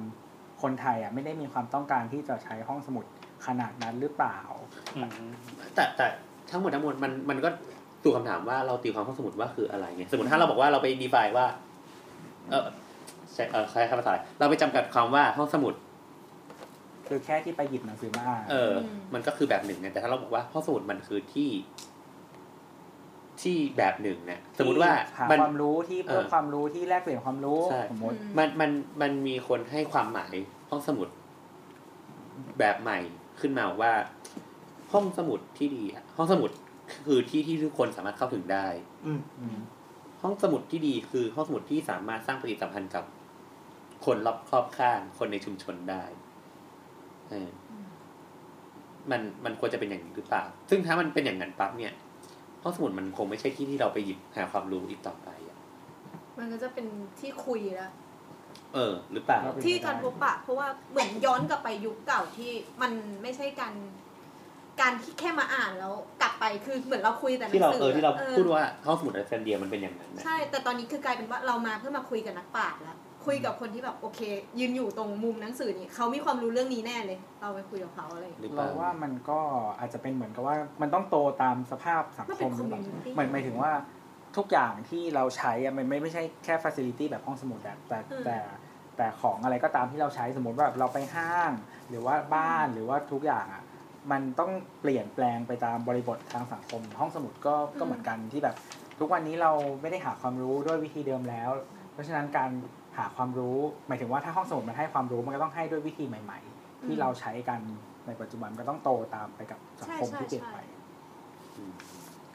คนไทยอ่ะไม่ได้มีความต้องการที่จะใช้ห้องสมุดขนาดนั้นหรือเปล่า แต่แต่ทั้งหมดทั้งมวลมันมันก็สู่คำถามว่าเราตีความห้องสมุดว่าคืออะไรไงสมมติถ้าเราบอกว่าเราไปดีไฟว่า เออใช้เออใช้คำภาษาอะไรเราไปจำกัดความว่าห้องสมุด คือแค่ที่ไปหยิบหนังสือมาอ่าน เอออ ม มันก็คือแบบหนึ่งไงแต่ถ้าเราบอกว่าห้องสมุดมันคือที่ ที่แบบหนึ่งเนี่ยสมมติว่า หา มัน ความรู้ที่เพิ่ม เออ ความรู้ที่แลกเปลี่ยนความรู้ ใช่ สมมติ มันมันมันมีคนให้ความหมายห้องสมุด แบบใหม่ขึ้นมาว่า ห้องสมุดที่ดีอะห้องสมุดคือที่ที่ทุกคนสามารถเข้าถึงได้ อืม อืม ห้องสมุดที่ดีคือห้องสมุดที่สามารถสร้างปฏิสัมพันธ์กับ คนรอบครอบข้าง คนในชุมชนได้เอออ ม มันมันควรจะเป็นอย่างนี้หรือเปล่า ซึ่งถ้ามันเป็นอย่างนั้นปั๊บเนี่ย ห้องสมุดมันคงไม่ใช่ที่ที่เราไปหยิบหาความรู้อีกต่อไปอะ มันก็จะเป็นที่คุยแล้ว เออ หรือเปล่า ที่การพบปะ เพราะว่าเหมือนย้อนกลับไปยุคเก่าที่มันไม่ใช่การการที่แค่มาอ่านแล้วกลับไปคือเหมือนเราคุยแต่หนังที่เรา สือ เออที่เรา ออ พูดว่าห้องสมุดอเซนเดียมันเป็นอย่างนั้นนะ ใช่ แต่ตอนนี้คือกลายเป็นว่าเรามาเพื่อมาคุยกับนักปราชญ์แล้วคุยกับคนที่แบบโอเค ยืนอยู่ตรงมุมหนังสือนี่เขามีความรู้เรื่องนี้แน่เลย เราไปคุยกับเขาอะไรอย่างเงี้ย หรือเป เรา ล่า ว่ามันก็อาจจะเป็นเหมือนกับว่ามันต้องโตตามสภาพสังคม มันเป็น หรือเปล่า community เหมือนหมายถึงว่าทุกอย่างที่เราใช้อะมันไม่ไม่ใช่แค่ฟัซิลิตี้แบบห้องสมุดอะแต่ อืม แต่แต่ของอะไรก็ตามที่เราใช้สมมติว่าแบบเราไปห้างหรือว่าบ้านหรือว่าทุกอย่างอะมันต้องเปลี่ยนแปลงไปตามบริบททางสังคม ห้องสมุดก็ก็เหมือนกันที่แบบ ทุกวันนี้เราไม่ได้หาความรู้ด้วยวิธีเดิมแล้ว เพราะฉะนั้นการหาความรู้ หมายถึงว่าถ้าห้องสมุดมันให้ความรู้มันก็ต้องให้ด้วยวิธีใหม่ ๆ ที่เราใช้กันในปัจจุบันก็ต้องโตตามไปกับสังคม ใช่ ที่เปลี่ยน ใช่ ไป อืม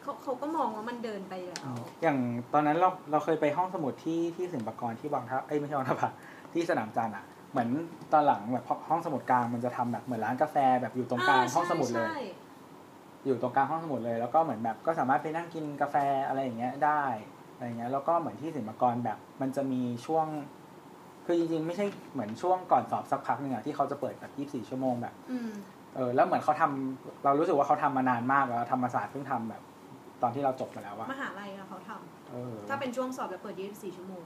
เขาเขาก็มองว่ามันเดินไปแล้ว อย่างตอนนั้นเราเราเคยไปห้องสมุดที่ที่สินปากรที่บางท่าเอ้ยไม่ใช่บางท่าผา ที่สนามจันทร์อ่ะ เหมือนตอนหลังแบบห้องสมุดกลางมันจะทำแบบเหมือนร้านกาแฟแบบอยู่ตรงกลางห้องสมุดเลย ใช่ อยู่ตรงกลางห้องสมุดเลยแล้วก็เหมือนแบบก็สามารถไปนั่งกินกาแฟอะไรอย่างเงี้ยได้อะไรอย่างเงี้ยแล้วก็เหมือนที่ศิลปากรแบบ มันจะมีช่วง คือจริงๆไม่ใช่เหมือนช่วงก่อนสอบสักพักหนึ่งอะที่เขาจะเปิดแบบ 24 ชั่วโมงแบบ อืม เออแล้วเหมือนเขาทำเรารู้สึกว่าเขาทำมานานมากแล้วธรรมศาสตร์เพิ่งทำแบบ ตอนที่เราจบมาแล้วอะ มหาลัยอะเขาทำ เออ ถ้าเป็นช่วงสอบจะเปิด 24 ชั่วโมง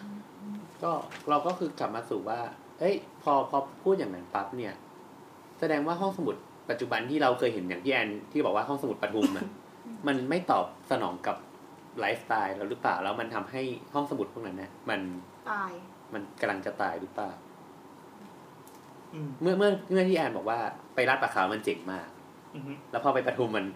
อืม ก็เราก็คือกลับมาสู่ว่า เอ้ย พอพอพูดอย่างนั้นปั๊บเนี่ย แสดงว่าห้องสมุดปัจจุบันที่เราเคยเห็นอย่างที่แอนที่บอกว่าห้องสมุดปทุมอ่ ะ มันไม่ตอบสนองกับไลฟ์สไตล์เราหรือเปล่าแล้วมันทำให้ห้องสมุดพวกนั้นเนี่ยมัน ตาย มันกำลังจะตายหรือเปล่า อืม เมื่อเมื่อเมื่อที่แอนบอกว่าไปรัดปลาขาวมันเจ๋งมาก อือฮึ แล้วพอไปปทุมมัน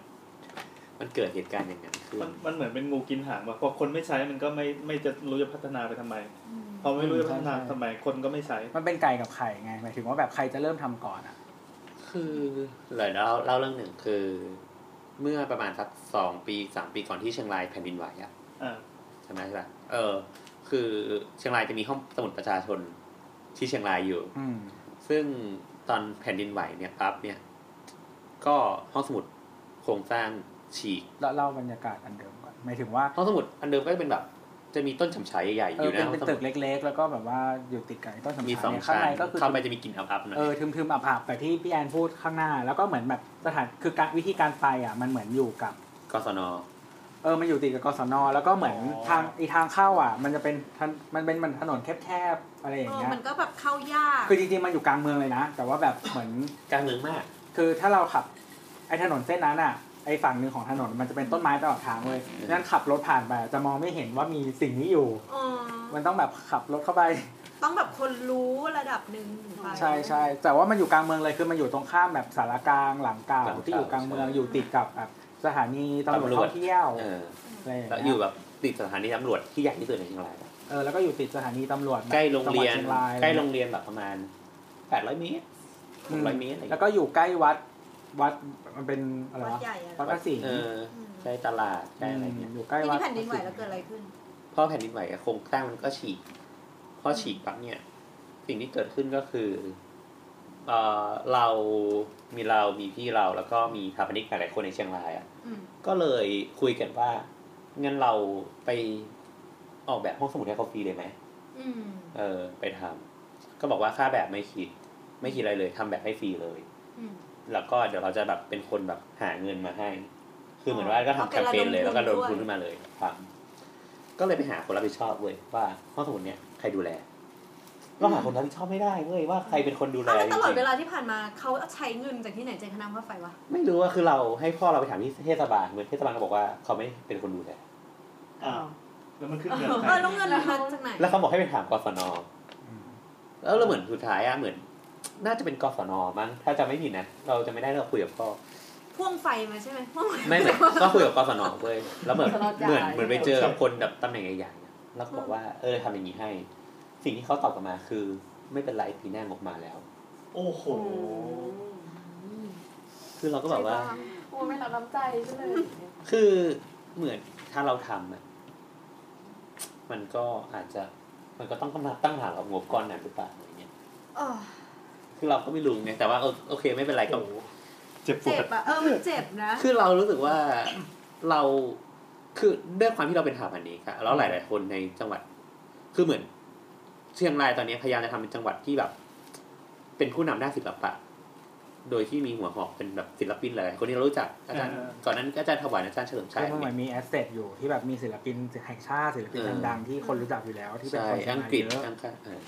มันเกิดเหตุการณ์อย่างนั้นขึ้น มันมันเหมือนเป็นงูกินหางว่ะพอคนไม่ใช้มันก็ไม่ไม่จะรู้จะพัฒนาไปทำไม อืม พอไม่รู้จะพัฒนา ใช่ใช่ ทำไมคนก็ไม่ใช้ มันเป็นไก่กับไข่ไงหมายถึงว่าแบบใครจะเริ่มทำก่อนอะ คือเลยเล่าเล่าเรื่องหนึ่งคือ เมื่อประมาณสักสองปีสามปีก่อนที่เชียงรายแผ่นดินไหวอะ อ่า ใช่ไหมใช่ปะเออ คือเชียงรายจะมีห้องสมุดประชาชนที่เชียงรายอยู่ อืม ซึ่งตอนแผ่นดินไหวเนี่ยปั๊บเนี่ย ก็ห้องสมุดโครงสร้างฉีก แล้วเล่าบรรยากาศอันเดิมก่อนหมายถึงว่า ห้องสมุดอันเดิมก็จะเป็นแบบ จะมีต้นฉำฉายใหญ่ๆ เอ อ อยู่ ห เป็น นะห้อง เป็น ส ตึ มุด กเล็ก ๆ แล้วก็แบบว่าอยู่ติดกับไอ้ต้นสำ มี ชา สอง เนี่ยชั้ข้างน ในก็คือ เข้าไปจะมีกลิ่นอับๆหน่อย เออทึมๆอับๆแบบที่พี่แอนพูดข้างหน้า แล้วก็เหมือนแบบสถานคือการวิธีการไปอ่ะมันเหมือนอยู่กับ กศน เออมันอยู่ติดกับกศนแล้วก็เหมือน อ๋อ ทางไอีทางเข้าอ่ะ มันจะเป็นถนนมันเป็นเหมือนถนนแคบๆอะไรอย่าง เออ เงี้ย มันก็แบบเข้ายาก คือจริงๆมันอยู่กลางเมืองเลยนะ แต่ว่าแบบเหมือน กลางเมืองมาก คือถ้าเราขับไอ้ถนนเส้นนั้นอ่ะไอ้ฝั่งหนึ่งของถนนมันจะเป็นต้นไม้ตลอดทางเลยนั้นขับรถผ่านไปจะมองไม่เห็นว่ามีสิ่งนี้อยู่ เออ มันต้องแบบขับรถเข้าไป ต้องแบบคนรู้ระดับหนึ่งถึงไป ใช่ใช่แต่ว่ามันอยู่กลางเมืองเลยคือมันอยู่ตรงข้ามแบบสารกลางหลังเก่า หลังเก่า ที่อยู่กลางเมือง ใช่ อยู่ติดกับแบบสถานีตำรวจ ตำรวจ ท่องเที่ยว เออ อะไรอย่าง แล้วอ เงี้ ยู่ ย แบบติดสถานีตำรวจที่ใหญ่ที่สุดในเชียงรายอะ เออแล้วก็อยู่ติดสถานีตำรวจแบบ ใกล้โรงเรียน จัหวัดชีงา ใกล้โรงเรียนแบบประมาณแปดร้อยเมตรหกร้อยเมตรอะไรอย่าง แล้ว เงี้ย ก็อยู่ใกล้วัดวัดมันเป็นอะไร วัด วะ ใหญ่อะ วัดพระสิงห์ เออ อืม ใกล้ตลาดใกล้อะไรเงี้ย อยู่ใกล้ ที วัด นี้แผ่นดินไหว พระสิงห์ แล้วเกิดอะไรขึ้น เพราะแผ่นดินไหวอะโครงสร้างมันก็ฉีกพอฉีกปั๊บเนี่ย สิ่งที่เกิดขึ้นก็คือเออเรามีเรามีพี่เราแล้วก็มีสถาปนิกหลายๆคนในเชียงรายอะ อืม ก็เลยคุยกันว่างั้นเราไปออกแบบห้องสมุดให้เขาฟรีเลยไหม อืม เออ ไปทำก็บอกว่าค่าแบบไม่คิด ไม่คิดอะไรเลยทำแบบให้ฟรีเลย อืม แล้วก็เดี๋ยวเราจะแบบเป็นคนแบบหาเงินมาให้ คือเหมือนว่าก็ทำ เอา แค ไป มเปดระม ญเลย ทุน แล้วก็ลงทุน ด้วย ขึ้นมาเลยครับก็เลยไปหาคนรับผิดชอบเว้ยว่าห้องสมุดเนี้ยใครดูแลก็หาคนรับผิดชอบไม่ได้เว้ยว่าใครเป็นคนดูแล อ้าวแล้วตลอด จ เว ริง ลาที่ผ่านมาเขาใช้เงินจากที่ไหนเจายค่าน้ำค่าไฟวะ ๆไม่รู้ว่าคือเราให้พ่อเราไปถามที่เทศบาลเหมือนเทศบาลก็บอกว่าเขาไม่เป็นคนดูแล อ้าวแล้วมันขึ้น เอ เงิน อ ใคร แล้วเงินมาจากไหน แล้วเขาบอกให้ไปถามกศน อืม แล้วเราเหมือนสุดท้ายอะเหมือน น่าจะเป็นกศนมั้งถ้าจะไม่ผิดนะเราจะไม่ได้เราคุยกับพ่อ พ่วงไฟมาใช่ไหมพ่วง ไม่เหมือนก็คุยกับกศนเว้ยแล้วเหมือน กศนจ่าย เหมือนเหมือนไปเจอกับคนแบบตำแหน่งใหญ่ๆอะแล้วก็บอกว่าเออทำอย่างนี้ให้ สิ่งที่เขาตอบกลับมาคือ ไม่เป็นไรปีหน้างบมาแล้ว โอ้โห คือเราก็บอกว่า โอ้ไม่รับน้ำใจใช่ไหม คือเหมือนถ้าเราทำอะมันก็อาจจะมันก็ต้องกำลังตั้งหากกับงบก้อนนั้นหรือเปล่าอะไรเงี้ย อ๋อ คือเราก็ไม่รู้ไงแต่ว่าเออโอเค ไม่เป็นไรก็ เจ็บปว เจ็ ด บอะเออมันเจ็บนะ คือเรารู้สึกว่าเราคือด้วยความที่เราเป็นสถาปนิกอะแล้วหลาย ๆ คนในจังหวัด คือเหมือน เชียงรายตอนนี้พยายามจะทำเป็นจังหวัดที่แบบ เป็นผู้นำด้านศิลปะ โดยที่มีหัวหอกเป็นแบบศิลปินหลายๆคนที่เรารู้จักอาจารย์ก่อนนั้นก็อาจารย์ถวายอาจารย์เฉลิมชั ใช่ ย มันเหมือนมีแอสเซทอยู่ที่แบบมีศิลปินแห่งชาติศิลปิน เออ ดังๆที่คนรู้จักอยู่แล้วที่เป็น ใช่ คนเชีย อังงราย กฤษ เยอะ อังกฤษเออ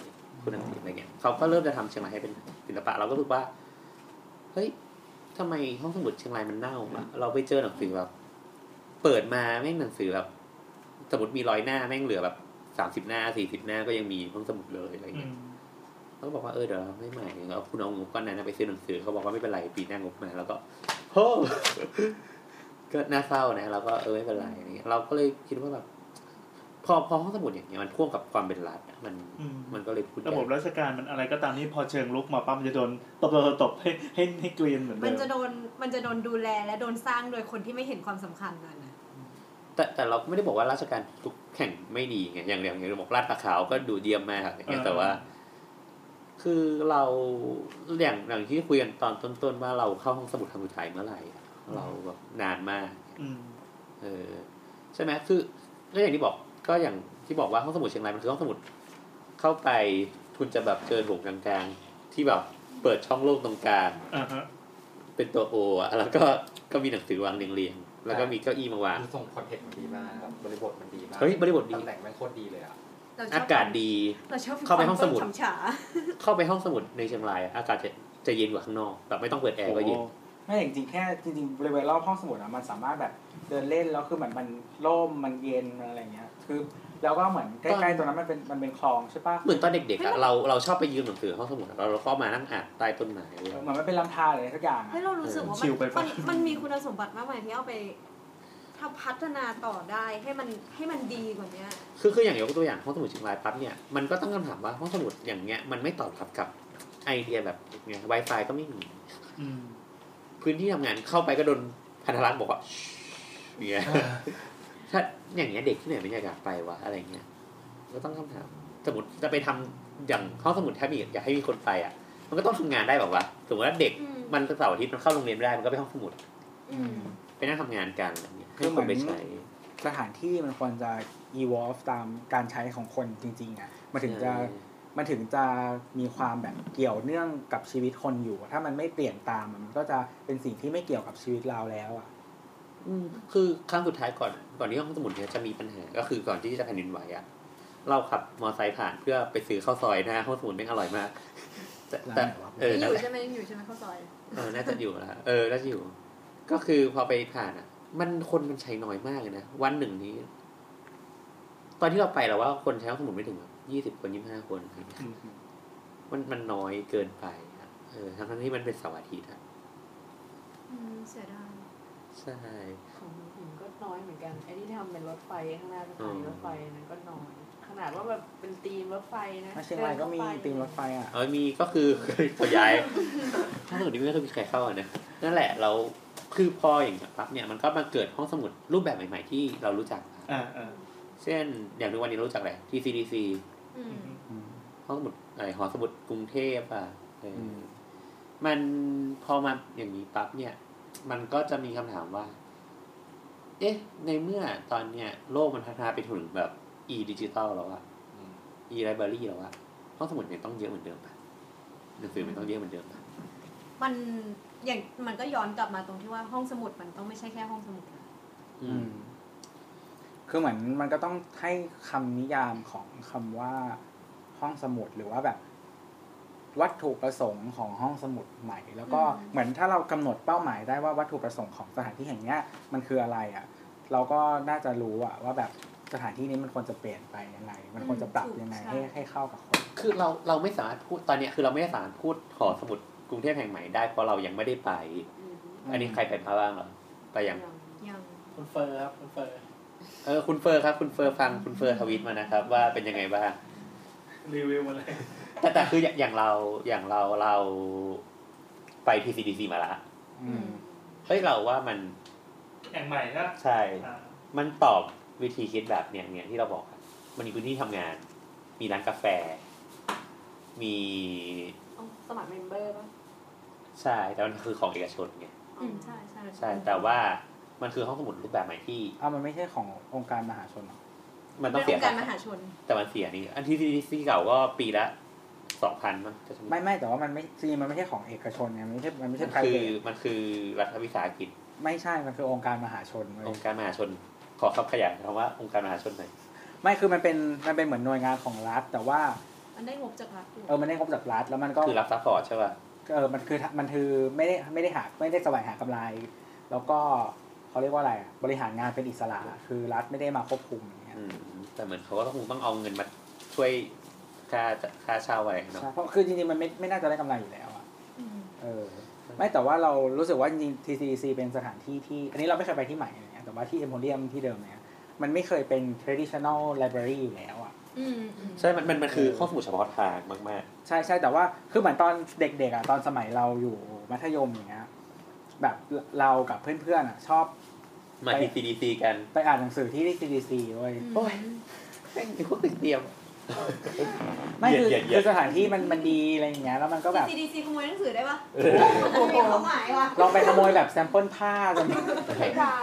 คนอังกฤษอะไรเงี้ยเขาก็เริ่มจะทำเชียงรายให้เป็นศิลปะ เราก็รู้สึกว่าเฮ้ยทำไมห้องสมุดเชียงรายมันเน่าอะเราไปเจอหนังสือแบบ เปิดมาแม่งหนังสือแบบสมมติมีร้อยหน้าแม่งเหลือแบบสามสิบหน้าสี่สิบหน้าก็ยังมีห้องสมุดเลยอะไร อื เงี้ย ม เขาก็บอกว่าเออเดี๋ยวเราไม่ใหม่เอาคุณเอางบก้อนนั้นนะไปซื้อหนังสือเขาบอกว่าไม่เป็นไรปีหน้างบมาแล้วก็โฮ้ ก็น่าเศร้านะเราก็เออไม่เป็นไรอะไรเงี้ยเราก็เลยคิดว่าแบบ พอพอห้องสมุดอย่างเงี้ยมันพ่วงกับความเป็นรัฐอะมัน อืม มันก็เลยพูดยาก ระบบราชการมันอะไรก็ตามที่พอเชิงลุกมาปั๊มจะโดนตบตบตบให้ให้ให้เกลียนเหมือนเดิ มัน ม จะโดนมันจะโดนดูแลและโดนสร้างโดยคนที่ไม่เห็นความสำคัญนั่นนะ แต่แต่เราก็ไม่ได้บอกว่าราชการทุกแห่งไม่ดีไงอย่างอย่างอย่างเราบอกราชประเขาวก็ดูเดียมมากอย่างเงี้ยแต่ว่า คือเราอย่างอย่างที่คุยกันตอนต้นๆว่าเราเข้าห้องสมุดทางอุทัยเมื่อไหร่อะเราแบบนานมาก อืม เออใช่ไหมคือก็อย่างที่บอกก็อย่างที่บอกว่าห้องสมุดเชียงรายมันคือห้องสมุดเข้าไปคุณจะแบบเจอโถงกลางๆ ที่แบบเปิดช่องโล่งตรงกลาง อ่าฮะ เป็นตัวโออะแล้วก็ก็มีหนังสือวางเรียงๆแล้วก็มีเก้าอี้มาวาง คือส่งคอนเทนต์มันดีมากครับบริบทมันดีมาก เฮ้ยบริบทดี ตำแหน่งแม่งโคตรดีเลยอ่ะ เราชอบ อากาศดี เราชอบ เข้าไปห้องสมุด ความฉ่ำฉา เข้าไปห้องสมุดในเชียงรายอะอากาศจะจะเย็นกว่าข้างนอกแบบไม่ต้องเปิดแอร์ก็เย็น ไม่จริงๆแค่จริงๆบริเวณรอบห้องสมุดอะมันสามารถแบบเดินเล่นแล้วคือเหมือนมันร่มมันเย็นมันอะไรอย่างเงี้ย คือ แล้วก็เหมือนใกล้ๆตรงนั้นมันเป็นมันเป็นคลองใช่ปะ เหมือนตอนเด็กๆอะเราเราชอบไปยืมหนังสือห้องสมุดแล้วเราก็มานั่งอ่านใต้ต้นไม้เว้ย เหมือนมันเป็นลำธารหรืออะไรสักอย่างอะ ให้ยเรารู้สึกว่า เออ มันมันมันมีคุณสมบัติมากมายที่เอาไปถ้าพัฒนาต่อได้ให้มันให้มันดีกว่าเนี้ย คือคืออย่างยกตัวอย่างห้องสมุดเชียงรายปั๊บเนี่ยมันก็ตั้งคำถามว่าห้องสมุดอย่างเงี้ยมันไม่ตอบรับกับไอเดียแบบเนี้ย Wi-Fi ก็ไม่มี อืม พื้นที่ทำงานเข้าไปก็โดนพันธรักษ์บอกว่า เนี่ยถ้าอย่างเงี้ยเด็กที่ไหนมันอยากอยากไปวะอะไรเงี้ยก็ต้องคำถามสมมติจะไปทำอย่างห้องสมุดถ้ามีอยากให้มีคนไปอ่ะ มันก็ต้องทำงานได้แบบว่าสมมติว่าเด็ก อืม มันเสาร์อาทิตย์มันเข้าโรงเรียนไม่ได้มันก็ไปห้องสมุด อืม ไปนั่งทำงานกันอะไรเงี้ยให้คนไปใช้ สถานที่มันควรจะ evolve ตามการใช้ของคนจริงๆอ่ะมันถึงจะมันถึงจะมีความแบบเกี่ยวเนื่องกับชีวิตคนอยู่ ถ้ามันไม่เปลี่ยนตามอะมันก็จะเป็นสิ่งที่ไม่เกี่ยวกับชีวิตเราแล้วอ่ะ อืมคือครั้งสุดท้ายก่อนก่อนที่ห้องสมุดเนี่ยจะมีปัญหาก็คือก่อนที่จะแผ่นดินไหวอะเราขับมอไซค์ผ่านเพื่อไปซื้อข้าวซอยหนะห้องสมุดไม่งอร่อยมาก แต่แต่ ร้านไหนวะ เออ ยังอ นั่น ยู่ แหละ ใช่ไหมยังอยู่ใช่ไหมข้าวซอย เออน่าจะอยู่ละเออน่าจะอยู่ ก็คือพอไปผ่านอะมันคนมันใช้น้อยมากเลยนะวันหนึ่งนี้ ตอนที่เราไปเราว่าคนใช้ห้องสมุดไม่ถึงยี่สิบคนยี่ห้าคน มันมันน้อยเกินไปอะเออทั้งๆที่มันเป็นเสาร์อาทิตย์อะ อืมเสียดาย ใช่ ของผมก็น้อยเหมือนกันไอ้ที่ทำเป็นรถไฟข้างหน้าสถานีรถไฟนั้นก็น้อย ขนาดว่าแบบเป็นตีมรถไฟนะ เชียงรายก็มี เดินเข้าไป ตีมรถไฟอ่ะ เออมีก็คือ ขยายห้องสมุดนี้ไม่เคยมีใครเข้าอะนะนั่นแหละเราคือพออย่างเงี้ยปั๊บเนี่ยมันก็มาเกิดห้องสมุดรูปแบบใหม่ ๆ ที่เรารู้จัก อ่าอ่า เช่น อย่างทุกวันนี้เรารู้จักอะไร TCDC อืม ห้องสมุดอะไรหอสมุดกรุงเทพอ่ะเอออ ม มันพอมาอย่างนี้ปั๊บเนี่ย มันก็จะมีคำถามว่า เอ๊ะ ในเมื่อตอนเนี้ยโลกมันพัฒนาไปถึงแบบ e ดิจิตอลแล้วอะ e library แล้วอะห้องสมุดมันต้องเยอะเหมือนเดิมปะหนังสือมันต้องเยอะเหมือนเดิมปะ มันอย่างมันก็ย้อนกลับมาตรงที่ว่าห้องสมุดมันต้องไม่ใช่แค่ห้องสมุดนะ อื อื ม มคือเหมือนมันก็ต้องให้คำนิยามของคำว่าห้องสมุดหรือว่าแบบ วัตถุประสงค์ของห้องสมุดใหม่ แล้วก็เหมือนถ้าเรากำหนดเป้าหมายได้ว่าวัตถุประสงค์ของสถานที่แห่งเนี้ยมันคืออะไรอ่ะ เราก็น่าจะรู้อ่ะ ว่าแบบสถานที่นี้มันควรจะเปลี่ยนไปยังไง มันควรจะปรับยังไงให้ให้เข้ากับคน คือเราเราไม่สามารถพูดตอนเนี้ยคือเราไม่สามารถพูดหอสมุดกรุงเทพแห่งใหม่ได้เพราะเรายังไม่ได้ไป อืม อันนี้ใครไปมาบ้างเหรอไปยัง ยัง คุณเฟอร์ครับคุณเฟอร์ เออคุณเฟอร์ครับ คุณเฟอร์ฟังคุณเฟอร์ทวิตมานะครับ ว่าเป็นยังไงบ้าง รีวิวมาเลย แต่แต่คืออย่างอย่างเราอย่างเราเราไป TCDC มาละ อืม เฮ้ยเราว่ามัน อย่างใหม่นะ ใช่ อ่า มันตอบวิธีคิดแบบเนี้ยเนี่ยที่เราบอกอะมันมีพื้นที่ทำงาน มีร้านกาแฟ มี ต้องสมัครเมมเบอร์ป่ะ ใช่แต่มันคือของเอกชนไง อืมใช่ใช่ ใช่ แต่ว่ามันคือห้องสมุดรูปแบบใหม่ที่ เอามันไม่ใช่ขององค์การมหาชนเหรอ มันต้ เป็ อนงเสี อย งค์การมหาชน แต่มันเสียนี่อันที่ TCDC เก่าก็ปีละสองพันมั้งจะจำ ไม่ไม่แต่ว่ามันไม่จริงๆมันไม่ใช่ของเอกชนไงมันไม่ใช่มันไม่ มั ใช่ นคื private อมันคือรัฐวิสาหกิจ ไม่ใช่ มันคือองค์การมหาชนเว้ย องค์การมหาชน ขอคำขยายคำว่าองค์การมหาชนหน่อย ไม่คือมันเป็นมันเป็นเหมือนหน่วยงานของรัฐ แต่ว่า มันได้งบจากรัฐอยู่ เออมันได้งบจากรัฐแล้วมันก็ คือรับซัพพอร์ตใช่ป่ะ เออมันคือมันคือไม่ได้ไม่ได้หาไม่ได้แสวงหากำไร แล้วก็เขาเรียกว่าอะไรอะบริหารงานเป็นอิสระ คือรัฐไม่ได้มาควบคุมอย่างเงี้ย อืม แต่เหมือนเขาก็คงต้องเอาเงินมาช่วยค่าค่าเช่าอะไรเนาะ ใช่เพราะคือจริงๆมันไม่ไม่น่าจะได้กำไรอยู่แล้วอะ อืม เออ ไม่แต่ว่าเรารู้สึกว่าจริงๆ TCDC เป็นสถานที่ที่ อันนี้เราไม่เคยไปที่ใหม่อะไรเงี้ยแต่ว่าที่เอ็มโพเรียมที่เดิมเนี่ยมันไม่เคยเป็น traditional library อยู่แล้วอะ อืมอืม ใช่ มันมันมันคือข้อสมุดเฉพาะทางมาก ใช่ใช่แต่ว่าคือเหมือนตอนเด็กๆอ่ะตอนสมัยเราอยู่มัธยมอย่างเงี้ยแบบเรากับเพื่อนๆอ่ะ ชอบ ๆ มา TCDC กัน ไปอ่านหนังสือที่ CDC เว้ย โอ้ยแม่งมีพวกติดเตรียม ไม่คือ เหยียดเหยียด คือสถานที่มันมันดีอะไรอย่างเงี้ยแล้วมันก็แบบ ซีดีซีขโมยหนังสือได้ปะมันมีความหมายว่ะ ลองไปขโมยแบบแซมเปิลผ้าจน ไม่ได้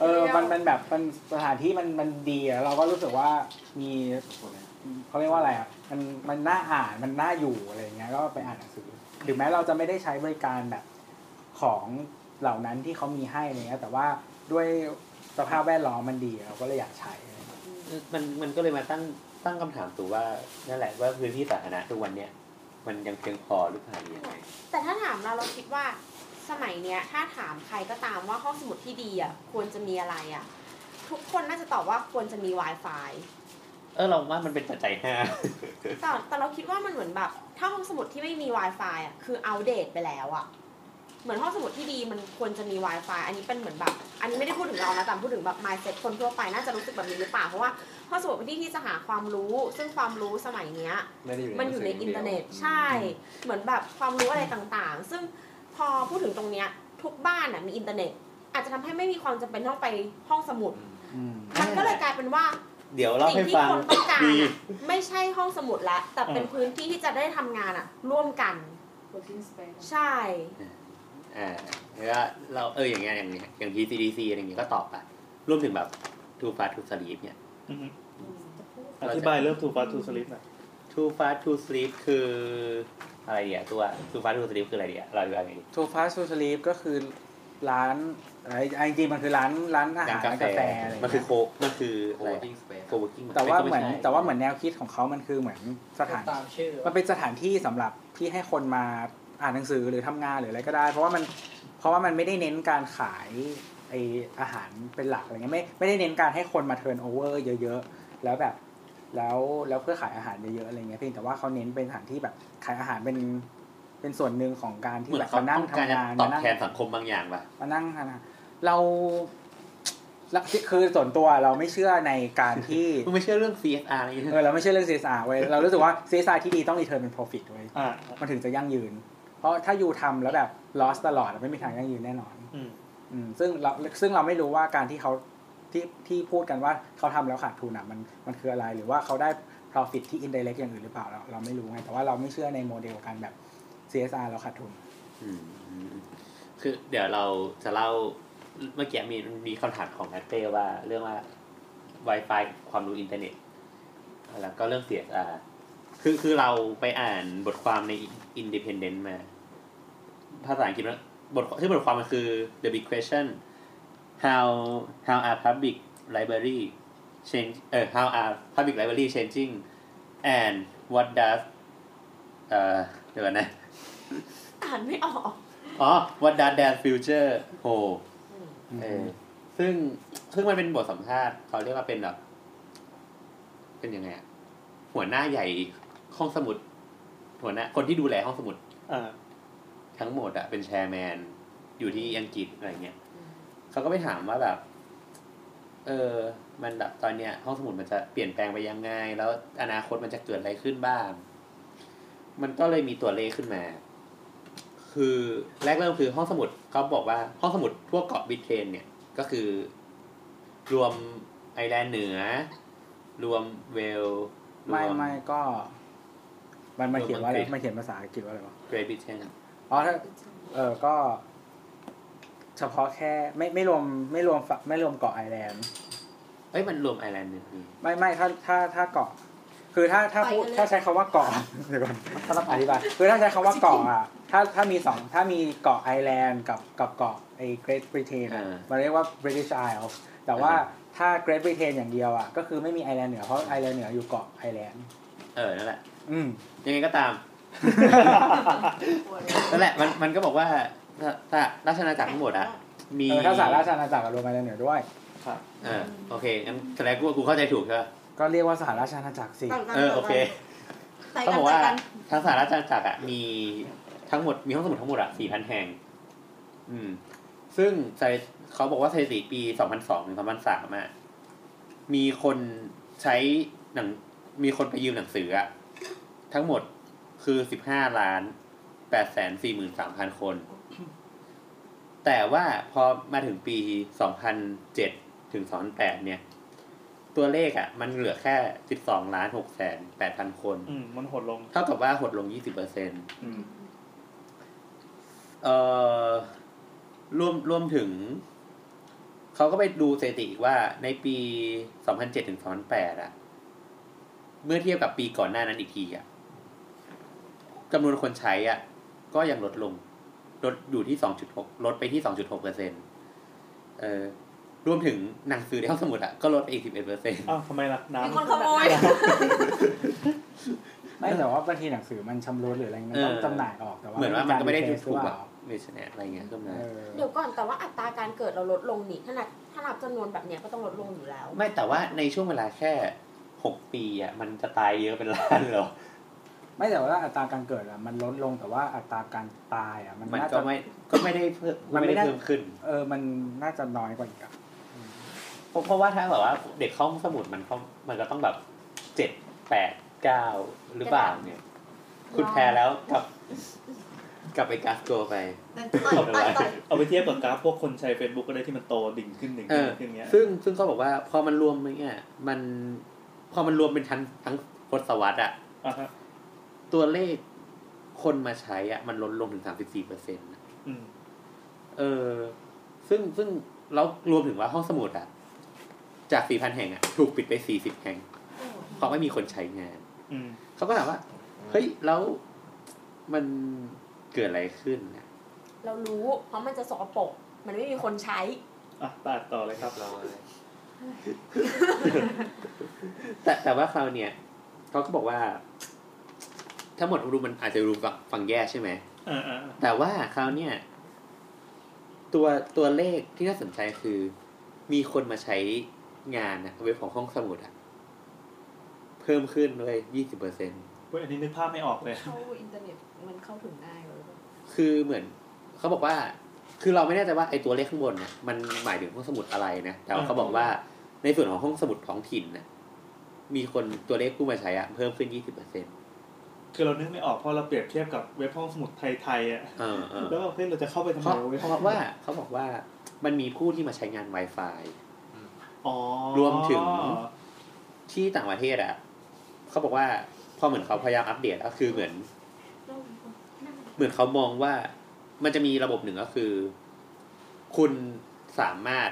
เออมันมันแบบมันสถานที่มันมันดีอ่ะเราก็รู้สึกว่ามีเขาเรียกว่าอะไรอ่ะมันมันน่าอ่านมันน่าอยู่อะไรอย่างเงี้ยก็ไปอ่านหนังสือถึงแม้เราจะไม่ได้ใช้บริการแบบ ของเหล่านั้นที่เขามีให้อะไรเงี้ยแต่ว่าด้วยสภาพแวดล้อมมันดีเราก็เลยอยากใช้อะไรเงี้ย มันมันก็เลยมาตั้งตั้งคำถามตัวว่านั่นแหละว่าพื้นที่สาธารณะทุกวันเนี้ยมันยังเพียงพอหรือเปล่าหรือยังไง แต่ถ้าถามเราเราคิดว่าสมัยเนี้ย ถ้าถามใครก็ตามว่าห้องสมุดที่ดีอ่ะควรจะมีอะไรอ่ะ ทุกคนน่าจะตอบว่าควรจะมี Wi-Fi เออเราว่ามันเป็นปัจจัยห้า แต่แต่เราคิดว่ามันเหมือนแบบ ถ้าห้องสมุดที่ไม่มี Wi-Fi อ่ะคืออัปเดตไปแล้วอ่ะเหมือนห้องสมุดที่ดีมันควรจะมี Wi-Fi อันนี้เป็นเหมือนแบบ อันนี้ไม่ได้พูดถึงเรานะแต่พูดถึงแบบ mindset คนทั่วไปน่าจะรู้สึกแบบนี้หรือเปล่าเพราะว่าห้องสมุดเป็นที่ที่จะหาความรู้ ซึ่งความรู้สมัยเนี้ย ไม่ได้อยู่ใน มันอยู่ใน หงสื อินเทอร์เน็ต ดียว ใช่ เหมือนแบบความรู้อะไรต่างๆ ซึ่งพอพูดถึงตรงเนี้ยทุกบ้านน่ะมีอินเทอร์เน็ต อาจจะทำให้ไม่มีความจำเป็นต้องไปห้องสมุด อืม มันก็เลยกลายเป็นว่า เดี๋ยวเล่า สิ่ ให้ งที่ ฟัง คนต้องการ ดี น่ะไม่ใช่ห้องสมุดละแต่เป็นพื้นที่ที่จะได้ทำงานอ่ะ ร่วมกัน working space ใช่ อ่าแล้วเราเอออย่างเงี้ยอย่างเงี้ยอย่าง TCDC อะไรอย่างเงี้ยก็ตอบไปรวมถึงแบบ Too Fast to Sleep เนี่ย อือฮึอ เราจะ ธิบายเริ่มถูกฟาทูสลิปนะ Too Fast to Sleep คืออะไรเดียวตัว Too Fast to Sleep คืออะไรเดียวเราดูอะไรดี โทฟาสูสลีปก็คือร้านอะไรจริงๆมันคือร้านร้านอาหารร้านกาแฟอะไรเงี้ย มันคือโคมันคือ โค อะไร เวกิ้งสเปซ โคเวิร์กิ้ง แต่ว่าเหมือนแต่ว่าเหมือนแนวคิดของเขามันคือเหมือนสถาน ตามชื่อ มันเป็นสถานที่สำหรับที่ให้คนมาอ่านหนังสือหรือทำงานหรืออะไรก็ได้ เพราะว่ามันเพราะว่ามันไม่ได้เน้นการขาย ไออาหารเป็นหลักอะไรเงี้ยไม่ไม่ได้เน้นการให้คนมาเทิร์นโอเวอร์เยอะๆ แล้วแบบแล้วแล้วเพื่อขายอาหารเยอะๆอะไรเงี้ยเพียงแต่ว่าเขาเน้นเป็นสถานที่แบบขายอาหารเป็นเป็นส่วนหนึ่งของการ เห ที่ มือ แบ น บ เขา มานั่ ต้ ง องการ ทำ จะ งาน ตอ มา บ นั่ง แทนสังคมบางอย่างป่ะ มานั่งทานอาหารเราแล้วคือส่วนตัวเราไม่เชื่อในการที่ มึงไม่เชื่อเรื่อง CSR อะไรอย่างเงี้ เออย เราไม่เชื่อเรื่อง CSR เว้ยเรารู้สึกว่า CSR ที่ดีต้อง return เป็น profit เว้ย อ่า มันถึงจะยั่งยืน เพราะถ้าอยู่ทำแล้วแบบ loss ตลอดไม่มีทางยั่งยืนแน่นอน อืม อืมซึ่งเราซึ่งเราไม่รู้ว่าการที่เขาที่ที่พูดกันว่าเขาทำแล้วขาดทุนอ่ะมันมันคืออะไรหรือว่าเขาได้ profit ที่ indirect อย่างอื่นหรือเปล่าเราเราไม่รู้ไงแต่ว่าเราไม่เชื่อในโมเดลการแบบ CSR เราขาดทุน อืมอืมคือเดี๋ยวเราจะเล่าเมื่อกี้มีมีคำถามของนัตเต้ว่าเรื่องว่า Wi-Fi กับความรู้อินเทอร์เน็ต แล้วก็เรื่อง CSR คือคือเราไปอ่านบทความใน Independent มา ภาษาอังกฤษมันบทที่บทความมันคือ The Big Question how how are public library change เออ how are public library changing and what does เอ่อเดี๋ยวก่อนนะ อ่านไม่ออก อ๋อ What Does That Future Hold เออซึ่งซึ่งมันเป็นบทสัมภาษณ์เขาเรียกว่าเป็นแบบเป็นยังไงอะหัวหน้าใหญ่ห้องสมุด หัวหน้า คนที่ดูแลห้องสมุด อ่า ทั้งหมดอะเป็นแชร์แมน อยู่ที่อังกฤษอะไรเงี้ยเขาก็ไปถามว่าแบบ เออ มันแบบตอนเนี้ย ห้องสมุดมันจะเปลี่ยนแปลงไปยังไง แล้วอนาคตมันจะเกิดอะไรขึ้นบ้าง มันก็เลยมีตัวเลขขึ้นมา คือแรกเริ่มคือห้องสมุดเขาบอกว่าห้องสมุดทั่วเกาะบริเทนเนี่ยก็คือ รวมไอร์แลนด์เหนือ รวมเวลส์ร ไม่ วม ไม่ก็ มันมันเขียนว่าอะไร รวมอังกฤษ มันเขียนภาษาอังกฤษว่าอะไรวะ เกรย์บริเทน อ๋อถ้าเออก็ เฉพาะแค่ไม่ไม่รวมไม่รวมฝั่งไม่รวมเกาะไอร์แลนด์ เอ้ยมันรวมไอร์แลนด์เหนือนี่ ไม่ไม่ถ้าถ้าถ้าเกาะ คือถ้าถ้าพูด ไปกันเลย ถ้าใช้คำว่าเกาะ เดี๋ยวก่อนต้องอธิบายคือถ้าใช้คำว่าเกาะอ่ะถ้าถ้ามีสองถ้ามีเกาะไอร์แลนด์กับกับเกาะไอเกรทบริเตนอ่ะมันเรียกว่า British Isles แต่ว่าถ้าเกรทบริเตนอย่างเดียวอ่ะก็คือไม่มีไอร์แลนด์เหนือเพราะไอร์แลนด์เหนืออยู่เกาะไอร์แลนด์ เออนั่นแหละ อืม ยังไงก็ตาม นั่นแหละมันมันก็บอกว่าถ้าถ้าราชอาณาจักรทั้งหมดอะมี เออถ้าสาราชอาณาจักรกับรวมไอร์แลนด์เหนือด้วย ครับ เออโอเคงั้นแสดงว่ากูเข้าใจถูกใช่ปะ ก็เรียกว่าสาราชอาณาจักรสิ ต่างกัน เออโอเค ต่างกัเขานต่าบอกว่าง กัน ทั้งสหราชอาณาจักรอะมีทั้งหมดมีห้องสมุดทั้งหมดอะสี่พันแห่ง อืม ซึ่งสถิเขาบอกว่าสถิติปีสองพันสองถึงสองพันสามอะมีคนใช้หนังมีคนไปยืมหนังสืออะทั้งหมดคือสิบห้าล้านแปดแสนสี่หมื่นสามพันคน แต่ว่าพอมาถึงปี 2007 ถึง 2008 เนี่ย ตัวเลขอะ่ะ มันเหลือแค่ 12ล้าน6แสน8,000 คน อืมมันหดลง เท่ากับว่าหดลง 20%เปอร์เซ็น อืม อ่อรวมรวมถึง เขาก็ไปดูสถิติอีกว่าในปี 2007 ถึง 2008 อ่ะ เมื่อเทียบกับปีก่อนหน้านั้นอีกทีอ่ะจำนวนคนใช้อ่ะ ก็ยังลดลง ลดอยู่ที่ 2.6 ลดไปที่ 2.6เปอร์เซ็นต์เออรวมถึงหนังสือในห้องสมุดอ่ะ ก็ลดไปอีก 11เปอร์เซ็นต์ อ้าวทำไมล่ะ มี น้ำ คนขโมย ไม่แต่ว่าบางทีหนังสือมันชำรุดหรืออะไรมันต้องจำหน่ายออกแต่ว่า เหมือนว่ามันก็ไม่ได้ถูก ถู ถูกกเป หรอ ล่าก ไม่ใช่เนี่ยอะไรเงี้ยขึ้นมา เออ เดี๋ยวก่อนแต่ว่าอัตราการเกิดเราลดลงนี่ถ้านับถ้านับจำนวนแบบเนี้ยก็ต้องลดลงอยู่แล้ว ไม่แต่ว่าในช่วงเวลาแค่ 6 ปีอ่ะ มันจะตายเยอะเป็นล้านเลยเหรอ ไม่แต่ว่าอัตราการเกิดอะมันลดลงแต่ว่าอัตราการตายอะมัน มัน น่า ก็ จะ ไม่ก็ไม่ได้เพิ่ม มันไม่ ไม่ได้ ได้ เพิ่มขึ้น เออมันน่าจะน้อยกว่าอีกอะ เพราะเพราะว่าถ้าแบบว่าเด็กเข้าห้องสมุดมันเขามันก็ต้องแบบเจ็ดแปดเก้าหรือเปล่าเนี่ย คุณแพ้แล้วกลับกลับไปกาสโกไป ต่อยต่อยต่อย เอาไปเทียบกับกราฟพวกคนใช้ Facebook ก็ได้ที่มันโตดิ่งขึ้นดิ่ง เอ ขึ้น อ ดิ่งขึ้นเงี้ย ซึ่งซึ่งเขาบอกว่าพอมันรวมเนี่ยมันพอมันรวมเป็นทั้งทั้งทศวรรษอะ อ่ะฮะ ตัวเลขคนมาใช้อะมันลดลงถึงสามสิบสี่เปอร์เซ็นต์ อืม เออ ซึ่งซึ่งแล้วรวมถึงว่าห้องสมุดอะจากสี่พันแห่งอะถูกปิดไปสี่สิบแห่ง เพราะไม่มีคนใช้งาน อืม เขาก็ถามว่า เฮ้ย แล้วมันเกิดอะไรขึ้นนะ เรารู้เพราะมันจะสกปรกมันไม่มีคนใช้ อ่ะตัดต่อเลยครับ เราแต่แต่ว่าคราวเนี่ยเขาก็บอกว่า ทั้งหมดรูมมันอาจจะรูมฝั่งฝั่งแย่ใช่ไหม อ่าอ่า แต่ว่าคราวเนี่ย ตัวตัวเลขที่น่าสนใจคือ มีคนมาใช้งานนะเว็บของห้องสมุดอะเพิ่มขึ้นด้วยยี่สิบเปอร์เซ็น เว้ยอันนี้นึกภาพไม่ออกเลย เข้าอินเทอร์เน็ตมันเข้าถึงง่ายเลย คือเหมือนเขาบอกว่า คือเราไม่แน่ใจว่าไอ้ตัวเลขข้างบนนะมันหมายถึงห้องสมุดอะไรนะแต่ว่าเขาบอกว่าในส่วนของห้องสมุดท้องถิ่นนะมีคนตัวเลขผู้มาใช้อะเพิ่มขึ้นยี่สิบเปอร์เซ็น คือเรานึกไม่ออกเพราะเราเปรียบเทียบกับเว็บห้องสมุดไทยๆอ่ะ เออเออ แล้วแบบเฮ้ยเราจะเข้าไปทำ เพ ไม ราะ วะว้ย เพราะว่าเขาบอกว่ามันมีผู้ที่มาใช้งาน Wi-Fi อ๋อ รวมถึง ที่ต่างประเทศอ่ะเขาบอกว่าพอเหมือนเขาพยายามอัปเดตก็คือเหมือน เหมือนเขามองว่ามันจะมีระบบหนึ่งก็คือ คุณสามารถ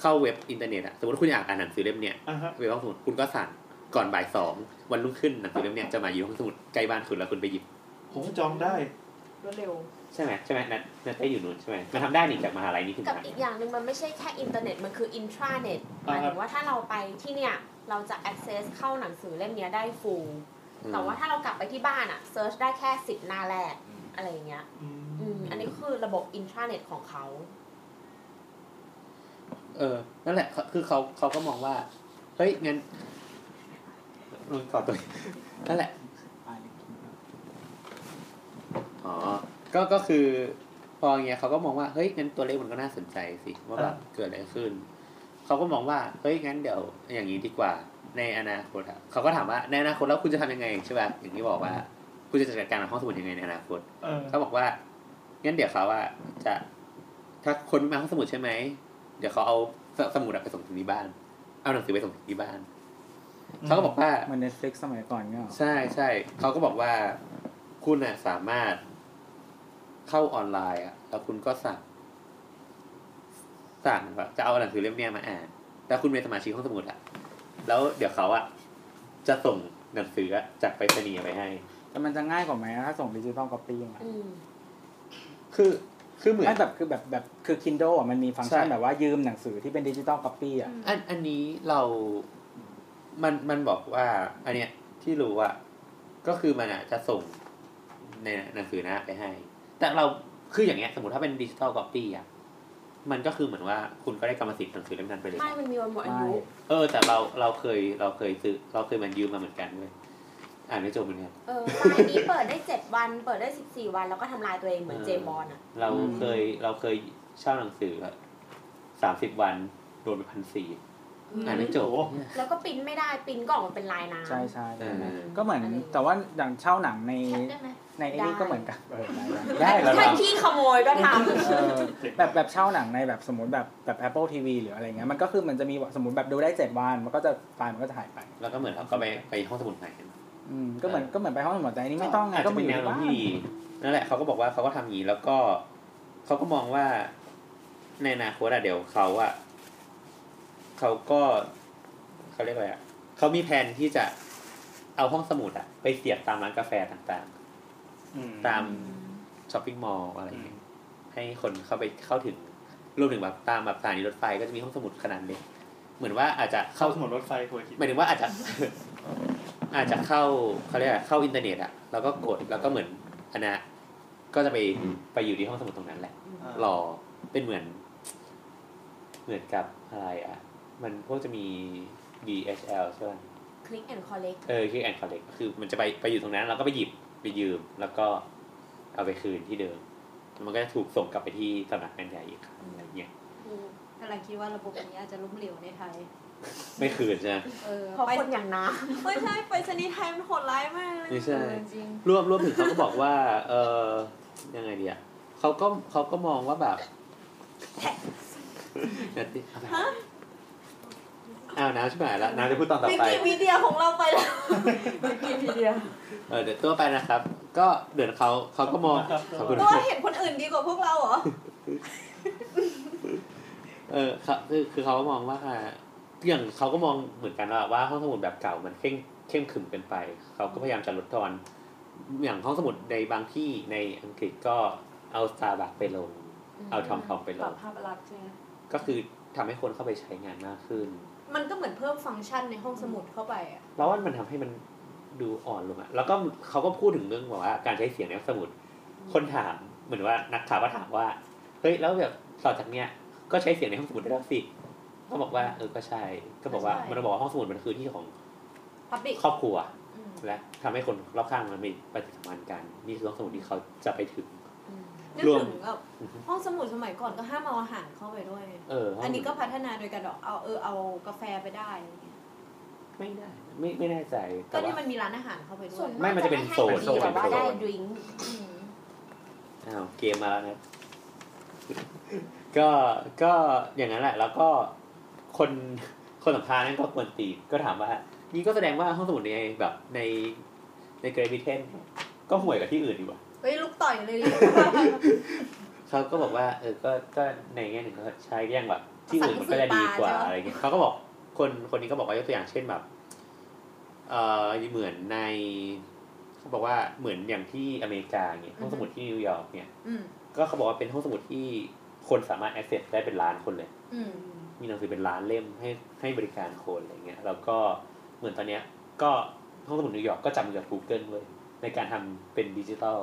เข้าเว็บอินเทอร์เน็ตอะสมมติคุณอยากอ่านหนังสือเล่มเนี้ย อ่ะฮะ เว็บห้องสมุดคุณก็สั่งก่อนบ่ายสองวันรุ่งขึ้นหนังสือเล่มเนี้ยจะมาอยู่ห้องสมุดใกล้บ้านคุณแล้วคุณไปหยิบ ผมจองได้ รวดเร็ว ใช่ไหมใช่ไหมนัดนัดได้อยู่นู่นใช่ไหมมันทำได้นี่จากมหาลัยนี่ถึง กับ มหาลัย อีกอย่างหนึ่งมันไม่ใช่แค่อินเทอร์เน็ต มันคืออินทราเน็ตหมายถึงว่าถ้าเราไปที่เนี่ย เราจะ access เข้าหนังสือเล่มเนี้ยได้ฟูลแต่ว่าถ้าเรากลับไปที่บ้านอะ search ได้แค่สิบหน้าแรก อืม อะไรอย่างเงี้ย อืม อืมอันนี้คือระบบอินทราเน็ตของเขา เออนั่นแหละเขาคือเขาเขาก็มองว่าเฮ้ยงั้นลงต่อตัวนั่นแหละ อ๋อ ก็ ก็คือ พออย่างเงี้ยเขาก็มองว่า เฮ้ย งั้นตัวเลขมันก็น่าสนใจสิ ว่าแบบเกิดอะไรขึ้น เขาก็มองว่า เฮ้ย งั้นเดี๋ยว อย่างนี้ดีกว่า ในอนาคตอะเขาก็ถามว่า ในอนาคตแล้วคุณจะทำยังไงใช่ป่ะ อย่างที่บอกว่า คุณจะจัดการกับห้องสมุดยังไงในอนาคต เออ เขาบอกว่า งั้นเดี๋ยวเขาว่าจะ ถ้าคนไม่มาห้องสมุดใช่ไหม เดี๋ยวเขาเอาสสมุดอะไปส่งถึงที่บ้าน เอาหนังสือไปส่งถึงที่บ้าน เขาก็บอกว่า มันเน็ตฟลิกสมัยก่อนเงี้ยเหรอ ใช่ใช่เขาก็บอกว่าคุณน่ะสามารถเข้าออนไลน์อะแล้วคุณก็สั่งสั่งแบบจะเอาหนังสือเล่มเนี้ยมาอ่านแล้วคุณเป็นสมาชิกห้องสมุดอะแล้วเดี๋ยวเขาอะจะส่งหนังสืออะจากไปรษณีย์ไปให้ แต่มันจะง่ายกว่าไหมถ้าส่งดิจิตอลก๊อปปี้มา อืม คือคือเหมือน ไม่แบบคือแบบแบบคือ Kindle อ่ะมันมีฟังก์ชัน ใช่ แบบว่ายืมหนังสือที่เป็นดิจิตอลก๊อปปี้อ่ะ อันอันนี้เรา มันมันบอกว่า อันเนี้ยที่รู้อะก็คือมันอะจะส่งในหนังสือหน้าไปให้ แต่เราคืออย่างเงี้ย สมมติถ้าเป็นดิจิทัลก๊อปปี้อะมันก็คือเหมือนว่าคุณก็ได้กรรมสิทธิ์หนังสือเล่มนั้นไปเลย ไม่มันมีวันหมดอายุ ไม่ เออ แต่เราเราเคยเราเคยซื้อเราเคยมันยืมมาเหมือนกันเว้ยอ่านไม่จบเหมือนกัน เออสมัยนี้เปิดได้เจ็ดวัน เปิดได้สิบสี่วัน แล้วก็ทำลายตัวเองเหมือนเจมส์บอลอ่ะ เราเคยเราเคยเช่าหนังสือสามสิบวันโดนไปพันสี่อ่านไม่จบ แล้วก็ปริ้นไม่ได้ปริ้นกล่องมันเป็นลายน้ำ ใช่ใช่ เออ ก็เหมือน อันนี้ แต่ว่าอย่างเช่าหนังในในไอ้นี่ ได้ ก็เหมือนกันเออ ได้ ได้ แล้ แล้ว ว เหรอ ถ้าที่ขโมยก็ท เออแบบแบบเช่าหนังในแบบสมมติแบบแบบ Apple TV หรืออะไรเงี้ยมันก็คือมันจะมีสมมติแบบดูได้เจ็ดวันมันก็จะไฟล์มันก็จะหายไป แล้วก็เหมือนเราก็ไปไปห้องสมุดใหม่ อืมก็เหมือนก็เหมือนไปห้องสมุดแต่อันนี้ไม่ต้องไง อาจ ก็ จะ มา เป็น อยู่ แนวโน้มที่บ้าน ที่ดีนั่นแหละเขาก็บอกว่าเขาก็ทำอย่างนี้แล้วก็เขาก็มองว่าในอนาคตอะเดี๋ยวเขาอะเขาก็เขาเรียกอะไรอะเขามีแผนที่จะเอาห้องสมุดอะไปเสียบตามร้านกาแฟต่าง อืม ๆ ตามช้อปปิ้งมอลล์อะไรอย่างเงี้ยให้คนเข้าไปเข้าถึงรวมถึงแบบตามแบบสถานีรถไฟก็จะมีห้องสมุดขนาดเล็กเหมือนว่าอาจจะ เข้า เข้า สมุดรถไฟคุยคิด หมายถึงว่าอาจจะ อาจจะเข้าเขาเรียกอะไรเข้าอินเทอร์เน็ตอะแล้วก็กดแล้วก็เหมือนอันนะก็จะไปไปอยู่ที่ห้องสมุดตรงนั้นแหละ รอเป็นเหมือน เหมือนกับอะไรอะมันพวกจะมี DHL ใช่ไหม ำค ลิกแอนคอลเลก เออคือแอนคอลเลกคือมันจะไปไปอยู่ตรงนั้น แล้วก็ไปหยิบไปยืม แล้วก็เอาไปคืนที่เดิม มันก็จะถูกส่งกลับไปที่สำนักงานใหญ่อีกครั้งอะไรเงี้ย กำลังคิดว่าระบบนี้อาจจะล้มเหลวในไทย ไม่คืนใช่ไหม เออ เพราะ ไป คนอย่างน้ ไม่ใช่ไปสนีย์ไทยมันโหดร้ายมากเลย ไม่ใช่ เออจริง รวมรวมถึงเขาก็บอกว่า เออยังไงดีอ่ะเขาก็เขาก็มองว่าแบบเดี๋ยวดิเอาไปอ้าวน้ำใช่ไหมละน้ำจะพูดตอนต่อ วิ ไป กิ พีเดียของเราไปแล้ว เออเดี๋ยวตัวไปนะครับ ก็เดี๋ยวเขาเขาก็มองขอบคุณ ตัวเห็นคนอื่นดีกว่าพวกเราเหรอ เออเขาคือคือเขาก็มองว่าอย่างเขาก็มองเหมือนกันว่าว่าห้องสมุดแบบเก่ามันเข้มเข้มขรึมเกินไป เขาก็พยายามจะลดทอน อย่างห้องสมุดในบางที่ในอังกฤษก็เอาสตาร์บัคไปลง เอาทอมทอมไปล ปรับ ง ภาพลักษณ์ใช่ไหม ก็คือทำให้คนเข้าไปใช้งานมากขึ้น มันก็เหมือนเพิ่มฟังก์ชันในห้องสมุดเข้าไปอ่ะ เราว่ามันทำให้มันดูอ่อนลงอะแล้วก็เขาก็พูดถึงเรื่องแบบว่าการใช้เสียงในห้องสมุด คนถามเหมือนว่านักข่าวก็ถามว่า เฮ้ยแล้วแบบ ต่อจากเนี้ยก็ใช้เสียงในห้องสมุดได้แล้วสิก็บอกว่าเออก็ใช่ ก็บอกว่า ก็ใช่ มันบอกว่าห้องสมุดมันคือที่ของ พับบิก ครอบครัว และทำให้คนรอบข้างมันมีปฏิสัมพันธ์กัน นี่คือห้องสมุดที่เขาจะไปถึง นึก รวม ถึงแบบห้องสมุดสมัยก่อนก็ห้ามเอาอาหารเข้าไปด้วย เออห้งสมุด อันนี้ก็พัฒนาโดยการเอาเออเอากาแฟไปได้อะไรเงี้ย ไม่ได้ ไม่ไม่แน่ใจ ก็ แต่ว่า ที่มันมีร้านอาหารเข้าไปด้ ส่ ว วย น ไม่มันจะเป็นโซน ให้ฟรีแต่ว่าได้ดริงก์ อืม อ้าวเกมมาแล้วนะ ก็ก็อย่างนั้นแหละ แล้วก็คนคนสัมภาษณ์นั่นก็ควรตีนก็ถามว่า นี่ก็แสดงว่าห้องสมุดในแบบในในเกรบิเทนก็ห่วยกว่าที่อื่นดีกว่า เฮ้ยลูกต่อยเลยดิ เขาก็บอกว่า เออก็ก็ในแง่หนึ่งก็ใช้ก็ยังแบบที่อื่นมันก็จะดีกว่า ภาษาอังกฤษปลาใช่ปะ อะไรเงี้ยเขาก็บอกคนคนนี้ก็บอกว่ายกตัวอย่างเช่นแบบ เออเหมือนในเขาบอกว่าเหมือนอย่างที่อเมริกาเนี่ยห้องสมุดที่นิวยอร์กเนี่ย อืม ก็เขาบอกว่าเป็นห้องสมุดที่คนสามารถ access ได้เป็นล้านคนเลย อืม มีหนังสือเป็นล้านเล่มให้ให้บริการคนอะไรเงี้ย แล้วก็เหมือนตอนเนี้ยก็ห้องสมุดนิวยอร์กก็จับมือกับ Google เว้ยในการทำเป็นดิจิทัล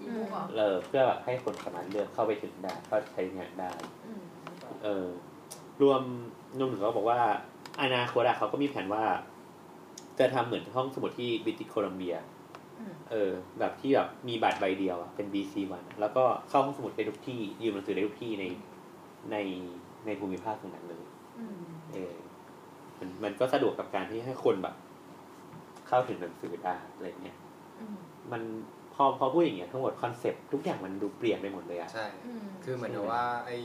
อีบุ๊กเหรอ เออเพื่อแบบให้คนสามารถเลือกเข้าไปถึงได้เข้าใช้งานได้ อืม เออรวมรวมถึงเขาบอกว่าอนาคตอะเขาก็มีแผนว่า จะทำเหมือนห้องสมุดที่บิติโคลัมเบีย อืม เออแบบที่แบบมีบัตรใบเดียวอะเป็น BC วันอะแล้วก็เข้าห้องสมุดได้ทุกที่ยืมหนังสือได้ทุกที่ในในในภูมิภาคตรงนั้นเลย อืม เออมันมันก็สะดวกกับการที่ให้คนแบบ เข้าถึงหนังสือได้อะไรเงี้ย อืม มันพอพอพูดอย่างเงี้ยทั้งหมดคอนเซปต์ทุกอย่างมันดูเปลี่ยนไปหมดเลยอะ ใช่ อืม คือเหมือนกับว่าไอ้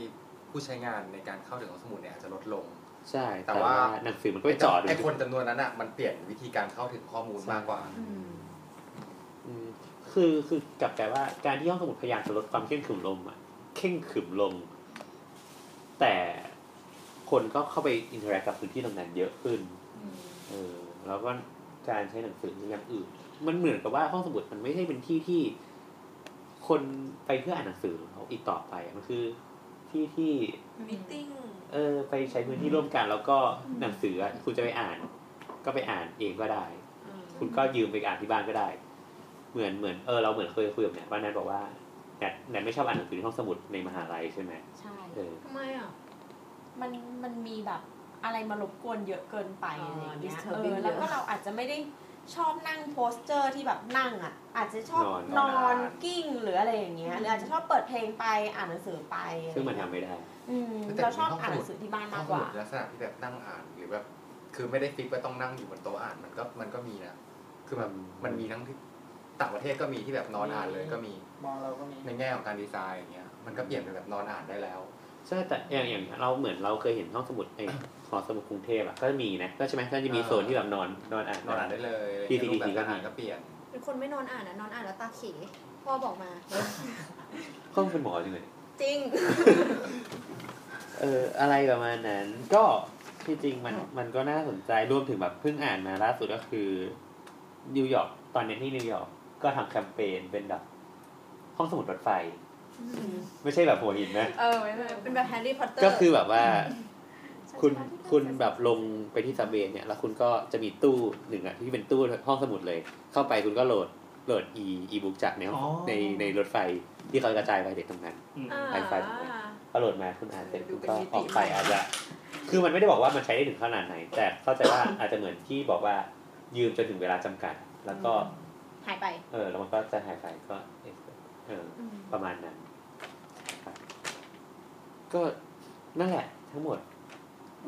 ผู้ใช้งานในการเข้าถึงของสมุดเนี่ยอาจจะลดลง ใช่ แต่ แต่ ว่า ว่าหนังสือมันก็ไปจอด ไอ้คนจำนวนนั้นอ่ะมันเปลี่ยนวิธีการเข้าถึงข้อมูลมากกว่า อืม อืมคือคือกลับกลายว่าการที่ห้องสมุดพยายามจะลดความเข้มขรึมลงอะเข้มขรึมลง แต่คนก็เข้าไปอินเทอร์แอคกับพื้นที่ตรงนั้นเยอะขึ้น อืม เออแล้วก็การใช้หนังสืออย่างอื่น มันเหมือนกับว่าห้องสมุดมันไม่ใช่เป็นที่ที่ คนไปเพื่ออ่านหนังสือเขาอีกต่อไปมันคือที่ที่ มิทติ้ง เออ ไปใช้พื้นที่ร่วมกัน แล้วก็หนังสืออะคุณจะไปอ่าน ก็ไปอ่านเองก็ได้ เออ คุณก็ยืมไปอ่านที่บ้านก็ได้ เหมือนเหมือนเออเราเหมือนเคยคุยกับเนี่ยว่านัทบอกว่าแนทแนทไม่ชอบอ่านหนังสือที่ห้องสมุดในมหาลัยใช่ไหม ใช่ เออ ทำไมอ่ะ มันมันมีแบบอะไรมารบกวนเยอะเกินไป อ๋ออ อะไรอย่างเงี้ย disturbing เออแล้วก็ เยอะ เราอาจจะไม่ได้ชอบนั่งโพสเจอร์ที่แบบนั่งอ่ะ อาจจะชอบ นอนนนอ อน น กิ้งหรืออะไรอย่างเงี้ยหรืออาจจะชอบเปิดเพลงไปอ่านหนังสือไปอะไร ซึ่งมัน อ ทำ ย่างเงี้ย ไม่ได้ อืมเราชอบอ่านหนังสือที่บ้าน ห้ มา อก งสมุกว่า ดลักษณะที่แบบนั่งอ่านหรือแบบคือไม่ได้ฟิกว่าต้องนั่งอยู่บนโต๊ะอ่านมันก็มันก็มีนะคือแบบมันมีทั้งที่ต่างประเทศก็มีที่แบบนอนอ่านเลยก็มี มองเราก็มี ในแง่ของการดีไซน์อย่างเงี้ยมันก็เปลี่ยนเป็นแบบนอนอ่านได้แล้ว ใช่แต่อย่างอย่างเราเหมือนเราเคยเห็นห้องสมุดไอ้หอสมุดกรุงเทพอะก็มีนะก็ใช่ไหมก็จะมี เออ โซนที่แบบนอนนอนอ่าน นอนอ่านได้เลย ที่ที่ รูปแบ ที่ บ ก็ การ มี อ่านก็เปลี่ยน เป็นคนไม่นอนอ่านอ่ะนอนอ่านแล้วตาเขพ่อบอกมา ก็เป็นหมอจริงเลย จริง เอออะไรประมาณนั้น ก็ที่จริงมันมันก็น่าสนใจรวมถึงแบบเพิ่งอ่านมาล่าสุดก็คือนิวยอร์กตอนนี้ที่นิวยอร์กก็ทำแคมเปญเป็นแบบห้องสมุดรถไฟ ไม่ใช่แบบหัวหินนะ เออไม่ไม่ เป็นแบบแฮร์รี่พอตเตอร์ ก็คือแบบว่า คุณคุณแบบลงไปที่ซับเวย์เนี่ยแล้วคุณก็จะมีตู้หนึ่งอะที่เป็นตู้ห้องสมุดเลย เข้าไปคุณก็โหลดโหลดอีอีบุ๊กจากในห้อง อ๋อ ในในรถไฟที่เขากระจายไปเด็กตรงนั้น อ่า ไอไฟ ก็โหลดมาคุณอ่านเสร็จคุณก็ ออกไปอาจจะคือมันไม่ได้บอกว่ามันใช้ได้ถึงขนาดไหน แต่เข้าใจว่า อาจจะเหมือนที่บอกว่ายืมจนถึงเวลาจำกัด แล้วก็ หายไป เออแล้วมันก็จะหายไปก็เออ อืม ประมาณนั้นครับก็นั่นแหละ ทั้งหมด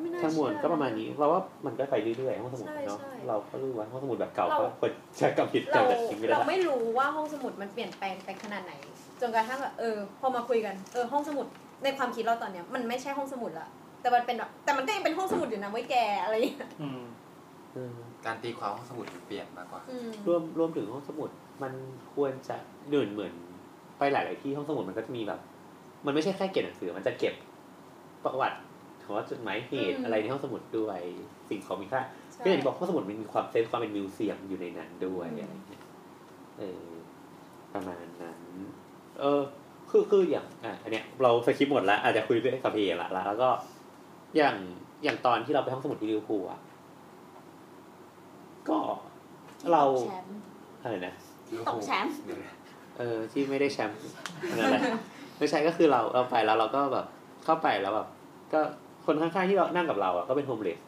ไน่า ทั้งมวล เชื่อ ก็ประมาณนี้เราว่ามันก็ไปเรื่อยๆห้องสมุดเนาะ ใช่ใช่ เราก็รู้ว่าห้องสมุดแบบเก่า เรา ก็ควรจะกำผิด เรา จำแบบทิ้งไม่ได้ เราไม่รู้ว่าห้องสมุดมันเปลี่ยนแปลงไปขนาดไหน จนกระทั่งแบบเออ พอมาคุยกันเออห้องสมุดในความคิดเราตอนเนี้ยมันไม่ใช่ห้องสมุดละแต่มันเป็นแบบแต่มันก็ยังเป็นห้องสมุดอยู่นะไว้ยแกอะไรอย่างเงี้ย อืม เออ การตีความของสมุดมันเปลี่ยนมากกว่า อืม รวมรวมถึงห้องสมุด มันควรจะเดินเหมือนไปหลายๆที่ห้องสมุดมันก็จะมีแบบ มันไม่ใช่แค่เก็บหนังสือ มันจะเก็บประวัติของว่าจุดหมายเหตุอะไรในห้องสมุดด้วยสิ่งของมีค่า ใช่ ก็อย่างที่บอกห้องสมุดมันมีความเซนส์ความเป็นมิวเซียมอยู่ในนั้นด้วยอะไรเงี้ยเออประมาณนั้น เออคือคืออย่างอ่ะอันเนี้ยเราสคริปต์หมดแล้วอาจจะคุยเรื่องกับเพละละแล้วก็อย่างอย่างตอนที่เราไปห้องสมุดที่ลิเวอร์พูลอ่ะก็เรา แชมป์ อะไรนะ ที่ตกแชมป์ เออที่ไม่ได้แชมป์นั่นแหละไม่ใช่ก็คือเราเราไปแล้วเราก็แบบ เข้าไปแล้วแบบก็คนข้างๆที่เรานั่งกับเราอ่ะก็เป็นโฮมเลส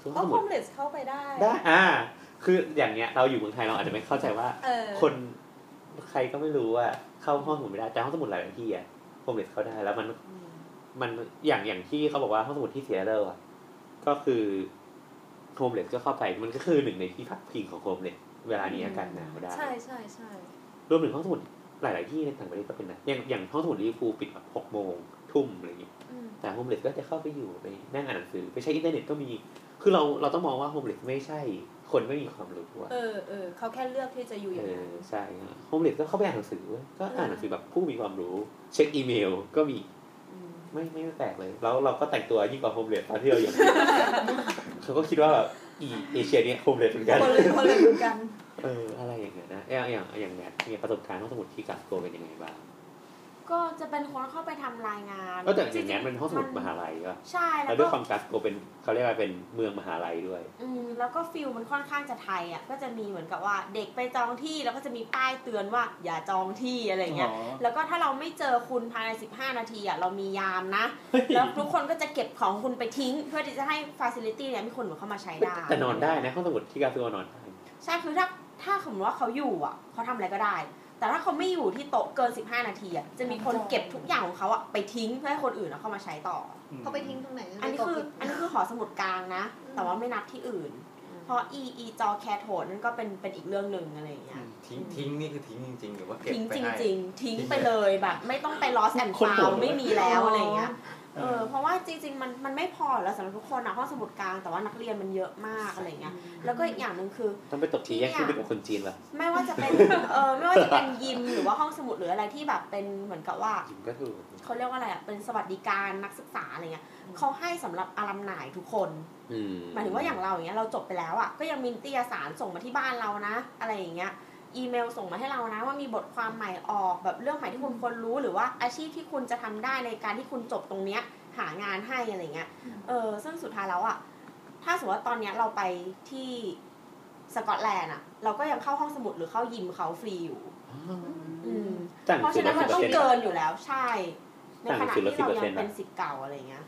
คือ ก็ เขาห โฮ มด มเลสเข้าไปได้ ได้อ่า คืออย่างเงี้ย เราอยู่เมืองไทยเราอาจจะไม่เข้าใจว่า เออ คนใครก็ไม่รู้ว่าเข้าห้องสมุดไม่ได้แต่ห้องสมุดหลายๆที่อ่ะโฮมเลสเข้าได้แล้วมันมันอย่างอย่างที่เขาบอกว่าห้องสมุดที่เซียเรลอ่ะก็คือโฮมเลสก็เข้าไปมันก็คือหนึ่งในที่พักพิงของโฮมเลสเวลานี้อากาศหนาวได้ ใช่ใช่ใช่ รวมถึงห้องสมุดหลาย ๆ ที่ในต่างประเทศก็เป็นนะอย่างอย่างห้องสมุดลิเวอร์พูลปิดแบบหกโมงทุ่มอะไรอย่างเงี้ย อืม แต่โฮมเลสก็จะเข้าไปอยู่ไปนั่งอ่านหนังสือไปใช้อินเทอร์เน็ตก็มี คือเราเราต้องมองว่าโฮมเลสไม่ใช่ คนไม่มีความรู้อะ เออเออเขาแค่เลือกที่จะอยู่อ เอย่าง นั้น อใช่โฮมเลสก็เข้าไปอ่านหนังสือเว้ยก็อ่านหนังสือแบบผู้มีความรู้ เช็คอีเมลก็มีไม่ไม่ไม่แปลกเลยแล้วเราก็แต่งตัวยิ่งกว่าโฮมเลสตอนที่เรา อยู่ เขาก็คิดว่าแบบอีเอเชียเนี่ยโฮมเลสเหมือนกัน คนเลยคนเลยเหมือนกัน เอออะไรอย่างเงี้ยนะอย่างอย่างอย่างเนี้ยมีประสบการณ์ห้องสมุดที่กาสโกเป็นยังไงบ้าง ก็จะเป็นคนเข้าไปทำรายงาน ก็แต่อย่างนั้นมันห้องสมุดมหาลัยก็ ใช่แล้ แล้ว ว ด้ ก็ วยความกัสโกเป็นเขาเรียกว่าเป็นเมืองมหาลัยด้วย อืมแล้วก็ฟิลมันค่อนข้างจะไทยอ่ะก็จะมีเหมือนกับว่าเด็กไปจองที่แล้วก็จะมีป้ายเตือนว่าอย่าจองที่อะไรเงี้ยแล้วก็ถ้าเราไม่เจอคุณภายใน 15 นาทีอ่ะเรามียามนะ แล้วทุกคนก็จะเก็บของคุณไปทิ้ง เพื่อที่จะให้ฟาซิลิตี้เนี่ยมีคนเข้ามาใช้ได้ แต่นอนได้นะห้องสมุดที่กาสโกนอนได้ ใช่คือถ้าถ้าสมมติว่าเขาอยู่อ่ะเขาทำอะไรก็ได้ แต่ถ้าเขาไม่อยู่ที่โต๊ะเกิน 15 นาทีอ่ะจะมีคนเก็บทุกอย่างของเขาอ่ะไปทิ้งเพื่อให้คนอื่นเอาเข้ามาใช้ต่อ เขาไปทิ้งตรงไหน อันนี้คืออันนี้คือหอสมุดกลางนะ แต่ว่าไม่นับที่อื่น เพราะอีอีจอแคโทนนั่นก็เป็นเป็นอีกเรื่องหนึ่งอะไรอย่างเงี้ย ทิ้งทิ้งนี่คือทิ้งจริงๆหรือว่าเก็บ ทิ้ง ไป จริง ให้ จริงๆทิ้งไปเลยแบบ ไม่ต้องไปลอสแอนด์ คน ฟา โห ว ดเลย ไม่มีแล้วอะไรอย่างเงี้ย เอ เออ อ เพราะว่าจริง ๆ มันมันไม่พอแล้วสำหรับทุกคนนะห้องสมุดกลางแต่ว่านักเรียนมันเยอะมากอะไรอย่างเงี้ยแล้วก็อีกอย่างหนึ่งคือ ต้องไปตบทีแย่งขึ้นไปกับคนจีนเหรอ ไม่ว่าจะ เป็นเออไม่ว่าจะเป็นยิมหรือว่าห้องสมุดหรืออะไรที่แบบเป็นเหมือนกับว่า ยิมก็ถูก เขาเรียกว่าอะไรอ่ะ เป็นสวัสดิการนักศึกษาอะไรเงี้ยเขาให้สำหรับอารัมนายทุกคน อืม หมายถึงว่าอย่างเราอย่างเงี้ยเราจบไปแล้วอ่ะก็ยังมีนิตยสารส่งมาที่บ้านเรานะ อะไรอย่างเงี้ยอีเมลส่งมาให้เรานะ ว่ามีบทความใหม่ออกแบบเรื่องใหม่ที่คุณควรรู้หรือว่าอาชีพที่คุณจะทำได้ในการที่คุณจบตรงเนี้ยหางานให้อะไรเงี้ยเออซึ่งสุดท้ายแล้วอ่ะถ้าสมมติว่าตอนเนี้ยเราไปที่สกอตแลนด์อ่ะเราก็ยังเข้าห้องสมุดหรือเข้ายิมเขาฟรีอยู่อืม ต่าง เพราะ สิบ ฉะนั้น สิ มั บ น เปอ ต้ร์เซ็นต์องเกินอยู่แล้วใช่ ในขณะที่ ต่าง เรา กัน10% ยังเป็น นะ สิทธิ์เก่าอะไรเงี้ย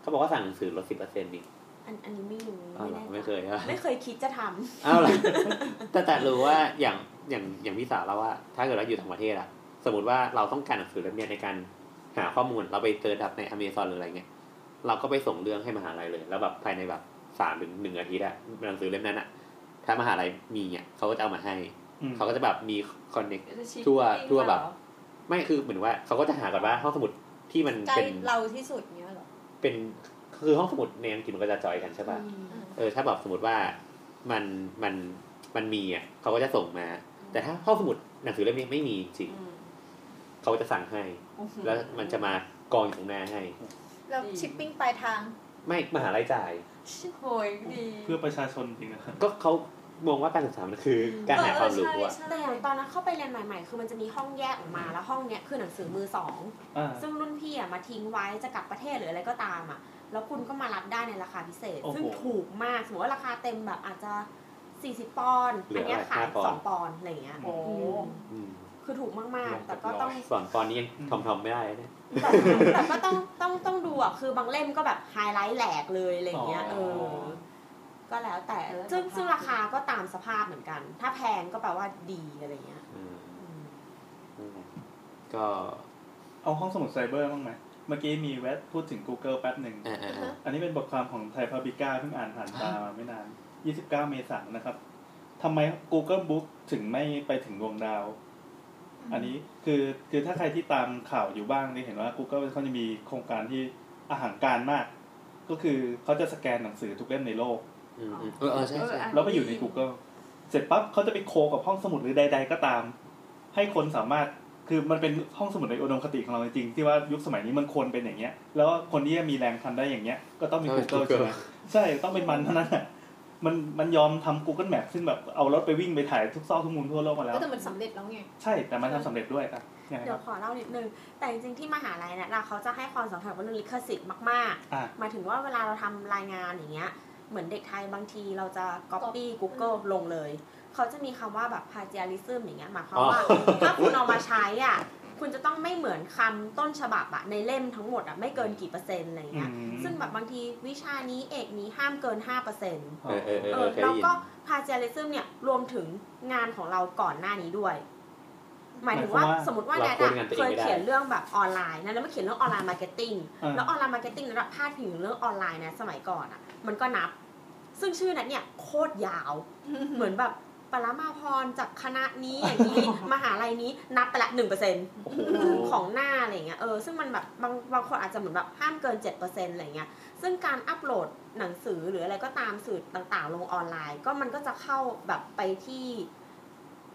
เขาบอกว่าสั่งหนังสือลดสิบเปอร์เซ็นต์นี่ อันอันนี้ไม่รู้ อ้าวเหรอ ไม่ ไม่ แน่ เค ใจ ยอ่ะ ไม่เคยคิดจะทำ อ้าวเหรอ แต่แต่รู้ว่าอย่างอย่างอย่างพี่สาวเราว่า ถ้าเกิดเราอยู่ต่างประเทศอะสมมติว่าเราต้องการหนังสือเล่มเนี้ยในการหาข้อมูลเราไปเจอดับในอเมซอนหรืออะไรเงี้ยเราก็ไปส่งเรื่องให้มหาลัยเลย แล้วแบบภายในแบบสามถึงหนึ่งอาทิตย์อะหนังสือเล่มนั้นอะถ้ามหาลัยมีอะเขาก็จะเอามาให้ อืม เขาก็จะแบบมีคอนเน็ก จะชี้ ทั่ว ปิ้ง ทั่วแบบ มาเหรอ ไม่คือเหมือนว่าเขาก็จะหาก่อนว่าห้องสมุดที่มัน ใกล้ เป็น เราที่สุดเนี้ยเหรอ เป็นคือห้องสมุดในอังกฤษมันก็จะจอยกันใช่ป่ะ อืม เออถ้าแบบสมมติว่ามันมันมันมีอ่ะเขาก็จะส่งมา แต่ถ้าห้องสมุดหนังสือเล่มนี้ไม่มีจริงเขาก็จะสั่งให้ แล้วมันจะมากองอยู่ตรงหน้าให้ แล้วชิปปิ้งปลายทาง ไม่มหาลัยจ่าย โหยดี เพื่อประชาชนจริงนะครับ ก็เขามองว่าการศึกษามันคือ การหาความรู้อ่ะ แต่อย่างตอนนั้นเข้าไปเรียนใหม่ๆ คือมันจะมีห้องแยกออกมาแล้วห้องเนี้ยคือหนังสือมือสอง อ่า ซึ่งรุ่นพี่อ่ะมาทิ้งไว้จะกลับประเทศหรืออะไรก็ตามอ่ะ แล้วคุณก็มารับได้ในราคาพิเศษ โอ้โห ซึ่งถูกมาก สมมติว่าราคาเต็มแบบอาจจะ 40 ปอนด์อันเนี้ยขาย2ปอนด์อะไรอย่างเงี้ย โอ้ อืม คือถูกมากๆ แต่ก็ต้อง สอนตอนนี้ยังทอมทอมไม่ได้เลยเนี่ย แต่แต่ก็ต้องต้องต้องดูอ่ะ คือบางเล่มก็แบบไฮไลท์แหลกเลยอะไรอย่างเงี้ย เออ ก็แล้วแต่ ซึ่งซึ่งราคาก็ตามสภาพเหมือนกัน ถ้าแพงก็แปลว่าดีอะไรเงี้ย อืมนั่นแหละก็ เอาห้องสมุดไซเบอร์บ้างไหมเมื่อกี้มีแวะพูดถึง Google แป๊บหนึ่ง อ่าอ่าอ่า อันนี้เป็นบทความของไทยพาบิก้าเพิ่งอ่านผ่านตามาไม่นาน 29 เมษายนนะครับ ทำไม Google Book ถึงไม่ไปถึงดวงดาว อันนี้คือคือถ้าใครที่ตามข่าวอยู่บ้างเนี่ยเห็นว่า Google เขาจะมีโครงการที่อาหารการมาก ก็คือเขาจะสแกนหนังสือทุกเล่มในโลก อืมอืมเออเออใช่ เออ ใช่ อั แล้วไปอยู่ใน Google เสร็จปั๊บเขาจะไปโคกับห้องสมุดหรือใด ๆ ก็ตาม ให้คนสามารถคือมันเป็นห้องสมุดในอุดมคติของเราจริงๆที่ว่ายุคสมัยนี้มันควรเป็นอย่างเงี้ย แล้วคนที่จะมีแรงทำได้อย่างเงี้ย ก็ต้องมี Google ใช่ไหมใช่ต้องเป็นมันเท่านั้นอะมันมันยอมทำ Google Map ซึ่งแบบเอารถไปวิ่งไปถ่ายทุกซอกทุกมุมทั่วโลกมาแล้ว ก็แต่มันสำเร็จแล้วไง ใช่แต่มันทำสำเร็จด้วยอ่ะยังไงค เดี๋ย รั ว บ ขอเล่านิดนึง แต่จริงๆที่มหาลัยเนี่ยเราเขาจะให้ความสำคัญกับเรื่องลิขสิทธิ์มาก อ่ะ ๆ หมายถึงว่าเวลาเราทำรายงานอย่างเงี้ย เหมือนเด็กไทยบางทีเราจะ copy Google ล งเลย เขาจะมีคำว่าแบบ plagiarism อย่างเงี้ยหมายความว่า ถ้าคุณเอามาใช้อ่ะ คุณจะต้องไม่เหมือนคำต้นฉบับอะในเล่มทั้งหมดอะไม่เกินกี่เปอร์เซ็นต์อะไรเงี้ย อืม ซึ่งแบบบางทีวิชานี้เอกนี้ห้ามเกิน5%เปอร์เซ็นต์ เออเออเออ เอ เอ อ อเคย แล้ ได้ ว ยิน ก็พาเจริซึมเนี่ยรวมถึงงานของเราก่อนหน้านี้ด้วย หมายถึงว่า หมายความว่า สมมติว่าแนทอะเคยเขียนเรื่องแบบออนไลน์นะแล้วมาเขียนเรื่องออนไลน์มาร์เก็ตติ้ง อ่า แล้วออนไลน์มาร์เก็ตติ้งนั้นอะพาดพิงถึงเรื่องออนไลน์นะสมัยก่อนอะมันก็นับ ซึ่งชื่อนั้นเนี่ยโคตรยาว เหมือนแบบปรมาพรจากคณะนี้อย่างนี้ มหาลัยนี้นับไปละหนึ่งเปอร์เซ็นต์ โอ้โห ของหน้าอะไรเงี้ย เออ ซึ่งมันแบบบางบางคนอาจจะเหมือนแบบห้ามเกิน 7%อะไรเงี้ย ซึ่งการอัปโหลดหนังสือหรืออะไรก็ตามสื่อต่างๆ ลงออนไลน์ ก็มันก็จะเข้าแบบไปที่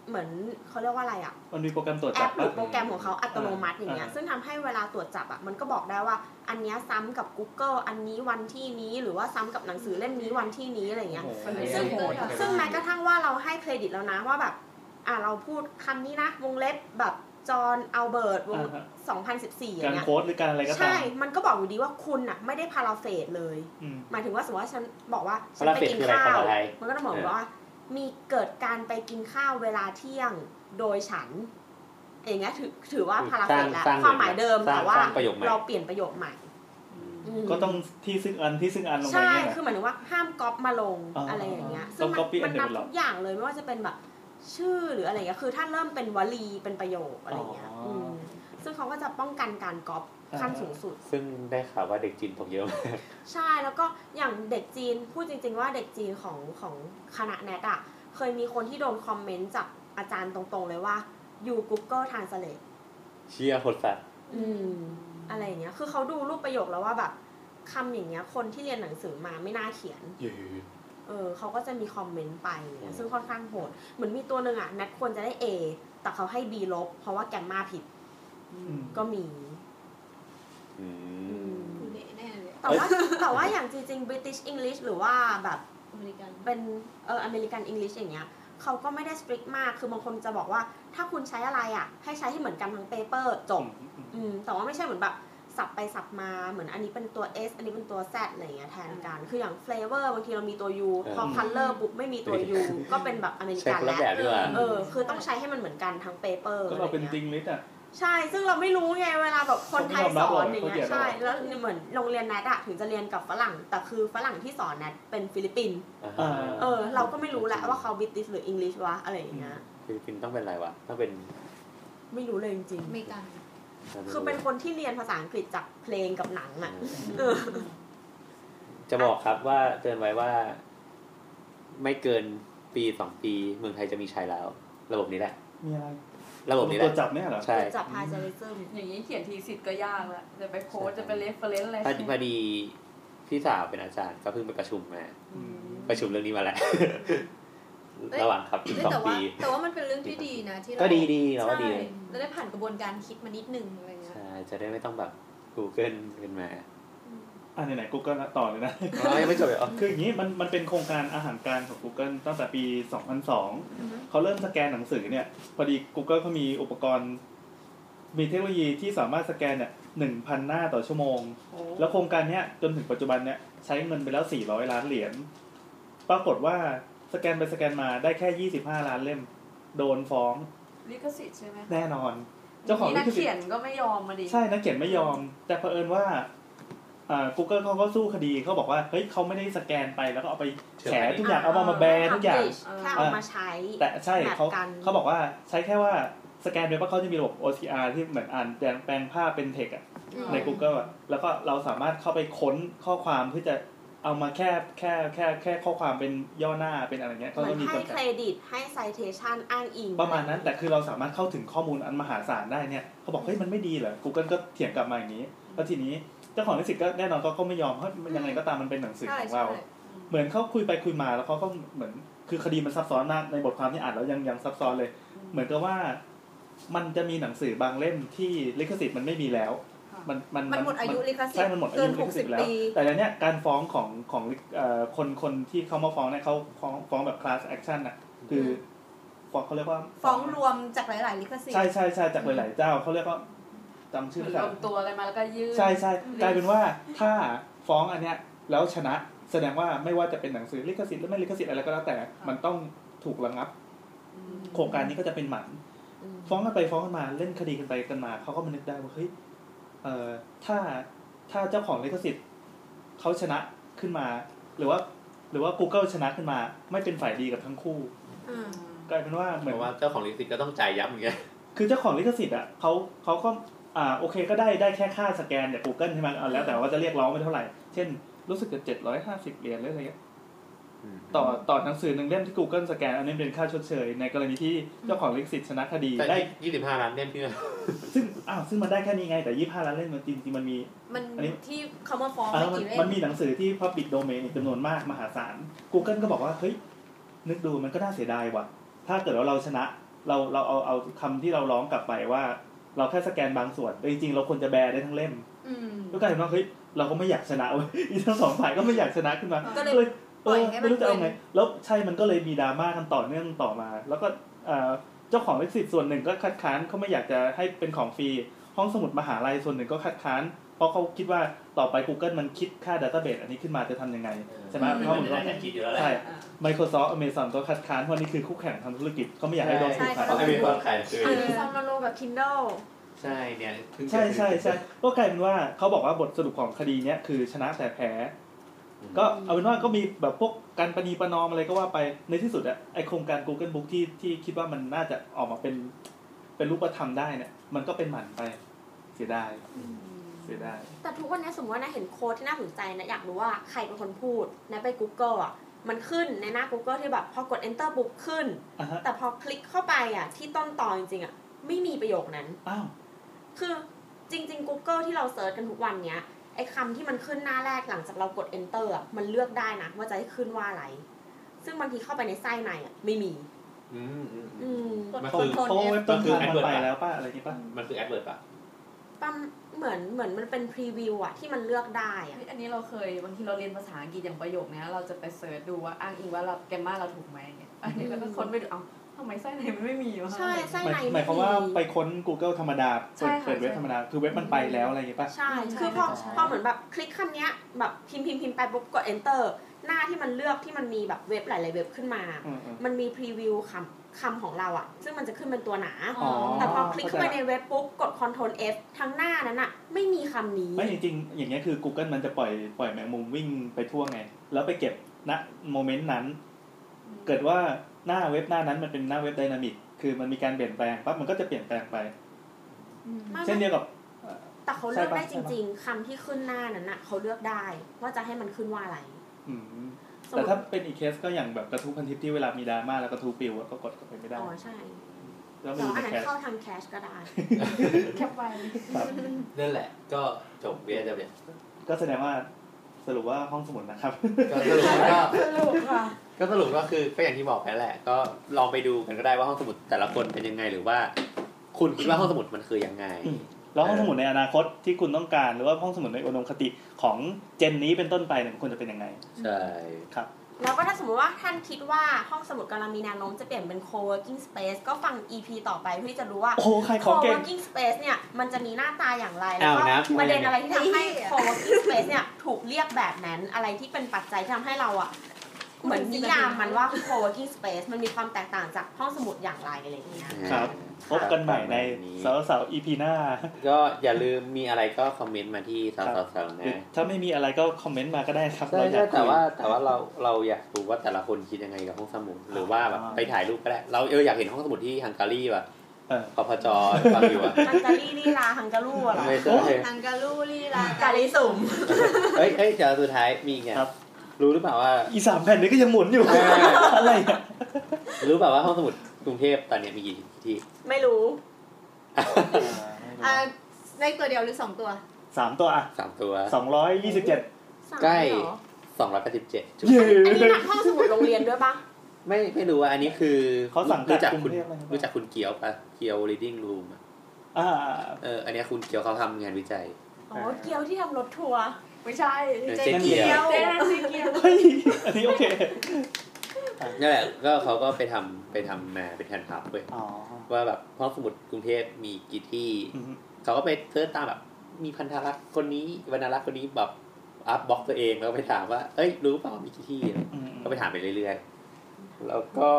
เหมือนเขาเรียกว่าอะไรอะ มันมีโปรแกรมตรวจ แอ จับ ปหรือ ปะ โปรแกรมของเขาอัตโนมัติอย่างเงี้ย อ่า ซึ่งทำให้เวลาตรวจจับอะมันก็บอกได้ว่า อันเนี้ยซ้ำกับ Google อันนี้วันที่นี้ หรือว่าซ้ำกับหนังสือเล่มนี้วันที่นี้อะไรเงี้ย โอ้โห อันนี้ ซึ่ง โหดเลย ซึ่งแม้กระทั่งว่าเราให้เครดิตแล้วนะว่าแบบ อ่ะเราพูดคำนี้นะ วงเล็บแบบจอห์นอัลเบิร์ตวง อ่าฮะ 2014อย่า การ งเงี้ย โค้ดหรือการอะไรก็ตา ใช่ ม มันก็บอกอยู่ดีว่าคุณน่ะไม่ได้พาราเฟสเลย อืม หมายถึงว่าสมมติว่าฉันบอกว่าฉัน พารา ไป เฟส กิน คืออะไร ข้าภาวษาไทย มันก็ต้องบอก เออ ว่า มีเกิดการไปกินข้าวเวลาเที่ยงโดยฉันอย่างเงี้ยถือถือว่าพารา ส เฟ ร้าง สแล้ว สร้ง ความหมายเดิม สร้ แต่ ง ว่า สร้งประโยคใหม่ เราเปลี่ยนประโยคใหม่อืม ก็ต้องที่ซึ่งอันที่ซึ่งอันลงไป ใช่ เนี่ยนะ คือหมายถึงว่าห้ามก๊อปมาลง อ๋ออ อะไรอย่างเงี้ย ต้ ซึ่ อง ง มัน copy มัน and นับ develop ทุกอย่างเลยไม่ว่าจะเป็นแบบชื่อหรืออะไรเงี้ย คือถ้าเริ่มเป็นวลีเป็นประโยคอะไรเงี้ย อ๋ออื มซึ่งเขาก็จะป้องกันการก๊อป อ่า ขั้นสูงสุด ซึ่งได้ข่าวว่าเด็กจีนตกเยอะมาก ใช่ แล้วก็อย่างเด็กจีน พูดจริง ๆ ว่าเด็กจีนของของคณะแนทอะเคยมีคนที่โดนคอมเมนต์จากอาจารย์ตรงๆเลยว่า you Google Translate เชียร์คนสัตว์ อืมอะไรอย่างเงี้ย คือเขาดูรูปประโยคแล้วว่าแบบคำอย่างเงี้ย คนที่เรียนหนังสือมาไม่น่าเขียน เยอะ เออเขาก็จะมีคอมเมนต์ไปอย่างเงี้ย อืม ซึ่งค่อนข้างโหด เหมือนมีตัวหนึ่งอ่ะ นัดควรจะได้ A แต่เขาให้ B ลบ เพราะว่าแกมมาผิด อืม ก็มี อืม แน่เลย แต่ว่าแต่ว่าอย่างจริงๆ British English หรือว่าแบบ อเมริกัน เป็นเอออเมริกันอังกฤษอย่างเงี้ยเขาก็ไม่ได้สตริกมาก คือบางคนจะบอกว่าถ้าคุณใช้อะไรอ่ะ ให้ใช้ให้เหมือนกันทั้งเปเปอร์จบ อืมแต่ว่าไม่ใช่เหมือนแบบสับไปสับมาเหมือนอันนี้เป็นตัว S อันนี้เป็นตัว Z อะไรอย่างเงี้ยแทนกัน คืออย่าง flavor บางทีเรามีตัว U เออ พอ color ปุ๊บไม่มีตัว U ก็เป็นแบบอเมริ ใช้ กัคนน แล้ ละ ว แบบด้วยว่ะ เออ คือต้องใช้ให้มันเหมือนกันทั้งเปเปอร์ ก็เราเป็น อะไร จริ งี้ย งลิสต์อ่ะ ใช่ ซึ่งเราไม่รู้ไงเวลาแบบคนไทยสอนอย่าง เขาเขี เงี้ ย ย น ใช่ เอา แล้วเหมือนโรงเรียนแนทอะถึงจะเรียนกับฝรั่ง แต่คือฝรั่งที่สอนแนทเป็นฟิลิปปินส์ อ่า เออ เราก็ไม่รู้แหละว่าเขาบิติสหรืออังกฤษวะอะไรอย่างเงี้ย ฟิลิปปินส์ต้องเป็นอะไรวะต้องเป็น ไม่รู้เลยจริง อเมริกัน ๆ คือเป็นคนที่เรียนภาษาอังกฤษจากเพลงกับหนังอะเออ จะบอกครับว่าเตือนไว้ว่า ไม่เกินปีสองปี เมืองไทยจะมีใช้แล้ว ระบบนี้แหละ มีอะไร ระบบนี้แห ตั ละ วจับเนี่ยเหรอ ใช่ จับพาเจริซึม อย่างนี้เขียนทีสิทธ์ก็ยากละจะไปโพสต์ ใช่ จะไปเรฟเฟรนซ์อะไร พอดีพอดีพี่สาวเป็นอาจารย์ก็เพิ่งไปประชุมมา อืม ประชุมเรื่องนี้มาแล้ว ระหว่างครับอีก เอ้ย สอง แต่ว่า ปี แต่ว่ามันเป็นเรื่องที่ดีนะที่เรา ก็ดีดีเราว่าดี ใช่แล้วได้ผ่านกระบวนการคิดมานิดนึงอะไรเงี้ย ใช่จะได้ไม่ต้องแบบ Google ขึ้นมา อ่าไหนๆ Google นะต่อเลยนะ อ๋อยังไม่จบเลยอ๋อ คืออย่างนี้มันมันเป็นโครงการอาหารการของ Google ตั้งแต่ปี 2002 เขาเริ่มสแกนหนังสือเนี่ย พอดี Google เขามีอุปกรณ์ มีเทคโนโลยีที่สามารถสแกนเนี่ย1,000 หน้าต่อชั่วโมง แล้วโครงการเนี้ยจนถึงปัจจุบันเนี่ยใช้เงินไปแล้ว 400 ล้านเหรียญ ปรากฏว่าสแกนไปสแกนมาได้แค่ 25 ล้านเล่ม โดนฟ้อง ลิขสิทธิ์ใช่ไหม แน่นอน เจ้าของ มี ลิ นัก ขสิท เขีย ธิ์ นก็ไม่ยอมมาดิ ใช่นักเขียนไม่ยอม แต่เผอิญว่าอ่า Google เขาก็สู้คดีเขาบอกว่าเฮ้ยเขาไม่ได้สแกนไปแล้วก็เอาไปแฉทุกอย่างเอามามาแบนทุกอย่าง แค่เอามาใช้ แต่ใช่ แบบ เขา กัน เขาบอกว่าใช้แค่ว่าสแกนเว็บเพราะเขาจะมีระบบ OCR ที่เหมือนอ่านแปลงแปลงภาพเป็นเทคอะใน Google อะแล้วก็เราสามารถเข้าไปค้นข้อความเพื่อจะเอามาแค่แค่แค่แค่ข้อความเป็นย่อหน้าเป็นอะไรเงี้ย เห ก็ มือน มี ให้ จำกั เค ด รดิตให้ไซเทชันอ้างอิง ประมาณนั้นแต่คือเราสามารถเข้าถึงข้อมูลอันมหาศาลได้เนี่ยเขาบอกเฮ้ยมันไม่ดีเหรอ Google ก็เถียงกลับมาอย่างนี้ แล้วทีนี้เจ้าของลิขสิทธิ์ก็แน่นอนเขาก็ไม่ยอมเพราะมันยังไงก็ตามมันเป็นหนังสือ ใช่ ของ ใช่ เรา เหมือนเขาคุยไปคุยมาแล้วเขาก็เหมือนคือคดีมันซับซ้อนมากในบทความที่อ่านแล้วยังยังซับซ้อนเลย เหมือนกับว่ามันจะมีหนังสือบางเล่มที่ลิขสิทธิ์มันไม่มีแล้ว มันมัน มันหมดอายุลิขสิท ใช่ ธิ์ มันหมดอา เกิ ยุ นห ลิ ก ข สิ สิ บ ทธิ์แล้ว ปี แต่แล้วเนี่ยการฟ้องของของเอ่อคนคนที่เขามาฟ้องเนี่ยเขาฟ้องฟ้องแบบ class action อ่ะคือมอฟ้องเขาเรียกว่า ฟ้องรวมจากหลาย ๆ ลิขสิท ใช่ ธิ์ ใช่ใช่จากหลายๆเจ้าเขาเรียกว่าจำชื่อ เหมือ ไม่ น ได้ รวมตัวกันมาแล้วก็ยื่น ใช่ใช่กลายเป็นว่าถ้าฟ้องอันเนี้ยแล้วชนะแสดงว่าไม่ว่าจะเป็นหนังสือลิขสิทธิ์หรือไม่ลิขสิทธิ์อะไรก็แล้วแต่ มันต้องถูกระงับ โครงการนี้ก็จะเป็นหมัน ฟ้องกันไปฟ้องกันมาเล่นคดีกันไปกันมาเขาก็มานึกได้ว่าเฮ้ยเอ่อถ้าถ้าเจ้าของลิขสิทธิ์เขาชนะขึ้นมา หรือว่า หรือว่า Google ชนะขึ้นมา ไม่เป็นฝ่ายดีกับทั้งคู่ อืม กลายเป็นว่าเห เพ มือน ราะว่าเจ้าของลิขสิทธิ์ก็ต้องจ่ายยับเหมือนกัน คือเจ้าของลิขสิทธิ์อ่ะเขาเขาก็อ่าโอเคก็ได้ได้แค่ค่าสแกนจาก Google ใช่ไหมเอาแล้วแต่ว่าจะเรียกร้องไปเท่าไหร่ เช่น รู้สึกจะเจ็ดร้อยห้าสิบเหรียญหรืออะไรเงี้ยต่อต่อหนังสือหนึ่งเล่มที่ Google สแกนอันนี้เป็นค่าชดเชย ในกรณีที่เจ้าของลิขสิทธิ์ชนะคดี แต่ ได้ ได้ยี่สิบห้าล้านเล่มพี่ว่า ซึ่งอ้าวซึ่งมันได้แค่นี้ไง แต่ยี่ห้าล้านเล่มมันจริงจริงๆมันมี มันที่เขามาฟ้อง เออ ไม่ มัน กี่เล่ม มันมีหนังสือที่ Public Domain อีกจำนวนมากมหาศาล Google ก็บอกว่าเฮ้ยนึกดูมันก็น่าเสียดายว่ะ ถ้าเกิดว่าเราชนะ เราเราเอาเอาคำที่เราร้องกลับไปว่า เราแค่สแกนบางส่วนแต่จริงๆเราควรจะแบร์ได้ทั้งเล่ม อืม ก็กลายเป็นว่าเฮ้ยเราก็ไม่อยากชนะเว้ยอีกทั้งสองฝ่ายก็ไม่อยากชนะขึ้นมา ก็เลย เอ ปล่อย อ ให้มัน ไม่รู้จะเอาไง แล้วใช่มันก็เลยมีดราม่ากันต่อเนื่องต่อมา แล้วก็เอ่อเจ้าของลิขสิทธิ์ส่วนหนึ่งก็คัดค้านเขาไม่อยากจะให้เป็นของฟรีห้องสมุดมหาลัยส่วนหนึ่งก็คัดค้าน เพราะเขาคิดว่าต่อไป Google มันคิดค่าดัตเตอร์เบสอันนี้ขึ้นมาจะทำยังไง ใช่ไหมเพราะเหมือนว่า คิดอยู่แล้วแหละ ใช่ Microsoft Amazon ก็คัดค้านเพราะนี่คือคู่แข่งทางธุรกิจเขาไม่อยากให้โดน ใช่ ถูกขาย เขา ไม่มีคนขายคือ เออ ซัมมาโลกับ Kindle ใช่เนี่ยเพิ่งเจอ ใช่ใช่ใช่ก็กลายเป็นว่าเขาบอกว่าบทสรุปของคดีเนี้ยคือชนะแต่แพ้ ก็เอาเป็นว่าก็มีแบบพวกการประนีประนอมอะไรก็ว่าไปในที่สุดอะไอโครงการ Google Book ที่ที่คิดว่ามันน่าจะออกมาเป็นเป็นรูปธรรมได้เนี่ย มันก็เป็นหมันไป เสียดายเสียดาย แต่ทุกวันนี้สมมติว่านะเห็นโค้ดที่น่าสนใจนะอยากรู้ว่าใครเป็นคนพูดนะไป Google อ่ะมันขึ้นในหน้า Google ที่แบบพอกด enter ปุ๊บขึ้น อ่ะฮะ แต่พอคลิกเข้าไปอ่ะที่ต้นตอจริงๆอ่ะไม่มีประโยคนั้น อ้าว คือจริง ๆ Google ที่เราเซิร์ชกันทุกวันเนี้ยไอ้คำที่มันขึ้นหน้าแรกหลังจากเรากด enter อ่ะมันเลือกได้นะว่าจะให้ขึ้นว่าอะไร ซึ่งบางทีเข้าไปในไส้ในอ่ะไม่มี อืมอืมอื อื ม ม มัน เพราะ คือ เพราะว่าเว็บต้นทาง มัน มั คื น อ ไปแล้วป่ะ อะไรนี้ป่ะ มันคือแอดเวิร์ดปะ ปั๊มเหมือนเหมือนมันเป็นพรีวิวอ่ะที่มันเลือกได้อ่ะ อันนี้เราเคยบางทีเราเรียนภาษาอังกฤษอย่างประโยคเนี้ยเราจะไปเสิร์ชดูว่าอ้างอิงว่าเราแกรมมาเราถูกไหมอย่างเงี้ยอันนี้แล้วก็ค้นไปดูเอ้าทำไมไส้ในมันไม่มีวะ ใช่ไส้ หมาย ใน หมายความว่าไปค้น Google ธรรมดา ใช่ เปิดเปิดค่ะเว็บ ใช่ ธรรมดา คือเว็บมันไปแล้วอะไรอย่างงี้ป่ะ ใช่ ใช่ คือพอ ใช่ พอเหมือนแบบคลิกคำเนี้ยแบบพิมพ์พิมพ์พิมพ์ไปปุ๊บกด enter หน้าที่มันเลือกที่มันมีแบบเว็บหลาย ๆ เว็บขึ้นมา อืมอืม มันมีพรีวิวคำคำของเราอ่ะ ซึ่งมันจะขึ้นเป็นตัวหนา อ๋อ แต่พอคลิกเข้าไปในเว็บปุ๊บกด Ctrl F ทั้งหน้านั้นอะไม่มีคำนี้ ไม่จริงๆ อย่างเงี้ยคือ Google มันจะปล่อยปล่อยแมงมุมวิ่งไปทั่วไง แล้วไปเก็บณโมเมนต์นั้น เกิดว่าหน้าเว็บหน้านั้นมันเป็นหน้าเว็บไดนามิกคือมันมีการเปลี่ยนแปลงปั๊บมันก็จะเปลี่ยนแปลงไป ไม่ เช่นเดียวกับ แต่เขาเลือก ใช่ปะ ได้จริง ๆคำที่ขึ้นหน้านั้นอะเขาเลือกได้ว่าจะให้มันขึ้นว่าอะไร อืม สม แต่ ม ถ้า ติ เป็นอีกเคสก็อย่างแบบกระทู้พันทิปที่เวลามีดราม่าแล้วกระทู้ปิวอะก็กดกดไปไม่ได้ อ๋อใช่ แล้วมัน เรา ดู อา ใน จ แค จะ ส เข้าทางแคชก็ได้ แคปไว้ ครับ นั่นแหละ ก็จบเรียนจะเรียน ก็แสดงว่าสรุปว่าห้องสมุดนะครับ ก็สรุปก็ สรุปค่ะ ก็สรุปก็คือก็อย่างที่บอกนั่นแหละ ก็ลองไปดูกันก็ได้ว่าห้องสมุดแต่ละคนเป็นยังไงหรือว่า คุณคิดว่าห้องสมุดมันคือยังไง อืม แล้วห้องสมุดในอนาคตที่คุณต้องการ หรือว่าห้องสมุดในอุดมคติของเจนนี้เป็นต้นไปเนี่ยมันควรจะเป็นยังไง ใช่ ครับ แล้วก็ถ้าสมมติว่าท่านคิดว่าห้องสมุดกำลังมีแนวโน้มจะเปลี่ยนเป็น co-working space ก็ฟัง EP ต่อไปเพื่อที่จะรู้ว่า โอ้โหใครของเก่ง co-working space เนี่ยมันจะมีหน้าตาอย่างไร แล้ อ้าว ว ก็ นะ ประเด็นอะไรที่ทำให้ เนี่ย co-working space เนี่ยถูกเรียกแบบนั้นอะไรที่เป็นปัจจัยที่ทำให้เราอะเหมือนนิยามมันว่า co-working space มันมีความแตกต่างจากห้องสมุดอย่างไรอะไรอย่างเงี้ย ครับ พบกันใหม่ในเสาร์เสาร์อีพีหน้า ก็อย่าลืมมีอะไรก็คอมเมนต์มาที่สาวสาว หรือ นะ ถ้าไม่มีอะไรก็คอมเมนต์มาก็ได้ครับ ใช่ เราอยา ใช่ กคุ แต่ ย ว่าแต่ว่าเราเราอยากรู้ว่าแต่ละคนคิดยังไงกับห้องสมุดหรือว่าแบบ อ่า ไปถ่ายรูปก็ได้เราเอออยากเห็นห้องสมุดที่ฮังการีว่ะ เออ ปพจฟังอยู่อ่ะ ฮังการีลีลาฮังการูอะเหรอ ไม่ใช่ ทังการูลีลาก าลิสุ่ม เฮ้ยเฮ้ยเดี๋ยวสุดท้ายมีอีกไง ครับ รู้หรือเปล่า ว่า อีสามแผ่นนี้ก็ยังหมุนอยู่ เออ อะไรอ่ะ รู้เปล่าว่าห้องสมุดกรุงเทพตอนเนี้ยมีกี่ที่ ไม่รู้ อ่าเลขตัวเดียวหรือสองตัว สามตัวอ่ะ สามตัว สองร้อยยี่สิบเจ็ด สาม ใกล้ เหรอ 287จุด เย้ อันนี้หนักห้องสมุดโรงเรียนด้วยปะ ไม่ไม่รู้ว่าอันนี้คือ เขาสั่ง รู้จัก จากกรุ คุณ งเทพเลยใช่ปะ รู้จักคุณเกียวปะเกียว reading room อะ อ่า เอออันเนี้ยคุณเกียวเขาทำงานวิจัย อ๋อเกียวที่ทำรถทัวร์ ไม่ใช่ เจ๊เกียว เจ๊เกียว เฮ้ย อันนี้โอเค นั่นแหละก็เขาก็ไปทำไปทำมาเป็นแผนพับเว้ย อ๋อ ว่าแบบห้องสมุดกรุงเทพมีกี่ที่ อืม เขาก็ไปเสิร์ชตามแบบมีพันธรักษ์คนนี้วรรณรักษ์คนนี้แบบอัพบล็อกตัวเองแล้วก็ไปถามว่าเอ้ยรู้เปล่ามีกี่ที่ อืม ก็ไปถามไปเรื่อยๆ แล้วก็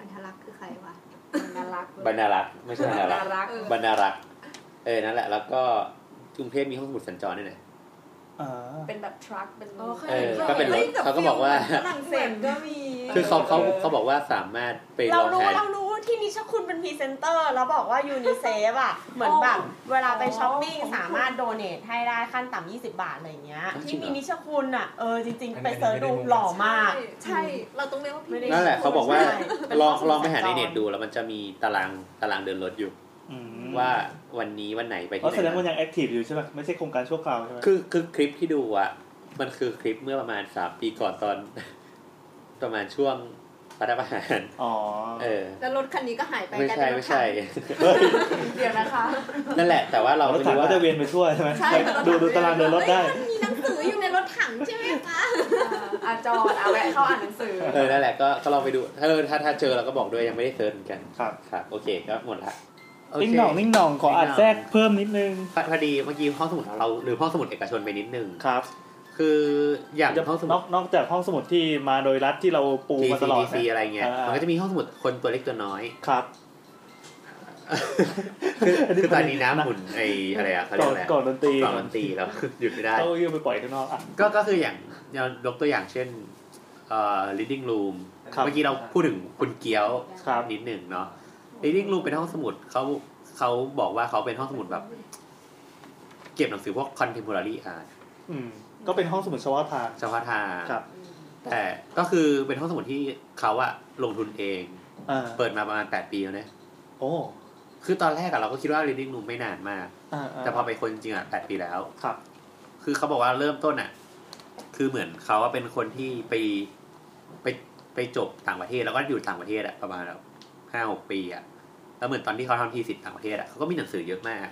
อันทรักษ์คือใครวะ นั่น รักษ์ บรรณารักษ์ไม่ใช่ บร บรรณารรั ณาก ษ์ รักษ์ บรรณารักษ์เออนั่นแหละ แล้วก็กรุงเทพมีห้องสมุดสัญจรด้วยนะ อ่า เป็นแบบทรัคเป็น เออเคย เออ เคย ก็เป็นรถ ฮ้ยแต่ เขาก็บอกว่า ฟิลเหมือนฝรั่งเศสก็มี คือเขาเขาเขาบอกว่าสามารถไปล เรา อง รู้ ทาน เรารู้ที่นิชคุณเป็นพรีเซนเตอร์แล้วบอกว่ายูนิเซฟอ่ะ เหมือนแบบเวลาไปช้อปปิ้งสามารถโดเนทให้ได้ขั้นต่ำ20 บาทอะไรอย่างเงี้ย จริงเหรอ ที่มีนิชคุณอ่ะเออจริง อันนี้ ๆ ไปเซิร์ชดูหล่อมาก ใช่ เราต้องเรียกว่า ไม่ พี่ ได้ นั่นแหละเขาบอกว่า ใช่เป็น ลอง ห้องสมุด ลองไปหาใน สัญจร เน็ตดูแล้วมันจะมีตารางตารางเดินรถอยู่ อืม ว่าวันนี้วันไหนไป อ๋อ ที่ไห แสดงว่าน ยังแอคทีฟอยู่ใช่ไหมไม่ใช่โครงการชั่วคราวใช่ไหม คือคือคลิปที่ดูอ่ะ มันคือคลิปเมื่อประมาณสามปีก่อนตอน ประมาณช่วงรัฐประหาร อ๋อ เออ แล้วรถคันนี้ก็หายไป ไม่ กลาย ใช่ เป็นรถ ไม่ ถั ใช่ ง เฮ้ย เดี๋ยวนะคะ นั่นแหละ แต่ว่าเรา รถ ไม่รู้ถังก็ ว่า จะเวียนไปทั่วใช่ไหม ใช่ ดูดูตารางเดินรถได้ มีหนังสืออยู่ในรถถังใช่ไหมคะ อาจอดเอาแวะเข้าอ่านหนังสือ เออนั่นแหละก็ก็ลองไปดู ถ้าถ้าถ้าเจอเราก็บอกด้วยยังไม่ได้เซิร์ชเหมือนกัน ครับ ครับโอเคก็หมดละโเค นิ่งหน่องนิ่งหน่องขออัดแทรกเพิ่มนิดนึง พอดีเมื่อกี้ห้องสมุดของเราหรือห้องสมุดเอกชนไปนิดนึง ครับ คืออย่าง จะ ห้องสมุ น ด อกนอกจากห้องสมุดที่มาโดยรัฐที่เราปูมาตลอด TCTC อะไรเงี้ย อ่ามั มันก็จะมีห้องสมุดคนตัวเล็กตัวน้อย ครับ คือ อันนี้ คือตอนนี้น้ำหมุนไออะไรอะเขาเรี ก่ ย อก น อะไร ก่อนดนตรี กล่องดนตรีแล้ว หยุดไม่ได้ เขายื่นไปปล่อยข้างนอกอ่ะ ก็ก็คืออย่างเรายกตัวอย่างเช่นเอ่อ reading room ครับ เมื่อกี้เราพูดถึงคุณเกี้ยว ครับ นิดหนึ่งเนาะ reading room เป็นห้องสมุดเขาเขาบอกว่าเขาเป็นห้องสมุดแบบ เก็บหนังสือพวก contemporary art อืมก็เป็นห้องสมุดเฉพาะทาง เฉพาะทาง ครับ แต่ก็คือเป็นห้องสมุดที่เขาอะลงทุนเอง อ่า เปิดมาประมาณ 8 ปีแล้วนะ โอ้ คือตอนแรกอะเราก็คิดว่า reading room ไม่นานมาก อ่า แต่พอไปคนจริงอะ8 ปีแล้ว ครับ คือเขาบอกว่าเริ่มต้นอะคือเหมือนเขาว่าเป็นคนที่ไปไปไปจบต่างประเทศแล้วก็อยู่ต่างประเทศอะประมาณแบบห้าหกปีอะแล้วเหมือนตอนที่เขาทำทีสิทธิ์ต่างประเทศอะเขาก็มีหนังสือเยอะมาก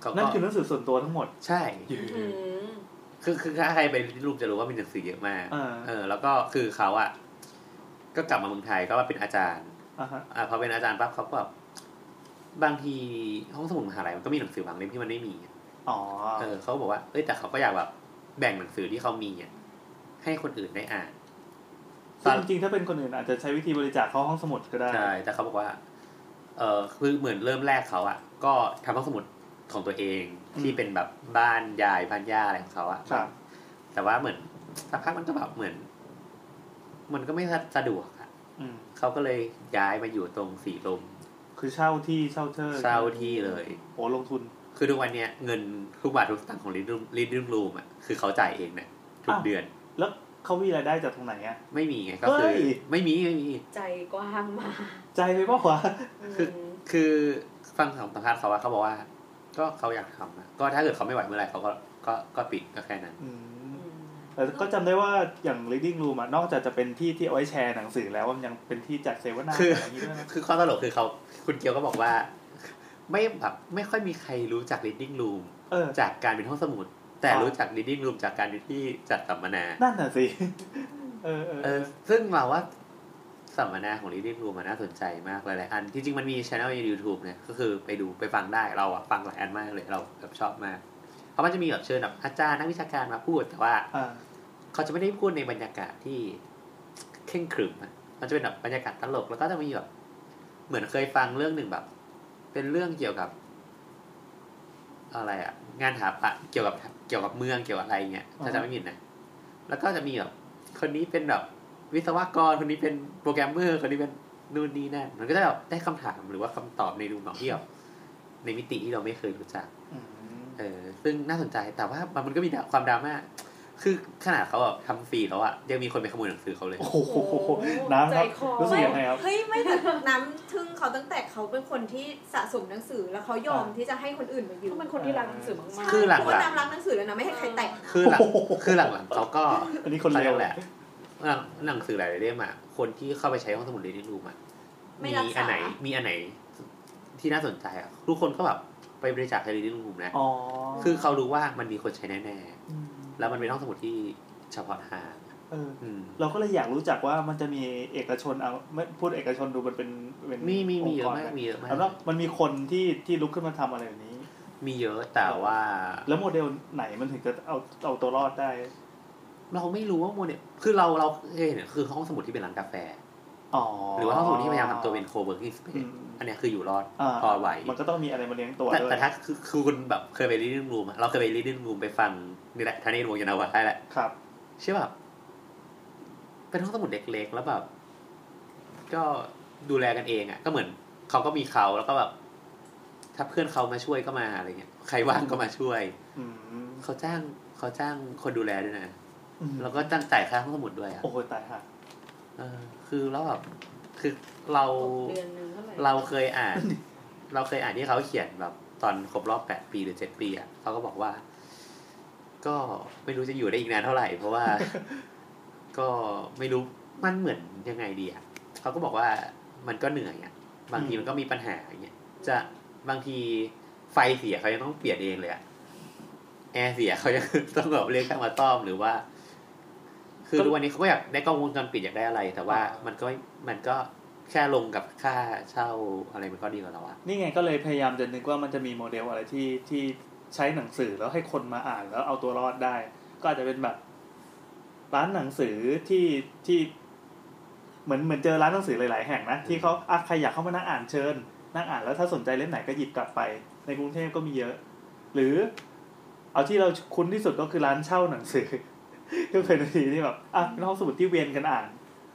เขาก็ นั่นคือหนังสือส่วนตัวทั้งหมด ใช่ คือคือถ้าใครไปรูปจะรู้ว่ามีหนังสือเยอะมาก อ่า เออแล้วก็คือเขาอะก็กลับมาเมืองไทยก็มาเป็นอาจารย์ อ่าฮะ อ่าพอเป็นอาจารย์ปั๊บเขาก็แบบบางทีห้องสมุดมหาลัยมันก็มีหนังสือบางเล่มที่มันไม่มีอะ อ๋อ เออเขาก็บอกว่าเอ้ยแต่เขาก็อยากแบบแบ่งหนังสือที่เขามีอะให้คนอื่นได้อ่าน ซึ่งจริงๆถ้าเป็นคนอื่นอาจจะใช้วิธีบริจาคเข้าห้องสมุดก็ได้ ใช่แต่เขาบอกว่า เออคือเหมือนเริ่มแรกเขาอะก็ทำห้องสมุดของตัวเอง อืม ที่เป็นแบบบ้านยายบ้านย่าอะไรของเขาอะ ครับ แต่ว่าเหมือนสักพักมันก็แบบเหมือน มันก็ไม่สะดวกอะ อืม เขาก็เลยย้ายมาอยู่ตรงสีลม คือเช่าที่เช่าเชิด เช่าที่เลย โอ้ลงทุน คือทุกวันเนี้ยเงินทุกบาททุกสตางค์ของลิดลิดรูมอะคือเขาจ่ายเองเนี่ยทุก อ้าว เดือน แล้วเขามีรายได้จากตรงไหนอ่ะ ไม่มีไงก็คือ เฮ้ย ไม่มีไม่มี ใจกว้างมาก ใจไปป่าวะ คือคือฟังของสัมภาษณ์เขาว่าเขาบอกว่า ก็เขาอยากทำอะก็ถ้าเกิดเขาไม่ไหวเมื่อไหร่เขาก็ก็ก็ปิดก็แค่นั้น อืมแต่ก็จำได้ว่าอย่าง reading room อ่ะนอกจากจะเป็นที่ที่เอาไว้แชร์หนังสือแล้วมันยังเป็นที่จัดเสวนา คือ ะไรย่างงี้ด้วยนะ คือข้อตลกคือเขาคุณเกียวก็บอกว่า ไม่แบบไม่ค่อยมีใครรู้จัก reading room เออ จากการเป็นห้องสมุด แต่ ครับ รู้จัก reading room จากการที่จัดสัมมนา นั่นน่ะสิเออเออ เออ ซึ่งเราว่าสัมมนาของ reading room มันน่าสนใจมากหลายๆอัน ที่จริงมันมีช anel ใน YouTube เนี่ยก็คือไปดูไปฟังได้เราอะฟังหลายอันมากเลยเราแบบชอบมาก เพราะมันจะมีแบบเชิญแบบอาจารย์นักวิชาการมาพูด แต่ว่า อ่า เขาจะไม่ได้พูดในบรรยากาศที่เคร่งขรึมอะมันจะเป็นแบบบรรยากาศตลก แล้วก็จะมีแบบเหมือนเคยฟังเรื่องหนึ่งแบบ เป็นเรื่องเกี่ยวกับ อะไรอะงานถาปะเกี่ยวกับเกี่ยวกับเมืองเกี่ยวกับอะไรเงี้ยถ้าจำไม่ผิดนะ แล้วก็จะมีแบบคนนี้เป็นแบบวิศวกรคนนี้เป็นโปรแกรมเมอร์คนนี้เป็นนู่นนี่นั่นมันก็จะแบบได้คำถามหรือว่าคำตอบในรูมของที่แบบในมิติที่เราไม่เคยรู้จัก อืม เออซึ่งน่าสนใจแต่ว่ามันก็มีความดราม่าคือขนาดเขาแบบทำฟรีแล้วอะยังมีคนไปขโมยหนังสือเขาเลย โอ้โหน้ำครับรู้สึกยังไงครับ เฮ้ย ไม่แต่น้ำทึ่งเขาตั้งแต่เขาเป็นคนที่สะสมหนังสือแล้วเขายอมที่จะให้คนอื่นมายืม มันคนที่รักหนังสือมาก คือหลังๆ เพราะว่าน้ำรักหนังสือแล้วนะไม่ให้ใครแตะนะ คือหลังคือหลังๆเขาก็ อันนี้คนเร็ว แหละหนังหนังสือหลายๆเล่มอ่ะ คนที่เข้าไปใช้ห้องสมุดเรียนรู้อ่ะ ไม่ มี รัก อั ษาน ไหน มีอันไหนที่น่าสนใจอ่ะ ทุกคนก็แบบไปบริจาคให้เรียนรู้นะ อ๋อ คือเขารู้ว่ามันมีคนใช้แน่ ม ๆ แล้วมันเป็นห้องสมุดที่เฉพาะทาง เออ อืม เราก็เลยอยากรู้จักว่ามันจะมีเอกชนเอาไม่พูดเอกชนดูมันเป็นเป็น มีมีมีเยอะ งค์ มาก รน มีเยอะมา แล้วก็ ก มันมีคนที่ที่ลุกขึ้นมาทำอะไรแบบนี้ มีเยอะแต่ว่า แล้วโมเดลไหนมันถึงจะเอาเอาตัวรอดได้ เราไม่รู้ว่าโมเดลคือเราเราเอ้ยเนี่ยคือห้องสมุดที่เป็นร้านกาแฟ อ๋อ หรือว่าห้องสมุดที่พยายามทำตัวเป็น co-working อื space ม อันเนี้ยคืออยู่รอด อ่า พอไหว มันก็ต้องมีอะไรมาเลี้ยงตัว แต่ ด้วย แต่ถ้าคือคือคุณแบบเคยไปรีดดิ้งรูมเราเคยไปรีดดิ้งรูมไปฟังนี่แหละทานีดวงยานาวะได้แหละ ครับ ใช่แบบเป็นห้องสมุดเล็กๆแล้วแบบ ก็ดูแลกันเองอ่ะ ก็เหมือนเขาก็มีเขาแล้วก็แบบ ถ้าเพื่อนเขามาช่วยก็มาอะไรเงี้ยใครว่างก็มาช่วย อืม เขาจ้างเขาจ้างคนดูแลด้วยนะ อืม แล้วก็จ้างจ่ายค่าห้องสมุดด้วยอ่ะ โอ้โหตายค่ะ เออ คือแล้วแบบคือเรา เดือนหนึงเท่าไหร่ เราเคยอ่าน เราเคยอ่านที่เขาเขียนแบบตอนครบรอบแปดปีหรือเจ็ดปีอ่ะเขาก็บอกว่า ก็ไม่รู้จะอยู่ได้อีกนานเท่าไหร่ เพราะ ว่า ก็ไม่รู้มันเหมือนยังไงดีอ่ะเขาก็บอกว่ามันก็เหนื่อยอ่ะบางที อืม มันก็มีปัญหาอย่างเงี้ยจะบางทีไฟเสียเขายังต้องเปลี่ยนเองเลยอ่ะแอร์เสียเขายัง ต้องแบบเรียกช่างมาต้อมหรือว่า คือทุกวันนี้เขาก็อยากได้กล้องวงจรปิดอยากได้อะไร แต่ว่ามันก็มันก็แค่ลงกับค่าเช่าอะไรมันก็ดีกว่าแล้วอะ นี่ไงก็เลยพยายามจะนึกว่ามันจะมีโมเดลอะไรที่ที่ใช้หนังสือแล้วให้คนมาอ่านแล้วเอาตัวรอดได้ ก็อาจจะเป็นแบบร้านหนังสือที่ที่ เหมือนเหมือนเจอร้านหนังสือหลาย ๆ แห่งนะที่เขาอ่ะใครอยากเข้ามานั่งอ่านเชิญ นั่งอ่านแล้วถ้าสนใจเล่มไหนก็หยิบกลับไป ในกรุงเทพก็มีเยอะ หรือ เอาที่เราคุ้นที่สุดก็คือร้านเช่าหนังสือ ก็เป็นทีที่แบบอ่ะเป็นห้องสมุดที่เวียนกันอ่าน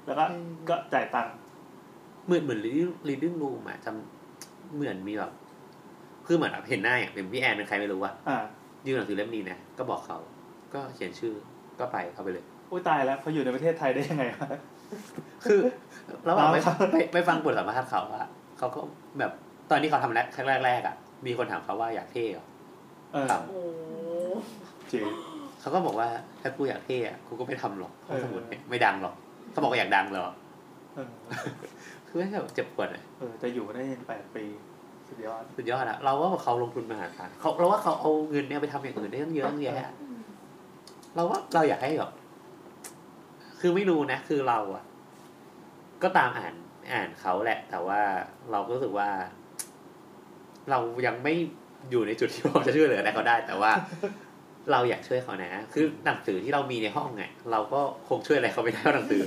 แล้วก็ก็จ่ายตังค์ เหมือนเหมือนรีดิ้งรูมอะจำเหมือนมีแบบคือเหมือนแบบเห็นหน้าอย่างเป็นพี่แอนเป็นใครไม่รู้อะ อ่า ยื่นหนังสือเล่มนี้นะก็บอกเขา ก็เขียนชื่อก็ไปเอาไปเลย อุ้ยตายแล้วเขาอยู่ในประเทศไทยได้ยังไงวะ คือระหว่างไป เอาละครับ ไปไปฟังบทสัมภาษณ์เขาอะเขาก็แบบตอนที่เขาทำแรกครั้งแรกๆอะมีคนถามเขาว่าอยากเท่เหรอ เออ ครับ โอ้ จริง เขาก็บอกว่าถ้ากูอยากเท่อะกูก็ไม่ทำหรอกห้องสมุดเนี่ย เออ ไม่ดังหรอกเขาบอกว่าอยากดังเหรอ เออ คือไม่ใช่แบบเจ็บปวดอะ เออจะอยู่ได้ยังแปดปีสุดยอด สุดยอดอะเราว่าเขาลงทุนมหาศาลเขาเราว่าเขาเอาเงินเนี่ยไปทำอย่างอื่นได้ตั้งเยอะตั้งแยะเราว่าเราอยากให้แบบคือไม่รู้นะ คือเราอะก็ตามอ่านอ่านเขาแหละ แต่ว่าเราก็รู้สึกว่า เรายังไม่อยู่ในจุดที่เราจะช่วยเหลืออะไรเขาได้ แต่ว่า เราอยากช่วยเขานะ คือหนังสือที่เรามีในห้องไงเราก็คงช่วยอะไรเขาไม่ได้เพราะหนังสือ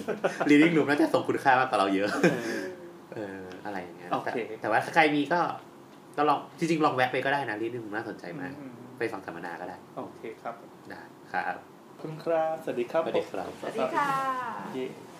reading room น่าจะส่งคุณค่ามากกว่าเราเยอะ เอออะไรอย่างเงี้ย โอเค แต่แต่ว่าถ้าใครมีก็ก็ลองจริงๆลองแวะไปก็ได้นะรีดนึงน่าสนใจมาก อืม ไปฟังสัมมนาก็ได้ โอเคครับ ได้ครับ คุณครับ สวัสดีครับ สวัสดีครับ สวัสดีค่ะ ผม